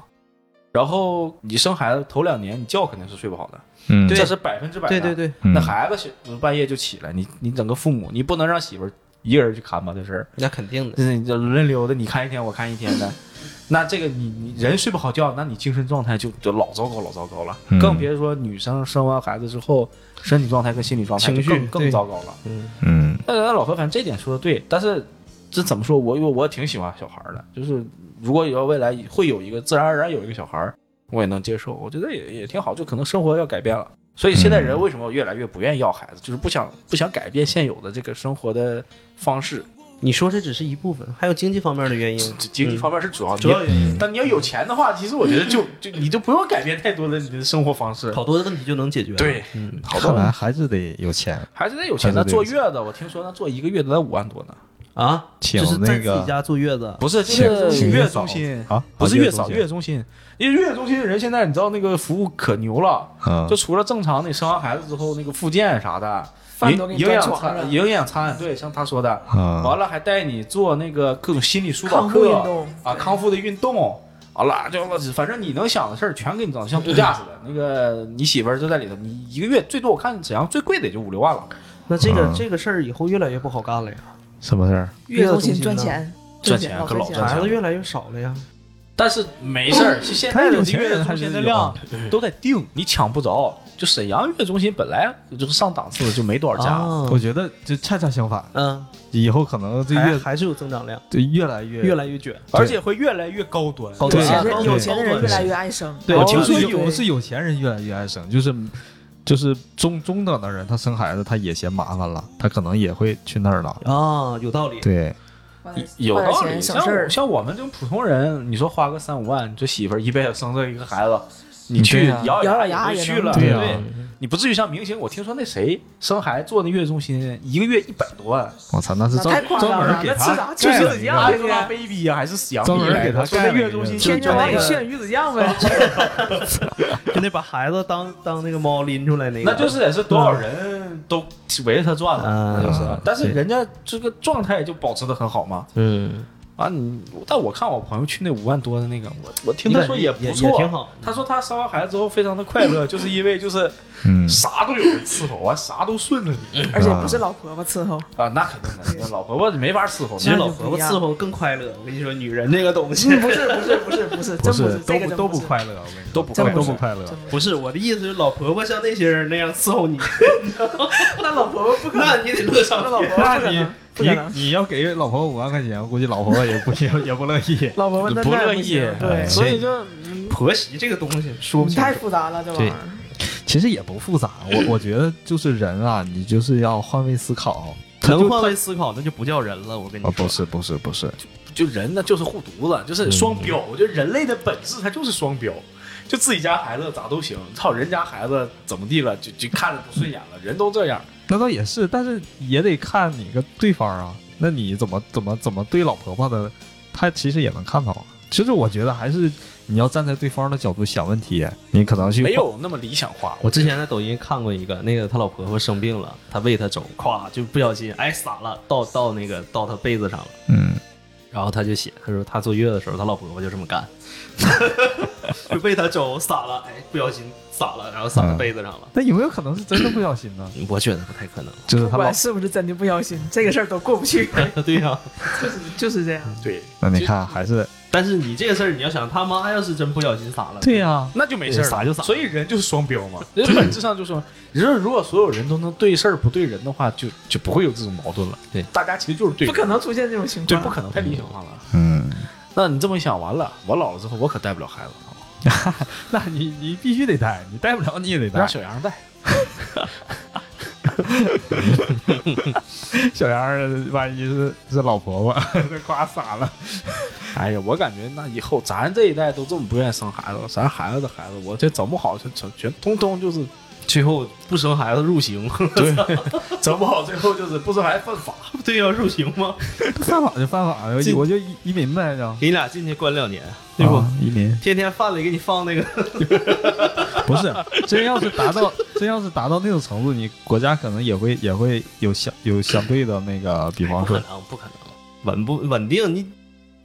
Speaker 2: 然后你生孩子头两年，你觉肯定是睡不好的，
Speaker 1: 嗯
Speaker 2: 这是百分之百的。
Speaker 3: 对对对，
Speaker 2: 那孩子小半夜就起来，你你整个父母，你不能让媳妇儿一个人去扛吧这事儿。
Speaker 3: 那肯定的。
Speaker 2: 嗯，就轮流的，你看一天，我看一天的。 那这个你你人睡不好觉，那你精神状态就就老糟糕老糟糕了，
Speaker 1: 嗯
Speaker 2: 更别说女生生完孩子之后，身体状态跟心理状态就
Speaker 3: 情绪
Speaker 2: 更更
Speaker 3: 对
Speaker 2: 糟糕了。
Speaker 3: 嗯，
Speaker 1: 嗯
Speaker 2: 但是老何，反正这点说的对，但是这怎么说？我我我挺喜欢小孩儿的，就是如果有未来会有一个自然而然有一个小孩儿，我也能接受，我觉得也也挺好。就可能生活要改变了，所以现在人为什么越来越不愿意要孩子，就是不想不想改变现有的这个生活的方式，
Speaker 3: 你说这只是一部分，还有经济方面的原因。
Speaker 2: 经济方面是主要，
Speaker 3: 嗯主要原因
Speaker 2: 但你要有钱的话，其实我觉得就就你就不用改变太多的你的生活方式。
Speaker 3: 嗯好多的问题就能解决。，
Speaker 2: 对，
Speaker 3: 嗯，
Speaker 2: 好
Speaker 1: 看
Speaker 2: 多
Speaker 1: 来还是得有钱，
Speaker 2: 还是得有钱的。坐月子，我听说那坐一个月子才五万多呢。
Speaker 3: 啊，
Speaker 1: 请
Speaker 3: 就是在
Speaker 1: 那
Speaker 3: 自己
Speaker 1: 个
Speaker 3: 家坐月子，
Speaker 2: 不是，
Speaker 1: 请请
Speaker 2: 月
Speaker 1: 月
Speaker 2: 子
Speaker 1: 嫂
Speaker 2: 中心
Speaker 1: 啊，
Speaker 2: 不是
Speaker 1: 月
Speaker 2: 月嫂，月子中心，因为月子中心人现在你知道那个服务可牛了，
Speaker 1: 啊
Speaker 2: 就，除了正常的生完孩子之后那个复健啥的，
Speaker 4: 饭都给
Speaker 2: 营
Speaker 4: 你
Speaker 2: 营
Speaker 4: 端
Speaker 2: 养
Speaker 4: 床
Speaker 2: 餐，
Speaker 4: 上，
Speaker 2: 营养餐，对，像他说的，
Speaker 1: 完
Speaker 3: 嗯
Speaker 2: 完了还带你做那个各种心理疏导
Speaker 4: 康复运
Speaker 2: 课
Speaker 4: 动
Speaker 2: 啊，康复的运动。完了，就反正你能想的事儿全给你整，像度假似的。
Speaker 3: 嗯
Speaker 2: 那个你媳妇儿就在里头，你一个月最多我看沈阳最贵的也就五六万了。
Speaker 3: 那这个
Speaker 1: 嗯
Speaker 3: 这个事儿以后越来越不好干了呀，
Speaker 1: 什么事儿？
Speaker 4: 月
Speaker 3: 中
Speaker 4: 中
Speaker 3: 心
Speaker 4: 心赚
Speaker 3: 呢
Speaker 4: 钱，
Speaker 2: 赚
Speaker 4: 钱
Speaker 2: 钱
Speaker 4: 老
Speaker 2: 可老
Speaker 4: 赚
Speaker 2: 赚
Speaker 4: 了
Speaker 3: 孩
Speaker 2: 钱
Speaker 3: 子越来越少了呀。
Speaker 2: 但是没事儿，现在的月子中心的量
Speaker 3: 嗯
Speaker 2: 都在定，你抢不着。就沈阳月子中心本来就是上档次的，就没多少家。
Speaker 3: 啊
Speaker 1: 我觉得就恰恰相反，
Speaker 3: 嗯，
Speaker 1: 以后可能这
Speaker 3: 还
Speaker 1: 越
Speaker 3: 还是有增长量，
Speaker 1: 就越来越
Speaker 3: 越来越卷。
Speaker 2: 而且会越来越高端。
Speaker 3: 高
Speaker 4: 有
Speaker 3: 端
Speaker 4: 钱
Speaker 3: 啊
Speaker 4: 人
Speaker 3: 高
Speaker 4: 有
Speaker 3: 端
Speaker 4: 钱的人越来越爱生，
Speaker 1: 对，
Speaker 2: 哦
Speaker 1: 我听说
Speaker 4: 对
Speaker 1: 有是有钱人越来越爱生，就是就是中中等的人，他生孩子他也嫌麻烦了，他可能也会去那儿了。
Speaker 3: 啊，有道理。
Speaker 1: 对，
Speaker 4: 呃
Speaker 2: 有
Speaker 4: 花点
Speaker 2: 道
Speaker 4: 钱
Speaker 2: 理，
Speaker 4: 省
Speaker 2: 像
Speaker 4: 事
Speaker 2: 我
Speaker 4: 儿
Speaker 2: 像我们这种普通人，你说花个三五万，你说媳妇儿一辈子生这一个孩子，你去
Speaker 1: 对呀
Speaker 2: 咬
Speaker 4: 咬咬
Speaker 2: 牙
Speaker 4: 牙
Speaker 2: 也就
Speaker 4: 也
Speaker 2: 去
Speaker 4: 能
Speaker 2: 了，
Speaker 1: 对呀
Speaker 2: 对？你不至于像明星，我听说那谁生孩子做那月子中心，一个月一百多万，
Speaker 1: 我操，那是
Speaker 4: 那太
Speaker 1: 专
Speaker 4: 夸
Speaker 1: 专
Speaker 4: 张
Speaker 1: 门
Speaker 4: 了，
Speaker 1: 给
Speaker 4: 哎那吃
Speaker 1: 他
Speaker 4: 啥吃鱼子酱
Speaker 2: 阿
Speaker 4: 去
Speaker 2: 丽拉 baby 啊，还是杨
Speaker 1: 专门给他
Speaker 2: 说
Speaker 1: 盖
Speaker 2: 在
Speaker 1: 了一
Speaker 2: 月
Speaker 1: 个
Speaker 2: 子中心
Speaker 4: 天
Speaker 2: 就
Speaker 4: 天往
Speaker 2: 那
Speaker 4: 里
Speaker 2: 个
Speaker 4: 炫鱼子酱 呗，
Speaker 3: 就得把孩子当当那个猫拎出来那个。
Speaker 2: 那就是也是多少人都围着他转了，
Speaker 3: 嗯
Speaker 2: 那就是
Speaker 1: 嗯。
Speaker 2: 但是
Speaker 3: 对
Speaker 2: 人家这个状态就保持的很好嘛。
Speaker 3: 嗯，
Speaker 2: 啊，你但我看我朋友去那五万多的那个，我我听
Speaker 3: 你
Speaker 2: 他
Speaker 3: 感
Speaker 2: 说
Speaker 3: 觉
Speaker 2: 也
Speaker 3: 也
Speaker 2: 不错，
Speaker 3: 挺好。
Speaker 2: 他说他生完孩子之后非常的快乐，就是因为就是
Speaker 1: 嗯，
Speaker 2: 啥都有人伺候啊，啥都顺着你
Speaker 4: 而且不是老婆婆伺候，
Speaker 2: 啊，那肯定的，那老婆婆没法伺候，
Speaker 3: 其实
Speaker 2: 那
Speaker 3: 老
Speaker 2: 老
Speaker 3: 婆婆伺候更快乐，我跟你说，女人这个东
Speaker 1: 嗯
Speaker 3: 西。
Speaker 4: 不是不是不是不是，真不是这个真不是，
Speaker 1: 快乐，我跟你说，
Speaker 2: 都不
Speaker 4: 真
Speaker 2: 快
Speaker 4: 不
Speaker 2: 乐。
Speaker 4: 是
Speaker 1: 快乐
Speaker 4: 真不是
Speaker 3: 不是我的意思是，老婆婆像那些人那样伺 候你，
Speaker 4: 那老婆婆不可 能，
Speaker 3: 那你得乐
Speaker 4: 那
Speaker 3: 上
Speaker 4: 老婆
Speaker 3: 天。
Speaker 4: 婆不可能，不可能，
Speaker 1: 你你要给老婆五万块钱，估计老婆也不也也不乐意。
Speaker 4: 老婆婆那
Speaker 2: 不
Speaker 4: 那
Speaker 2: 乐
Speaker 4: 也
Speaker 2: 意
Speaker 4: 行对，
Speaker 2: 所以就
Speaker 3: 婆媳这个东西说不
Speaker 4: 你
Speaker 3: 清
Speaker 4: 太
Speaker 3: 楚。
Speaker 4: 复杂了这玩意儿。
Speaker 1: 其实也不复杂，我我觉得就是人啊，你就是要换位思考。
Speaker 3: 能换位思考，那就不叫人了。我跟你
Speaker 1: 啊，
Speaker 3: 说，
Speaker 1: 不是不是不是，
Speaker 2: 就人呢就是护犊子，就是双标。我觉得人类的本质它就是双标，就自己家孩子咋都行，操人家孩子怎么地了，就就看着不顺眼了，人都这样。
Speaker 1: 那倒也是，但是也得看你跟对方啊，那你怎么怎么怎么对老婆婆的，她其实也能看到。啊其实我觉得还是你要站在对方的角度想问题，你可能去
Speaker 2: 没有那么理想化。
Speaker 3: 我之前在抖音看过一个，那个他老婆婆生病了，他喂他粥，咵就不小心哎洒了，倒倒那个倒他被子上了。
Speaker 1: 嗯，
Speaker 3: 然后他就写，他说他坐月子的时候，他老婆婆就这么干，就喂他粥洒了，哎，不小心洒了，然后洒到被子上了。
Speaker 1: 那有没有可能是真的不小心呢？
Speaker 3: 嗯我觉得不太可能。
Speaker 1: 就是
Speaker 4: 不
Speaker 1: 他老
Speaker 4: 管，是不是真的不小心，这个事儿都过不去，
Speaker 3: 对呀、
Speaker 4: 就是就是这样。
Speaker 2: 对，
Speaker 1: 那你看还是
Speaker 3: 但是你这个事儿，你要想他妈要是真不小心洒了，
Speaker 1: 对呀，
Speaker 2: 那就没事儿了，
Speaker 3: 撒就撒
Speaker 2: 所以人就是双标嘛，人本质上就是说，你说如果所有人都能对事儿不对人的话，就就不会有这种矛盾了。
Speaker 3: 对
Speaker 2: 大家其实就是对
Speaker 4: 不
Speaker 2: 人，
Speaker 4: 可能出嗯现这种情况，
Speaker 2: 对，不可能太理想化了。
Speaker 1: 嗯，
Speaker 2: 那你这么一想，完了，我老了之后我可带不了孩子了，
Speaker 1: 那你你必须得带，你带不了你也得带
Speaker 2: 让。小杨带。
Speaker 1: 小杨儿万一是是老婆婆， 夸傻了，
Speaker 2: 哎呀，我感觉那以后咱这一代都这么不愿意生孩子了，咱孩子的孩子，我这整不好，全全全通通就是
Speaker 3: 最后不生孩子入刑，
Speaker 2: 整不好，最后就是不生孩子犯法。
Speaker 3: 对呀、入刑吗？
Speaker 1: 犯法就犯法
Speaker 3: 这
Speaker 1: 呗，我就移移民呗，就
Speaker 3: 给你俩进去关两年，对不？
Speaker 1: 啊移民。
Speaker 3: 天天饭里给你放那个，
Speaker 1: 不是，真要是达到，真要是达到那种程度，你国家可能也会也会有相有相对的那个，比
Speaker 2: 啊
Speaker 3: 不
Speaker 1: 方
Speaker 3: 可
Speaker 1: 说，
Speaker 3: 能，不可能，稳不稳定？你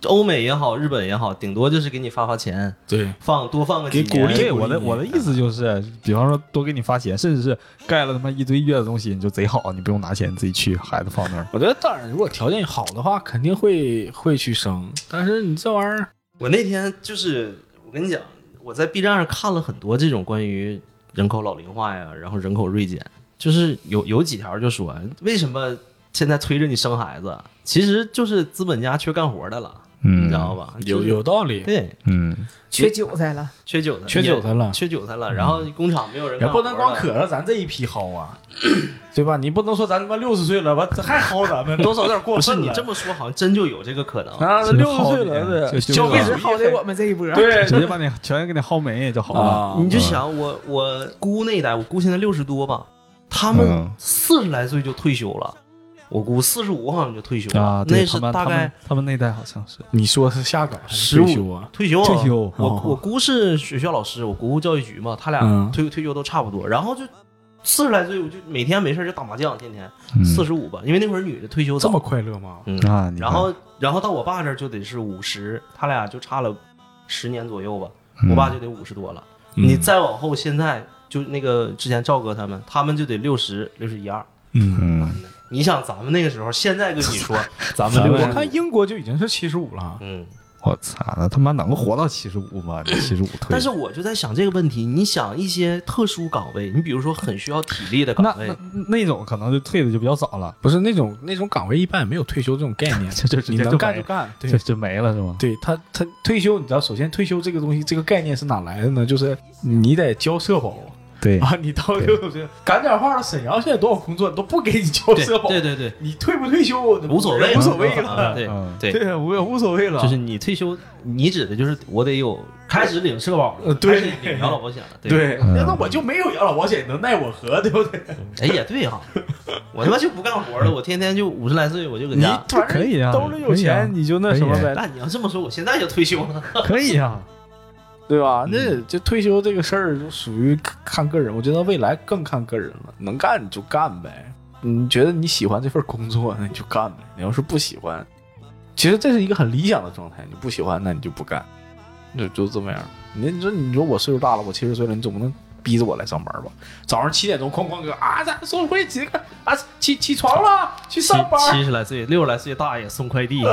Speaker 3: 欧美也好，日本也好，顶多就是给你发发钱，
Speaker 2: 对，
Speaker 3: 放多放个
Speaker 2: 给
Speaker 3: 几年
Speaker 2: 鼓励
Speaker 1: 哎对，我的我的意思就是，比方说多给你发钱，甚至是盖了他妈一堆月子中心，你就贼好，你不用拿钱，你自己去孩子放那儿。
Speaker 2: 我觉得当然，如果条件好的话，肯定会会去生，但是你这玩意儿，
Speaker 3: 我那天就是，我跟你讲，我在 B 站上看了很多这种关于人口老龄化呀，然后人口锐减，就是有有几条就说为什么现在催着你生孩子，其实就是资本家缺干活的了。
Speaker 1: 嗯，
Speaker 3: 你知道吧？
Speaker 2: 有有道理，
Speaker 3: 对，
Speaker 1: 嗯，
Speaker 4: 缺韭菜了，
Speaker 3: 缺韭菜，
Speaker 2: 缺韭菜了
Speaker 3: 也，缺韭菜了。然后工厂没有
Speaker 2: 也
Speaker 3: 人干活
Speaker 2: 不
Speaker 3: 了，
Speaker 2: 能光可着咱这一批薅啊，对吧？你不能说咱他妈六十岁了，完还薅咱们，多少有点过
Speaker 3: 不是
Speaker 2: 分
Speaker 3: 你
Speaker 2: 了。
Speaker 3: 这么说，好像真就有这个可能。
Speaker 2: 啊，
Speaker 1: 真
Speaker 2: 六十
Speaker 1: 薅
Speaker 2: 岁
Speaker 1: 你
Speaker 2: 了，对
Speaker 1: 就就
Speaker 2: 消费
Speaker 4: 一
Speaker 1: 是
Speaker 4: 直
Speaker 2: 主义
Speaker 4: 薅的我们这一波。
Speaker 2: 啊
Speaker 4: 啊
Speaker 2: 对
Speaker 1: 直接把你全给你薅没就好了。
Speaker 2: 啊，
Speaker 3: 你就想我我姑那一代，我姑现在六十多吧，他们
Speaker 1: 嗯
Speaker 3: 四十来岁就退休了，我姑四十五好像就退休了，
Speaker 1: 啊，对
Speaker 3: 那
Speaker 1: 他
Speaker 3: 是
Speaker 1: 们
Speaker 3: 大
Speaker 1: 他
Speaker 3: 概
Speaker 1: 们他们那代好像是
Speaker 2: 你说是下岗还是
Speaker 3: 15
Speaker 2: 退休啊？
Speaker 3: 退休啊
Speaker 1: 退休
Speaker 3: 我
Speaker 2: 哦
Speaker 3: 我姑是学校老师，我姑姑教育局嘛，他
Speaker 2: 嗯
Speaker 3: 俩退退休都差不多，然后就四十来岁，我就每天没事就打麻将，天天
Speaker 2: 嗯
Speaker 1: 嗯
Speaker 3: 四十五吧，因为那会儿女的退休
Speaker 2: 这
Speaker 3: 早
Speaker 2: 么，快乐吗？
Speaker 3: 嗯，
Speaker 1: 啊，你看
Speaker 3: 然后然后到我爸这儿就得是五十，他俩就差了十年左右吧，
Speaker 1: 嗯
Speaker 3: 我爸就得五十多了。你再往后，现在就那个之前赵哥他们，他们就得六十六十一二。
Speaker 1: 嗯，
Speaker 3: 你想咱们那个时候，现在跟你 说，咱们
Speaker 2: 咱
Speaker 3: 六
Speaker 2: 们
Speaker 3: 十，
Speaker 2: 我看英国就已经是七十五了，
Speaker 3: 嗯，
Speaker 1: 我操，那他妈能活到七十五吗？你七十五退，
Speaker 3: 但是我就在想这个问题，你想一些特殊岗位，你比如说很需要体力的
Speaker 1: 那
Speaker 3: 岗位
Speaker 1: 那，那种可能就退的就比较早了，
Speaker 2: 不是那种那种岗位一般也没有退休这种概念，
Speaker 1: 这 就直
Speaker 2: 你
Speaker 1: 接
Speaker 2: 能
Speaker 1: 就
Speaker 2: 干就
Speaker 1: 没
Speaker 2: 干，对
Speaker 1: 就就没了是吗？
Speaker 2: 对他，他退休，你知道，首先退休这个东西，这个概念是哪来的呢？就是你得交社保
Speaker 1: 对
Speaker 2: 啊，你到六十岁，赶点话了，沈阳现在多少工作都不给你交
Speaker 3: 对
Speaker 2: 社保，
Speaker 3: 对对对，
Speaker 2: 你退不退休
Speaker 3: 无所谓，
Speaker 2: 无所谓
Speaker 3: 啊
Speaker 2: 了，
Speaker 3: 对
Speaker 1: 嗯
Speaker 3: 对，
Speaker 2: 对，无无所谓了，
Speaker 3: 就是你退休，你指的就是我得有开始领社保
Speaker 2: 呃
Speaker 3: 了，
Speaker 2: 对
Speaker 3: 开始领养老保险了，对。
Speaker 2: 对，
Speaker 1: 嗯
Speaker 2: 那我就没有养老保险，能奈我何，对不对？
Speaker 3: 哎也对哈，我他妈就不干活了，我天天就五十来岁我就搁
Speaker 2: 你
Speaker 3: 家。
Speaker 2: 反正
Speaker 1: 可以啊
Speaker 2: 兜里有
Speaker 1: 可以啊
Speaker 2: 钱你就那什么
Speaker 1: 可以
Speaker 2: 呗，
Speaker 3: 那你要这么说，我现在就退休了。
Speaker 1: 可以啊，
Speaker 2: 对吧？那就退休这个事儿就属于看个人，我觉得未来更看个人了，能干你就干呗。你觉得你喜欢这份工作，那你就干呗。你要是不喜欢，其实这是一个很理想的状态。你不喜欢，那你就不干，就就这么样。你你说你说我岁数大了，我七十岁了，你总不能逼着我来上班吧？早上七点钟哐哐哥啊，咱送回几个啊，起起床了，去
Speaker 3: 七
Speaker 2: 上班。
Speaker 3: 七十来岁、六十来岁大爷送快递，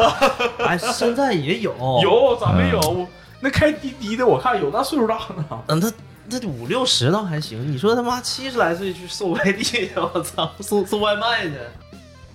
Speaker 3: 哎，现在也有有，
Speaker 2: 有咋没有？那开滴滴的，我看有那岁数大的。
Speaker 3: 嗯，他那五六十倒还行，你说他妈七十来岁去送快递去， 我操，送送外卖去，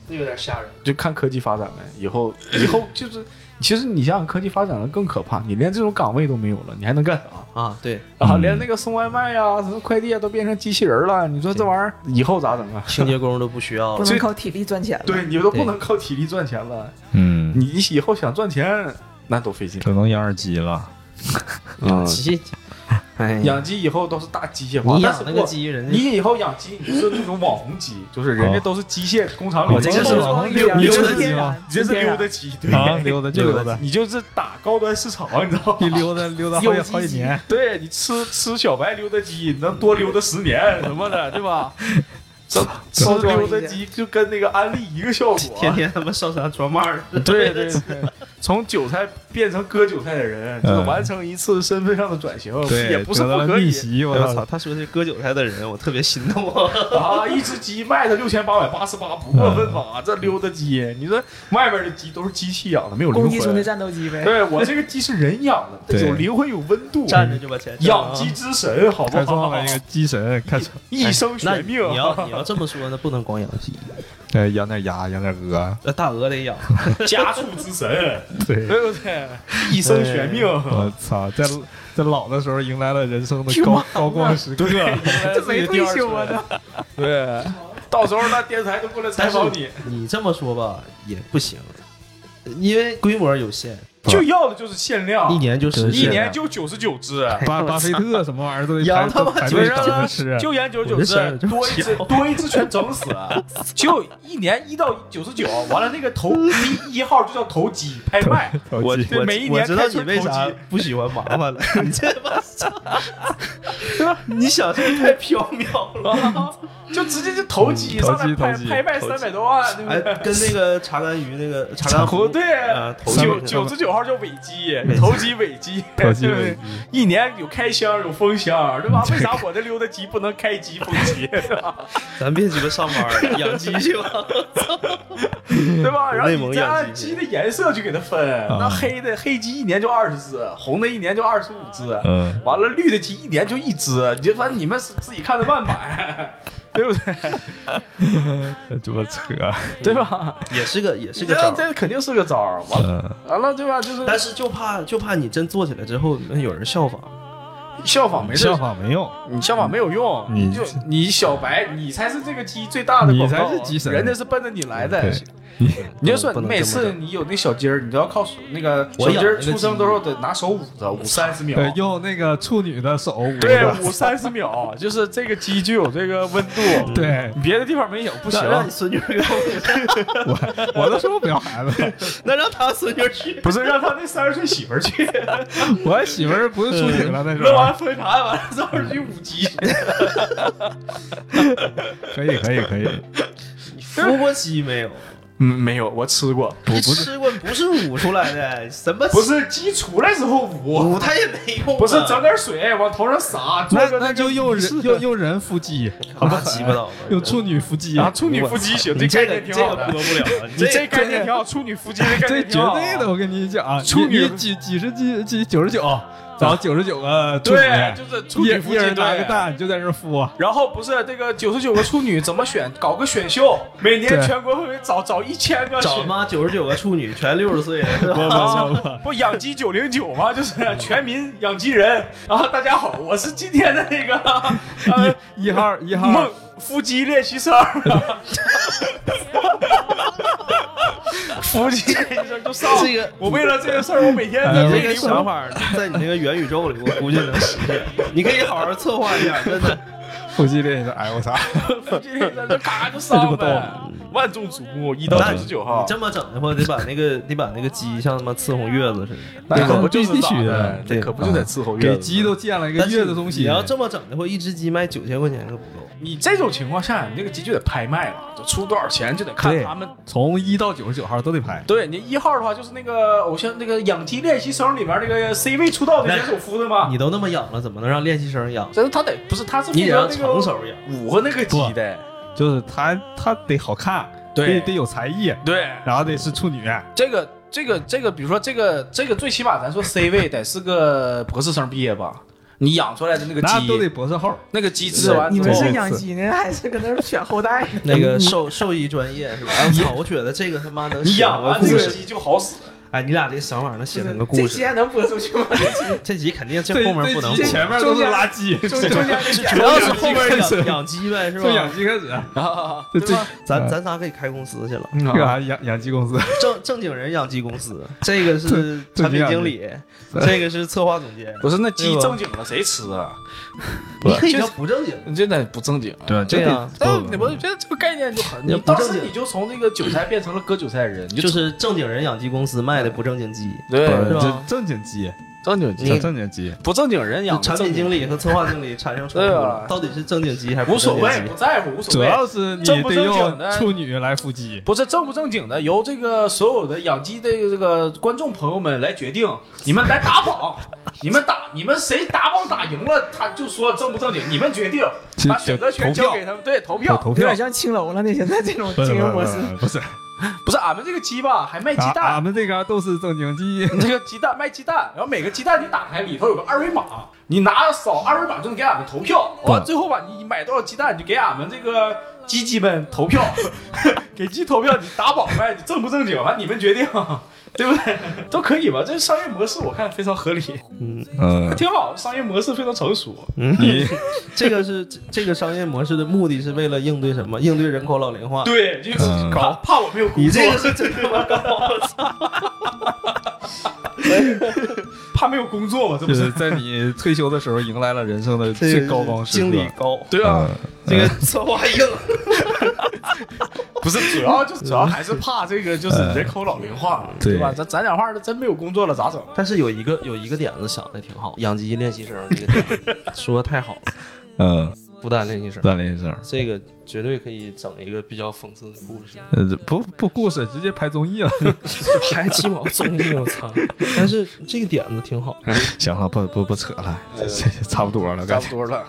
Speaker 3: 这有点吓人。
Speaker 2: 就看科技发展呗。以后以 后就是，其实你想想，科技发展的更可怕，你连这种岗位都没有了，你还能干啥？
Speaker 3: 啊，对，
Speaker 2: 啊，连那个送外卖呀、什么快递啊，都变成机器人了。你说这玩意儿以后咋 整啊？
Speaker 3: 清洁工都不需要
Speaker 4: 不
Speaker 3: 了。
Speaker 4: 能靠体力赚钱了。
Speaker 2: 对你都不能靠体力赚钱了，
Speaker 1: 嗯，
Speaker 2: 你以后想赚钱那都费劲。
Speaker 1: 只能养耳机了。
Speaker 2: 嗯，
Speaker 3: 鸡，哎呀，
Speaker 2: 养鸡以后都是大机械化，
Speaker 3: 你
Speaker 2: 但
Speaker 3: 养
Speaker 2: 是
Speaker 3: 那个
Speaker 2: 不
Speaker 3: 鸡，人家
Speaker 2: 你以后养鸡，你是那种网红鸡，就是人家都是机械工厂里
Speaker 1: 哦这
Speaker 2: 的工
Speaker 1: 个
Speaker 2: 作
Speaker 1: 是
Speaker 2: 人员，
Speaker 1: 网红
Speaker 4: 溜
Speaker 1: 溜达
Speaker 4: 达
Speaker 1: 鸡
Speaker 4: 鸡
Speaker 1: 吗
Speaker 2: 你这是溜达鸡，对
Speaker 1: 啊溜达就溜达
Speaker 2: 你就是打高端市场，你知道
Speaker 1: 一
Speaker 2: 吗？
Speaker 1: 溜达溜达 好几好几年，
Speaker 2: 对你吃吃小白溜达鸡，你能多溜达十年什么的，对吧？这吃溜达鸡就跟那个安利一个效
Speaker 3: 天
Speaker 2: 果。
Speaker 3: 天他妈上山装帽儿的，
Speaker 2: 对对对，从韭菜变成割韭菜的人，
Speaker 1: 嗯
Speaker 2: 就是完成一次身份上的转型，
Speaker 1: 对，
Speaker 2: 也不是
Speaker 1: 得
Speaker 2: 不
Speaker 1: 了
Speaker 2: 可
Speaker 1: 逆
Speaker 2: 以
Speaker 1: 袭，我
Speaker 3: 我
Speaker 1: 操
Speaker 3: 操！！他说这割韭菜的人，我特别 心动啊。
Speaker 2: 啊！一只鸡卖它六千八百八十八，不过分吧？这溜达鸡，你说外边的鸡都是机器养的，没有灵
Speaker 4: 公益村的
Speaker 2: 魂。
Speaker 4: 战斗机呗。
Speaker 2: 对我这个鸡是人养的，
Speaker 1: 对
Speaker 2: 有灵魂，有温度。
Speaker 3: 站着就把钱挣了
Speaker 2: 养
Speaker 3: 啊
Speaker 2: 鸡之神，好不
Speaker 1: 开创
Speaker 2: 好
Speaker 1: 了？一个鸡神，开 创
Speaker 2: 一生
Speaker 3: 哎那
Speaker 2: 悬
Speaker 3: 你
Speaker 2: 命。
Speaker 3: 要你要这么说，那不能光养鸡，
Speaker 1: 呃养点鸭，养点鹅，
Speaker 3: 那大鹅 得养。
Speaker 2: 家畜之神，
Speaker 1: 对，
Speaker 2: 对不对？一生悬命，
Speaker 1: 我操，在在老的时候迎来了人生的高高光时 刻，
Speaker 3: 啊
Speaker 2: 这
Speaker 4: 没退休啊
Speaker 2: 对，到时候那电视台都过来采访你，
Speaker 3: 你这么说吧也不行，因为规模有限，
Speaker 2: 就要的就是限量
Speaker 3: 啊一，年就十
Speaker 2: 一
Speaker 3: 只
Speaker 2: 年就九十九只。
Speaker 1: 巴巴菲特什么玩意儿 都得
Speaker 3: 养
Speaker 1: 排
Speaker 3: 他妈
Speaker 1: 排
Speaker 3: 几
Speaker 1: 队
Speaker 3: 个
Speaker 1: 怎么吃？
Speaker 2: 就研九十九
Speaker 3: 啊我这
Speaker 2: 只
Speaker 3: 事儿，就
Speaker 2: 多一只多一只全整死，啊 就一年一到九十九，完了那个头第一号就叫头鸡拍卖，
Speaker 1: 我
Speaker 2: 对每一年
Speaker 3: 我知道
Speaker 2: 开
Speaker 3: 你
Speaker 2: 春
Speaker 3: 为
Speaker 2: 投
Speaker 3: 啥
Speaker 2: 鸡，
Speaker 3: 不喜欢麻烦了， 你这把你想象太缥缈了，
Speaker 2: 就直接就投机
Speaker 3: 嗯
Speaker 2: 上来
Speaker 1: 投机
Speaker 2: 拍
Speaker 1: 投机
Speaker 2: 拍卖三百多万，对不
Speaker 3: 哎
Speaker 2: 对？，
Speaker 3: 跟那个查干鱼那 个查干湖
Speaker 2: 不对
Speaker 3: 啊，头
Speaker 2: 九
Speaker 3: 鸡
Speaker 2: 九十九号叫尾鸡，
Speaker 3: 尾鸡
Speaker 2: 头鸡尾 鸡，
Speaker 1: 投机
Speaker 2: 对不
Speaker 1: 尾
Speaker 2: 对
Speaker 1: 机，
Speaker 2: 一年有开箱有封箱，对 吧？为啥我这溜达鸡不能开鸡封鸡，
Speaker 3: 咱别鸡巴上班了，养鸡去 吧。
Speaker 2: 对吧？然后
Speaker 3: 内蒙啊
Speaker 2: 你再
Speaker 3: 养
Speaker 2: 按
Speaker 3: 鸡
Speaker 2: 鸡的颜色去给它分，那黑的黑鸡一年就二十只，红的一年就二十五只，
Speaker 1: 嗯，
Speaker 2: 完了绿的鸡一年就一只，你就反正你们自己看着办吧。 对不对？
Speaker 1: 这么 扯，
Speaker 2: 对吧？
Speaker 3: 也是个也是个
Speaker 2: 这
Speaker 3: 招儿。
Speaker 2: 这肯定是个招儿，完了
Speaker 1: 嗯，
Speaker 2: 完了，对吧？就是
Speaker 3: 但是就怕就怕你真做起来之后，那有人效仿，
Speaker 2: 效仿没事
Speaker 1: 效，仿没用，
Speaker 2: 你效仿没有用，
Speaker 1: 你
Speaker 2: 就你小白，你才是这个鸡最大的广告，啊
Speaker 1: 你才是鸡神
Speaker 2: 人家是奔着你来的
Speaker 1: 对。
Speaker 2: 你就说
Speaker 3: 不
Speaker 2: 你
Speaker 3: 能
Speaker 2: 每
Speaker 3: 这
Speaker 2: 次
Speaker 3: 么
Speaker 2: 你有那小鸡儿，你都要靠手那个小
Speaker 3: 我养
Speaker 2: 鸡儿
Speaker 3: 那个
Speaker 2: 出生
Speaker 3: 鸡
Speaker 2: 的时候得拿手捂着，捂三十秒。
Speaker 1: 对，用那个处女的手捂
Speaker 2: 对，
Speaker 1: 着，
Speaker 2: 捂三十秒，就是这个鸡具有这个温度，
Speaker 1: 对
Speaker 2: 别的地方没有，不行
Speaker 3: 那。让你孙女儿给我，
Speaker 1: 我都说我不要孩子，
Speaker 3: 那让他孙女儿去，
Speaker 2: 不是让他那三十岁媳妇儿去，
Speaker 1: 我媳妇儿不是处女了，那时
Speaker 2: 弄
Speaker 1: 候
Speaker 2: 嗯完分盘完了之后去捂鸡，
Speaker 1: 可以可以 可以，
Speaker 3: 你孵过鸡没有？
Speaker 2: 嗯，没有，我吃过，
Speaker 1: 不
Speaker 3: 你
Speaker 1: 不是
Speaker 3: 吃过不是捂出来的，什么
Speaker 2: 不是鸡出来之后捂，
Speaker 3: 捂它也没用啊，
Speaker 2: 不是整点水往头上洒，做
Speaker 1: 那
Speaker 2: 个
Speaker 1: 那就用人用用人腹肌，好不
Speaker 3: 那
Speaker 1: 好？
Speaker 3: 鸡巴倒吧，
Speaker 1: 用处女腹肌，
Speaker 2: 啊，处女腹肌行，
Speaker 3: 你
Speaker 2: 概
Speaker 3: 这个
Speaker 2: 念挺
Speaker 3: 这
Speaker 2: 好
Speaker 3: 个
Speaker 2: 的
Speaker 3: 播。不了啊，你
Speaker 2: 你这概念挺好，处女腹肌这概
Speaker 1: 这
Speaker 2: 念
Speaker 1: 绝
Speaker 2: 挺好
Speaker 1: 对的，。我跟你讲，啊
Speaker 2: 处
Speaker 1: 你
Speaker 2: 女
Speaker 1: 你几几十几几九十九，找九十九个处
Speaker 2: 对，
Speaker 1: 女，
Speaker 2: 就是处女
Speaker 1: 一
Speaker 2: 腹
Speaker 1: 一
Speaker 2: 肌
Speaker 1: 人拿个
Speaker 2: 对。
Speaker 1: 蛋就在那儿孵，啊
Speaker 2: 然后不是这个九十九个处女怎么选？搞个选秀，每年
Speaker 1: 对
Speaker 2: 全国会找找一千个
Speaker 3: 找
Speaker 2: 选
Speaker 3: 妈九十九个处女全六十岁了，是吧
Speaker 2: 啊， 不养鸡九零九吗？就是全民养鸡人啊！大家好，我是今天的那个呃
Speaker 1: 一一号一号
Speaker 2: 梦腹肌练习生儿，腹肌练习生就上。
Speaker 3: 这个
Speaker 2: 我为了这个事儿，我每天
Speaker 1: 哎
Speaker 2: 在
Speaker 3: 你
Speaker 2: 这
Speaker 3: 这
Speaker 2: 个
Speaker 3: 个想法在你那个元宇宙里，我估计能实现。你可以好好策划一下，真的。
Speaker 1: 腹肌练一下，哎我 操，
Speaker 2: 腹肌练习生就咔就上呗，万众瞩目，一到九十九
Speaker 3: 你
Speaker 2: 号。
Speaker 3: 这么整的话，得把那个得把那个鸡像他妈伺候月子似的。
Speaker 1: 那
Speaker 2: 可不就是
Speaker 1: 必须的
Speaker 2: 咋
Speaker 1: 嗯
Speaker 2: 的，，这可不就得伺候月
Speaker 1: 给
Speaker 2: 子
Speaker 1: 鸡都建了一个
Speaker 3: 但是
Speaker 1: 月子中心
Speaker 3: 你，要这么整的话，一只鸡卖九千块钱可不够。
Speaker 2: 你这种情况下，你这个鸡就得拍卖了，就出多少钱就得看
Speaker 1: 对
Speaker 2: 他们。
Speaker 1: 从一到九十九号都得拍，
Speaker 2: 对你一号的话，就是那个偶像那个养鸡练习生里面那个 C 位出道的选手夫的嘛。
Speaker 3: 你都那么养了，怎么能让练习生养？
Speaker 2: 真的他得不是他是
Speaker 3: 你得
Speaker 2: 负
Speaker 3: 让
Speaker 2: 责那个
Speaker 3: 成手养。
Speaker 2: 舞和那个鸡的，
Speaker 1: 就是他他得好看，
Speaker 2: 对
Speaker 1: 得得有才艺，
Speaker 2: 对
Speaker 1: 然后得是处女，
Speaker 2: 这个这个这个，比如说这个这个最起码咱说 C 位得是个博士生毕业吧，你养出来的那个
Speaker 1: 那都得
Speaker 2: 鸡，
Speaker 1: 博士后，
Speaker 2: 那个鸡吃完
Speaker 4: 你
Speaker 2: 之
Speaker 4: 们
Speaker 2: 后，
Speaker 4: 是养鸡呢，还是搁那儿选后代呢？
Speaker 3: 那个兽兽医专业是吧？哎我操，我觉得这个他妈能
Speaker 2: 你
Speaker 3: 写
Speaker 2: 养
Speaker 3: 成个
Speaker 2: 完
Speaker 3: 故
Speaker 2: 这个
Speaker 3: 事。
Speaker 2: 鸡就好使。
Speaker 3: 哎，你俩这个想法能写成个
Speaker 4: 这
Speaker 3: 故
Speaker 4: 期
Speaker 3: 事。
Speaker 4: 还能播出去吗？
Speaker 3: 这集肯定这
Speaker 1: 这
Speaker 3: 后面不
Speaker 1: 这
Speaker 3: 能
Speaker 1: 鸡
Speaker 3: 播，
Speaker 1: 前面都是垃圾，
Speaker 4: 中中间
Speaker 3: 主要是后面养养鸡呗，是吧
Speaker 1: 从？养鸡开始， 这这
Speaker 3: 咱咱仨可以开公司去了。
Speaker 1: 这个还啊养养鸡公司，
Speaker 3: 正正经人养鸡公司，这个是产品经理，这个是策划总监，
Speaker 2: 不是那鸡
Speaker 3: 对吧
Speaker 2: 正经了谁吃啊？
Speaker 3: 你可以
Speaker 2: 就
Speaker 3: 叫
Speaker 2: 是
Speaker 3: 不正经。
Speaker 2: 你这得不正经。啊
Speaker 1: 对
Speaker 3: 这样
Speaker 2: 但你我觉得这个概念就很，
Speaker 3: 啊也
Speaker 2: 你
Speaker 3: 不
Speaker 2: 当
Speaker 3: 正
Speaker 2: 时
Speaker 3: 经
Speaker 2: 你就从那个韭菜变成了割韭菜人，你
Speaker 3: 就
Speaker 2: 就是
Speaker 3: 正经人养鸡公司卖的不正经鸡，
Speaker 2: 对
Speaker 3: 是
Speaker 1: 这
Speaker 3: 吧
Speaker 1: 正经鸡，
Speaker 2: 正经
Speaker 3: 你
Speaker 1: 这正经鸡，
Speaker 2: 不正经人养的
Speaker 3: 产品
Speaker 2: 正经
Speaker 3: 经理和策划经理产生冲突
Speaker 2: 对
Speaker 3: 了
Speaker 2: 啊，
Speaker 3: 到底是正经鸡还是
Speaker 2: 无
Speaker 3: 不正
Speaker 2: 所
Speaker 3: 经
Speaker 2: 谓，
Speaker 3: 鸡
Speaker 2: 不？在乎，无所
Speaker 1: 主
Speaker 2: 谓。
Speaker 1: 要是你
Speaker 2: 正不
Speaker 1: 得
Speaker 2: 正经
Speaker 1: 用
Speaker 2: 的
Speaker 1: 处女来腹 肌，
Speaker 2: 不是正不正经的，由这个所有的养鸡的这个观众朋友们来决定。你们来打榜，你们打，你们谁打榜打赢了，他就说正不正经。你们决定，
Speaker 1: 就
Speaker 2: 把选择权
Speaker 1: 投票
Speaker 2: 交给他们，对，投票。
Speaker 1: 投投
Speaker 4: 有
Speaker 1: 票
Speaker 4: 点。像青楼了呢，现在这种
Speaker 1: 不是
Speaker 4: 经营
Speaker 1: 不
Speaker 4: 模
Speaker 1: 是
Speaker 4: 式。
Speaker 1: 不是，
Speaker 2: 不是俺们这个鸡吧，还卖鸡
Speaker 1: 俺俺
Speaker 2: 蛋，
Speaker 1: 们这嘎都是正经鸡，
Speaker 2: 你这个鸡蛋卖鸡蛋，然后每个鸡蛋你打开里头有个二维码，你拿扫二维码就能给俺们投票。
Speaker 1: 不
Speaker 2: 完最后吧，你买多少鸡蛋，你就给俺们这个鸡鸡们投票， 给鸡投票，你打榜呗，你正不正经，完你们决定。 对不对？都可以吧？这商业模式我看非常合理。
Speaker 3: 嗯，
Speaker 1: 嗯，
Speaker 2: 挺好，商业模式非常成熟。
Speaker 1: 你
Speaker 3: 这个是这这个商业模式的目的是为了应对什么？应对人口老龄化。
Speaker 2: 对，就是
Speaker 1: 嗯
Speaker 2: 搞怕我没有工
Speaker 3: 你
Speaker 2: 作
Speaker 3: 这，个是真他妈高，
Speaker 2: 怕没有工作嘛，这不？
Speaker 1: 就是是在你退休的时候迎来了人生的最高光时刻。
Speaker 3: 经理高，
Speaker 2: 对啊，
Speaker 1: 嗯，
Speaker 3: 这个策划硬，
Speaker 2: 不是主要就主要还是怕这个就是人口老龄化，
Speaker 1: 哎对
Speaker 2: 对吧？咱咱讲话，真没有工作了咋 整？
Speaker 3: 但是有一个有一个点子想的挺好，养鸡练习生这个点子说的太好了，
Speaker 1: 嗯，
Speaker 3: 不单练习生，
Speaker 1: 锻炼一下。
Speaker 3: 这个绝对可以整一个比较讽刺的故事，
Speaker 1: 呃，不不，故事直接拍综艺了。
Speaker 2: 哎
Speaker 3: 拍鸡毛综艺，我操！但是这个点子挺好，
Speaker 1: 行了，不不不扯了，这这差不多了，
Speaker 2: 呃差
Speaker 1: 感
Speaker 2: 不
Speaker 1: 觉。
Speaker 2: 多了。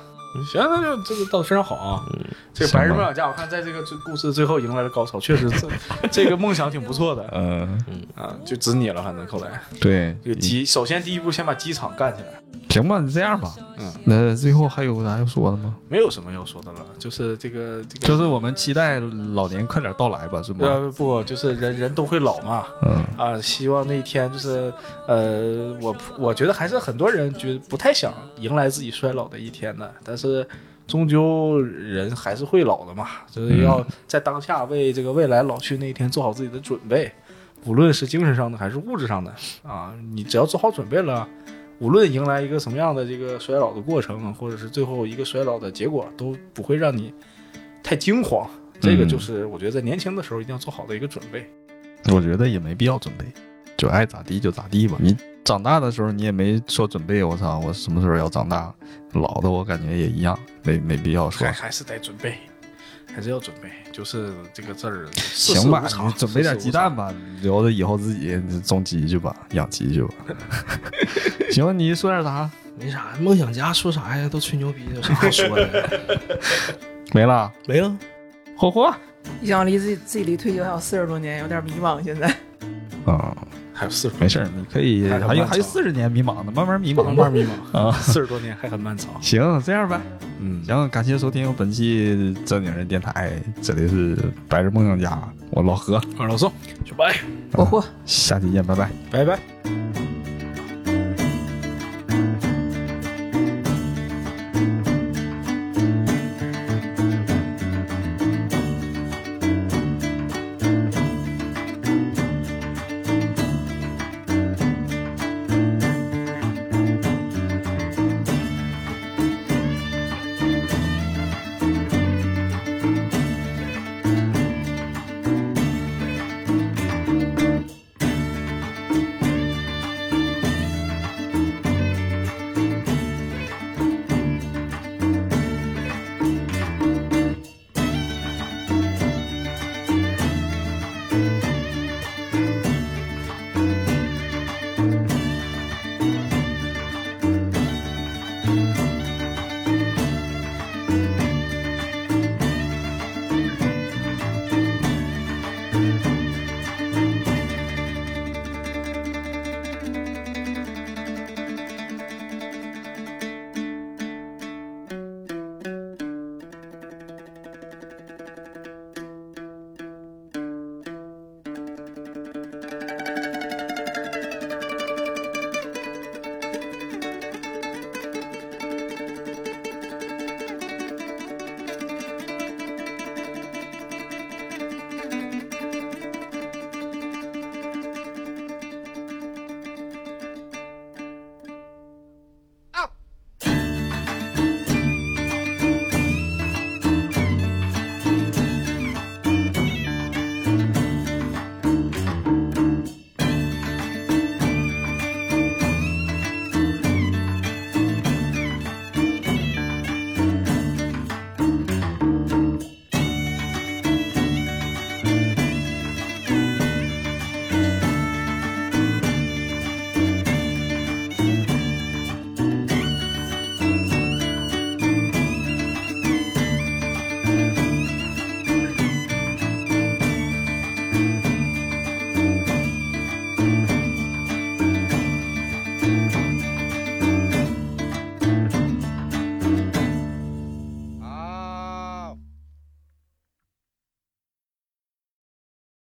Speaker 2: 行，那就这个到身上好啊。
Speaker 1: 嗯
Speaker 2: 这个白日梦想家，我看在这个最故事最后迎来了高潮，确实这 这个梦想挺不错的
Speaker 1: 嗯，
Speaker 2: 啊，就指你了，反正后来
Speaker 1: 对，
Speaker 2: 这个鸡，首先第一步先把鸡场干起来，
Speaker 1: 行吧，你这样吧，
Speaker 2: 嗯，
Speaker 1: 那最后还有啥要说的吗？
Speaker 2: 没有什么要说的了，就是这个这个，
Speaker 1: 就是我们期待老年快点到来吧，是吗？
Speaker 2: 呃不，就是人人都会老嘛，
Speaker 1: 嗯，
Speaker 2: 啊，希望那一天就是，呃，我我觉得还是很多人觉得不太想迎来自己衰老的一天的，但是终究人还是会老的嘛，就是要在当下为这个未来老去那一天做好自己的准备，无论是精神上的还是物质上的啊，你只要做好准备了，无论迎来一个什么样的这个衰老的过程，或者是最后一个衰老的结果，都不会让你太惊慌。这个就是我觉得在年轻的时候一定要做好的一个准备。
Speaker 1: 我觉得也没必要准备，就爱咋地就咋地吧。你长大的时候你也没说准备，我操，我什么时候要长大？老的我感觉也一样，没没必要说
Speaker 2: 还。还是得准备，还是要准备，就是这个字儿。世事
Speaker 1: 行吧
Speaker 2: 无，常
Speaker 1: 你准备点鸡蛋。
Speaker 2: 世事无
Speaker 1: 吧，
Speaker 2: 常
Speaker 1: 留着以后自己种鸡去吧，养鸡去 吧。行，你说点啥？
Speaker 3: 没啥，梦想家说啥呀？都吹牛逼，有啥好说的？
Speaker 1: 没了，
Speaker 3: 没了。
Speaker 1: 霍霍啊、
Speaker 4: 一想离自己自己离退休还有四十多年，有点迷茫。现在
Speaker 2: 还有四十，
Speaker 1: 啊没事儿，你可以
Speaker 2: 还有
Speaker 1: 还有
Speaker 2: 漫
Speaker 1: 还有
Speaker 2: 长
Speaker 1: 四十年迷茫呢，慢慢迷茫吧，
Speaker 2: 慢慢迷茫
Speaker 1: 啊。
Speaker 2: 四十多年还很漫长。
Speaker 1: 行，这样吧，
Speaker 2: 嗯，
Speaker 1: 行，感谢收听本期正经人电台，这里是白日梦想家，我老何，啊
Speaker 2: 二老宋，
Speaker 4: 我嚯。
Speaker 1: 下期见，拜拜。
Speaker 2: 拜
Speaker 1: 拜
Speaker 2: 拜。
Speaker 1: 拜。